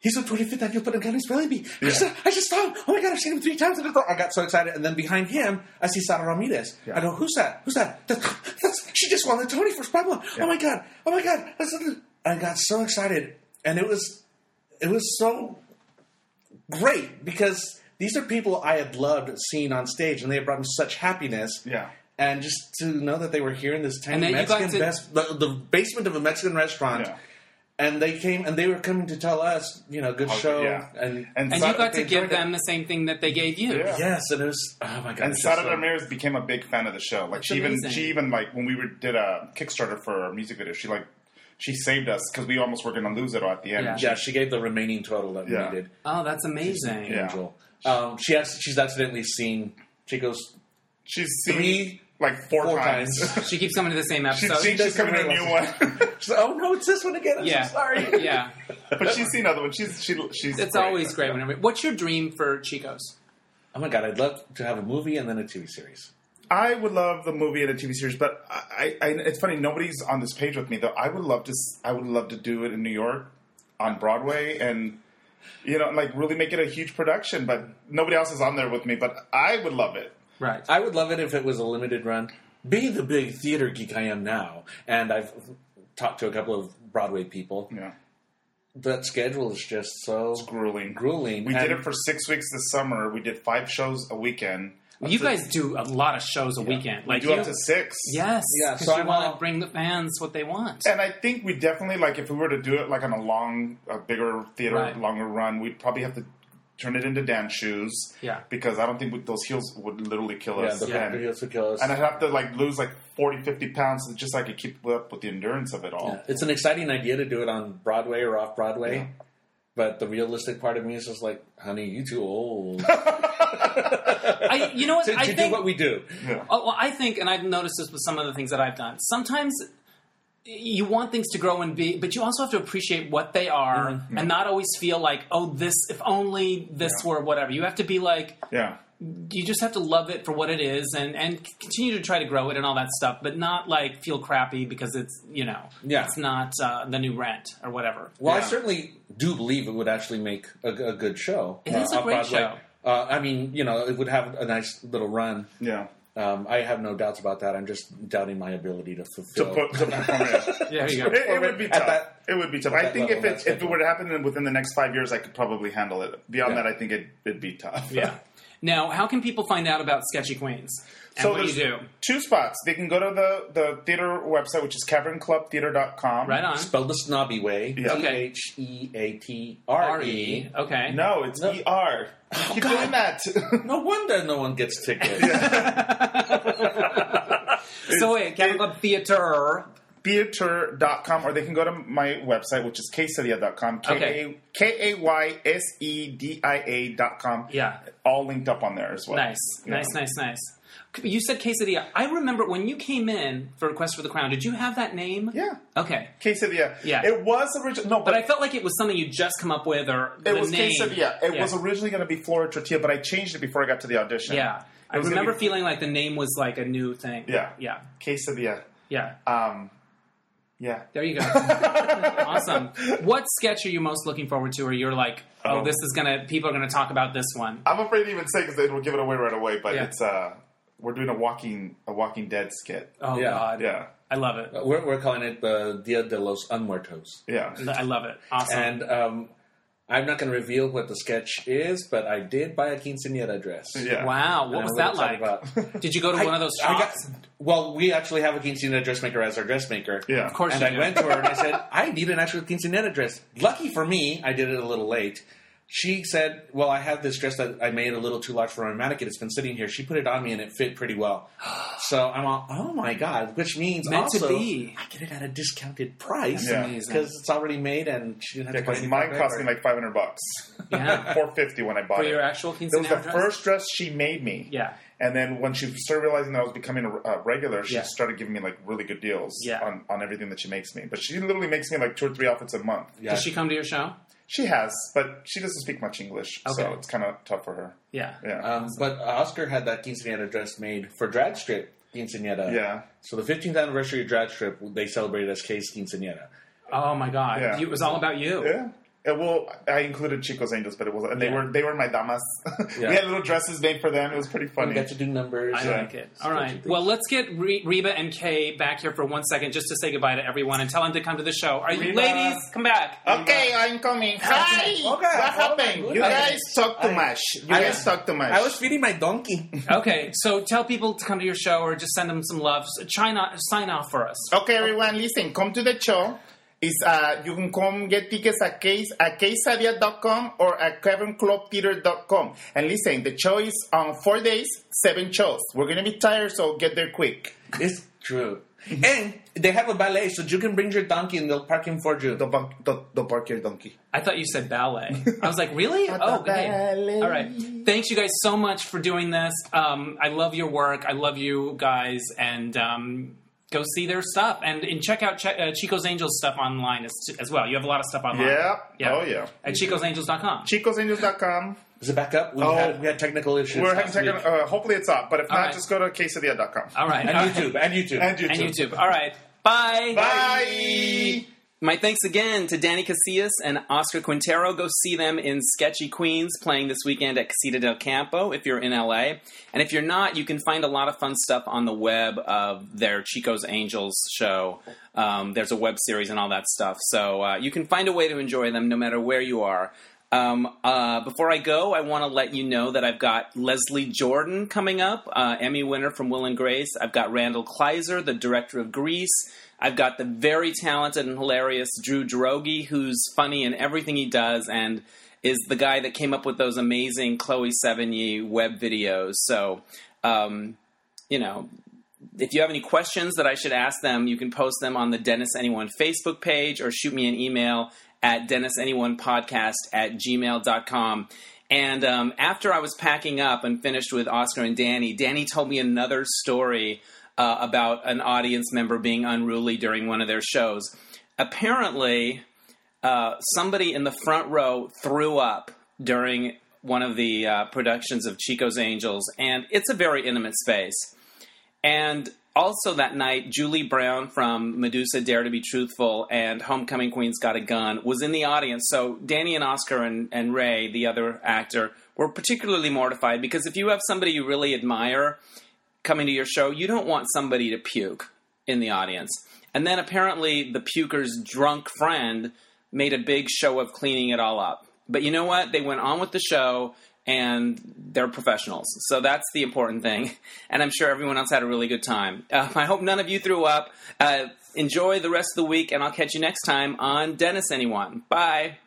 Speaker 2: He's on 25th Annual Putnam County's Rally Bee. I, just, I just saw him. Oh my God, I've seen him three times. And I thought- I got so excited. And then behind him, I see Sara Ramirez. I go, who's that? Who's that? That's, that's, she just won the Tony for Pueblo. Oh my God. Oh my God. That's- I got so excited. And it was, it was so great because these are people I had loved seeing on stage, and they had brought me such happiness.
Speaker 3: Yeah.
Speaker 2: And just to know that they were here in this
Speaker 1: And
Speaker 2: tiny
Speaker 1: then you got
Speaker 2: Mexican
Speaker 1: to-
Speaker 2: best, the, the basement of a Mexican restaurant,
Speaker 3: Yeah.
Speaker 2: and they came and they were coming to tell us, you know, good show,
Speaker 3: Oh, yeah.
Speaker 2: and,
Speaker 3: And,
Speaker 1: and
Speaker 3: Sa-
Speaker 1: you got to
Speaker 2: they
Speaker 1: give
Speaker 2: enjoyed it.
Speaker 1: them the same thing that they gave you.
Speaker 3: Yeah.
Speaker 2: yes, and it was oh my god,
Speaker 3: and
Speaker 2: it's just
Speaker 3: Sara
Speaker 2: so-
Speaker 3: Ramirez became a big fan of the show. Like she even
Speaker 1: amazing.
Speaker 3: she even like when we were, did a Kickstarter for our music video, she like she saved us because we almost were gonna lose it at the end.
Speaker 1: Yeah.
Speaker 2: Yeah, she gave the remaining total that
Speaker 3: Yeah.
Speaker 2: we needed.
Speaker 1: Oh, that's amazing.
Speaker 3: Yeah.
Speaker 2: Angel, um, she has, she's accidentally seen Chico's
Speaker 3: She's seen
Speaker 2: Three-
Speaker 3: like four,
Speaker 2: four
Speaker 3: times.
Speaker 2: times.
Speaker 1: She keeps coming to the same
Speaker 3: She,
Speaker 1: episode.
Speaker 3: she, she's coming to a new one,
Speaker 2: realize she's like, oh no, it's this one again. I'm
Speaker 1: yeah.
Speaker 2: so sorry.
Speaker 1: Yeah.
Speaker 3: but she's seen other ones. She's she, she's.
Speaker 1: It's always great whenever. What's your dream for Chico's?
Speaker 2: Oh my god, I'd love to have a movie and then a TV series.
Speaker 3: I would love the movie and a TV series, but I, I, it's funny nobody's on this page with me though. I would love to. s- I would love to do it in New York on Broadway and you know like really make it a huge production. But nobody else is on there with me. But I would love it.
Speaker 1: Right.
Speaker 2: I would love it if it was a limited run. Being the big theater geek I am now, and I've talked to a couple of Broadway people,
Speaker 3: Yeah,
Speaker 2: that schedule is just so
Speaker 3: grueling.
Speaker 2: grueling.
Speaker 3: We
Speaker 2: and-
Speaker 3: did it for six weeks this summer. We did five shows a weekend.
Speaker 1: you guys do a lot of shows a weekend. Like
Speaker 3: Do
Speaker 1: you,
Speaker 3: up to six.
Speaker 1: Yes.
Speaker 2: Yeah,
Speaker 1: Because
Speaker 2: so
Speaker 1: you
Speaker 2: I'm uh,
Speaker 1: want to
Speaker 2: all-
Speaker 1: bring the fans what they want.
Speaker 3: And I think we definitely like if we were to do it like on a long, a bigger theater,
Speaker 1: Right.
Speaker 3: longer run, we'd probably have to turn it into dance shoes.
Speaker 1: Yeah.
Speaker 3: Because I don't think we, those heels would literally kill
Speaker 2: yeah,
Speaker 3: us.
Speaker 2: the
Speaker 1: Yeah.
Speaker 2: videos would kill us.
Speaker 3: And I'd have to like lose like 40, 50 pounds to just like to keep up with the endurance of it all.
Speaker 2: Yeah, It's an exciting idea to do it on Broadway or off Broadway, but the realistic part of me is just like, honey, you too old to,
Speaker 1: I, you know what?
Speaker 2: to
Speaker 1: I
Speaker 2: do
Speaker 1: think
Speaker 2: what we do.
Speaker 1: Oh, well, I think, and I've noticed this with some of the things that I've done. Sometimes you want things to grow and be, but you also have to appreciate what they are,
Speaker 2: Mm-hmm.
Speaker 1: and not always feel like, oh, this. If only this
Speaker 3: Yeah.
Speaker 1: were whatever. You have to be like,
Speaker 3: Yeah.
Speaker 1: you just have to love it for what it is, and and c- continue to try to grow it and all that stuff, but not like feel crappy because it's you know,
Speaker 2: Yeah.
Speaker 1: it's not uh, the new rent or whatever.
Speaker 2: Well, I
Speaker 3: Yeah.
Speaker 2: certainly do believe it would actually make a, a good show.
Speaker 1: It is a great show.
Speaker 2: Uh, I mean, you know, it would have a nice little run.
Speaker 3: Yeah.
Speaker 2: Um, I have no doubts about that. I'm just doubting my ability to
Speaker 3: To
Speaker 2: fulfill.
Speaker 3: put to perform it.
Speaker 6: Yeah, here you
Speaker 3: It,
Speaker 6: go.
Speaker 3: it would be
Speaker 2: At
Speaker 3: tough.
Speaker 2: that-
Speaker 3: it would be tough.
Speaker 2: at
Speaker 3: I
Speaker 2: that
Speaker 3: think if
Speaker 2: level,
Speaker 3: it
Speaker 2: that's
Speaker 3: if it
Speaker 2: good.
Speaker 3: were to happen in- within the next five years, I could probably handle it. Beyond
Speaker 2: Yeah.
Speaker 3: that, I think it, it'd be tough.
Speaker 6: Yeah. Now, how can people find out about Sketchy Queens and what you
Speaker 3: there's
Speaker 6: do?
Speaker 3: Two spots. They can go to the, the theater website, which is cavernclubtheater.com.
Speaker 6: Right on.
Speaker 2: Spelled the snobby way.
Speaker 3: Yeah.
Speaker 6: Okay.
Speaker 2: H E A T R E.
Speaker 6: Okay.
Speaker 3: No, it's
Speaker 2: No.
Speaker 3: ER. Keep doing that.
Speaker 2: No wonder no one gets tickets.
Speaker 6: so wait, Cabin Club Theater.
Speaker 3: Theater.com, or they can go to my website, which is ksadia.com.
Speaker 6: Okay.
Speaker 3: K A Y S E D I A.com.
Speaker 6: Yeah.
Speaker 3: All linked up on there as well.
Speaker 6: Nice,
Speaker 3: Yeah.
Speaker 6: nice, nice, nice. You said quesadilla. I remember when you came in for Request for the Crown. Did you have that name?
Speaker 3: Yeah.
Speaker 6: Okay.
Speaker 3: Quesadilla.
Speaker 6: Yeah.
Speaker 3: It was original. No,
Speaker 6: But I felt like it was something you just come up with, or
Speaker 3: it
Speaker 6: the
Speaker 3: was
Speaker 6: name.
Speaker 3: quesadilla. It
Speaker 6: Yeah.
Speaker 3: was originally going to be Flora Tortilla, but I changed it before I got to the audition.
Speaker 6: Yeah, I
Speaker 3: It was gonna
Speaker 6: remember
Speaker 3: be-
Speaker 6: feeling like the name was like a new thing.
Speaker 3: Yeah.
Speaker 6: yeah,
Speaker 3: Quesadilla.
Speaker 6: yeah.
Speaker 3: Um, yeah.
Speaker 6: There you go. awesome. What sketch are you most looking forward to? Or you're like, oh,
Speaker 3: Oh.
Speaker 6: this is gonna. People are gonna talk about this one.
Speaker 3: I'm afraid to even say because it will give it away right away. But
Speaker 6: Yeah.
Speaker 3: it's uh, we're doing a walking a Walking Dead skit.
Speaker 6: Oh
Speaker 2: Yeah,
Speaker 6: God,
Speaker 3: Yeah,
Speaker 6: I love it.
Speaker 2: Uh, we're, we're calling it the Dia de los Unmuertos.
Speaker 3: yeah.
Speaker 6: I love it. Awesome.
Speaker 2: And um, I'm not going to reveal what the sketch is, but I did buy a quinceanera dress.
Speaker 3: Yeah.
Speaker 6: wow,
Speaker 2: And
Speaker 6: what
Speaker 2: I'm
Speaker 6: was
Speaker 2: really
Speaker 6: that like?
Speaker 2: excited about-
Speaker 6: Did you go to one of those
Speaker 2: I
Speaker 6: shops?
Speaker 2: got- well, we actually have a quinceanera dressmaker as our dressmaker.
Speaker 3: Yeah.
Speaker 6: of course,
Speaker 2: And
Speaker 6: you
Speaker 2: I
Speaker 6: do.
Speaker 2: went to her and I said, I need an actual quinceanera dress. Lucky for me, I did it a little late. She said, Well, I have this dress that I made a little too large for my mannequin. It's been sitting here. She put it on me and it fit pretty well. So I'm all, Oh my God, which means
Speaker 6: Meant to
Speaker 2: also
Speaker 6: be.
Speaker 2: I get it at a discounted price
Speaker 3: Yeah.
Speaker 2: because it's already made and she didn't have to pay
Speaker 3: Because
Speaker 2: any
Speaker 3: mine
Speaker 2: for it.
Speaker 3: cost me like 500 bucks.
Speaker 6: Yeah.
Speaker 3: Four fifty when I bought
Speaker 6: for
Speaker 3: it.
Speaker 6: your actual quinceanera
Speaker 3: It was the
Speaker 6: dress?
Speaker 3: first dress she made me.
Speaker 6: Yeah.
Speaker 3: And then when she started realizing that I was becoming a uh, regular, she
Speaker 6: Yeah.
Speaker 3: started giving me like really good deals
Speaker 6: Yeah.
Speaker 3: on, on everything that she makes me. But she literally makes me like two or three outfits a month.
Speaker 2: Yeah.
Speaker 6: Does she come to your show?
Speaker 3: She has, but she doesn't speak much English,
Speaker 6: Okay.
Speaker 3: so it's kind of tough for her.
Speaker 6: Yeah.
Speaker 3: Yeah.
Speaker 2: Um, but Oscar had that quinceanera dress made for Drag Strip quinceanera.
Speaker 3: Yeah.
Speaker 2: So the 15th anniversary of Drag Strip, they celebrated as Kay's quinceanera.
Speaker 6: Oh my God.
Speaker 3: Yeah.
Speaker 6: You- it was all about you.
Speaker 3: Yeah. Uh, well, I included Chico's Angels, but it was and they
Speaker 6: Yeah.
Speaker 3: were they were my damas.
Speaker 2: Yeah.
Speaker 3: we had little dresses made for them. It was pretty
Speaker 2: We
Speaker 3: funny.
Speaker 2: got to do numbers.
Speaker 6: I
Speaker 2: and-
Speaker 6: like it. All right. Well, let's get Re- Reba and Kay back here for one second just to say goodbye to everyone and tell them to come to the show. Are you
Speaker 3: Reba.
Speaker 6: ladies? Come back.
Speaker 4: Okay, I'm coming. Hi!
Speaker 2: Okay.
Speaker 4: What
Speaker 2: Oh my
Speaker 4: happened?
Speaker 2: goodness.
Speaker 4: You guys talk too much. You
Speaker 2: I-
Speaker 4: guys talk too much.
Speaker 2: I was feeding my donkey.
Speaker 6: Okay. So tell people to come to your show or just send them some love. S- Try not, sign off for us.
Speaker 3: Oh.
Speaker 4: Okay, everyone, listen, come to the show. It's, uh, you can come get tickets at case at quesadia.com or at cavernclubtheater.com. And listen, the show is on four days, seven shows. We're gonna be tired, so get there quick.
Speaker 2: It's true. and they have a ballet, so you can bring your donkey and they'll park him for you.
Speaker 3: Don't bark, don't, don't bark your donkey.
Speaker 6: I thought you said ballet. I was like, really? oh, okay.
Speaker 4: ballet.
Speaker 6: All right. Thanks, you guys, so much for doing this. Um, I love your work. I love you guys. And um, go see their stuff. And, and check out Ch- uh, Chico's Angels stuff online as, as well. You have a lot of stuff online.
Speaker 3: Yeah. Oh yeah.
Speaker 6: At chicosangels.com.
Speaker 3: ChicosAngels.com.
Speaker 2: Is it back up? We,
Speaker 3: Oh.
Speaker 2: had, we had technical issues.
Speaker 3: We're having
Speaker 2: last
Speaker 3: second,
Speaker 2: week.
Speaker 3: uh, hopefully it's up, but if
Speaker 6: All
Speaker 3: not,
Speaker 6: right.
Speaker 3: just go to quesadilla.com.
Speaker 6: All right.
Speaker 2: and YouTube. And YouTube.
Speaker 3: And YouTube.
Speaker 6: And YouTube. All right. Bye.
Speaker 3: Bye.
Speaker 1: My thanks again to Danny Casillas and Oscar Quintero. Go see them in Sketchy Queens playing this weekend at Casita del Campo if you're in LA. And if you're not, you can find a lot of fun stuff on the web of their Chico's Angels show. Um, there's a web series and all that stuff. So uh, you can find a way to enjoy them no matter where you are. Um, uh, before I go, I want to let you know that I've got Leslie Jordan coming up, uh, Emmy winner from Will and Grace. I've got Randall Kleiser, the director of Grease. I've got the very talented and hilarious Drew Drogi, who's funny in everything he does and is the guy that came up with those amazing Chloe Sevigny web videos. So, um, you know, if you have any questions that I should ask them, you can post them on the Dennis Anyone Facebook page or shoot me an email at dennisanyonepodcast at gmail.com. And um, after I was packing up and finished with Oscar and Danny, Danny told me another story uh, about an audience member being unruly during one of their shows. Apparently, uh, somebody in the front row threw up during one of the uh, productions of Chico's Angels, and it's a very intimate space And also that night, Julie Brown from Medusa, Dare to Be Truthful, and Homecoming Queen's Got a Gun was in the audience. So Danny and Oscar and, and Ray, the other actor, were particularly mortified because if you have somebody you really admire coming to your show, you don't want somebody to puke in the audience. And then apparently the puker's drunk friend made a big show of cleaning it all up. But you know what? They went on with the show and they're professionals. So that's the important thing. And I'm sure everyone else had a really good time. Uh, I hope none of you threw up. Uh, enjoy the rest of the week and I'll catch you next time on Dennis Anyone. Bye.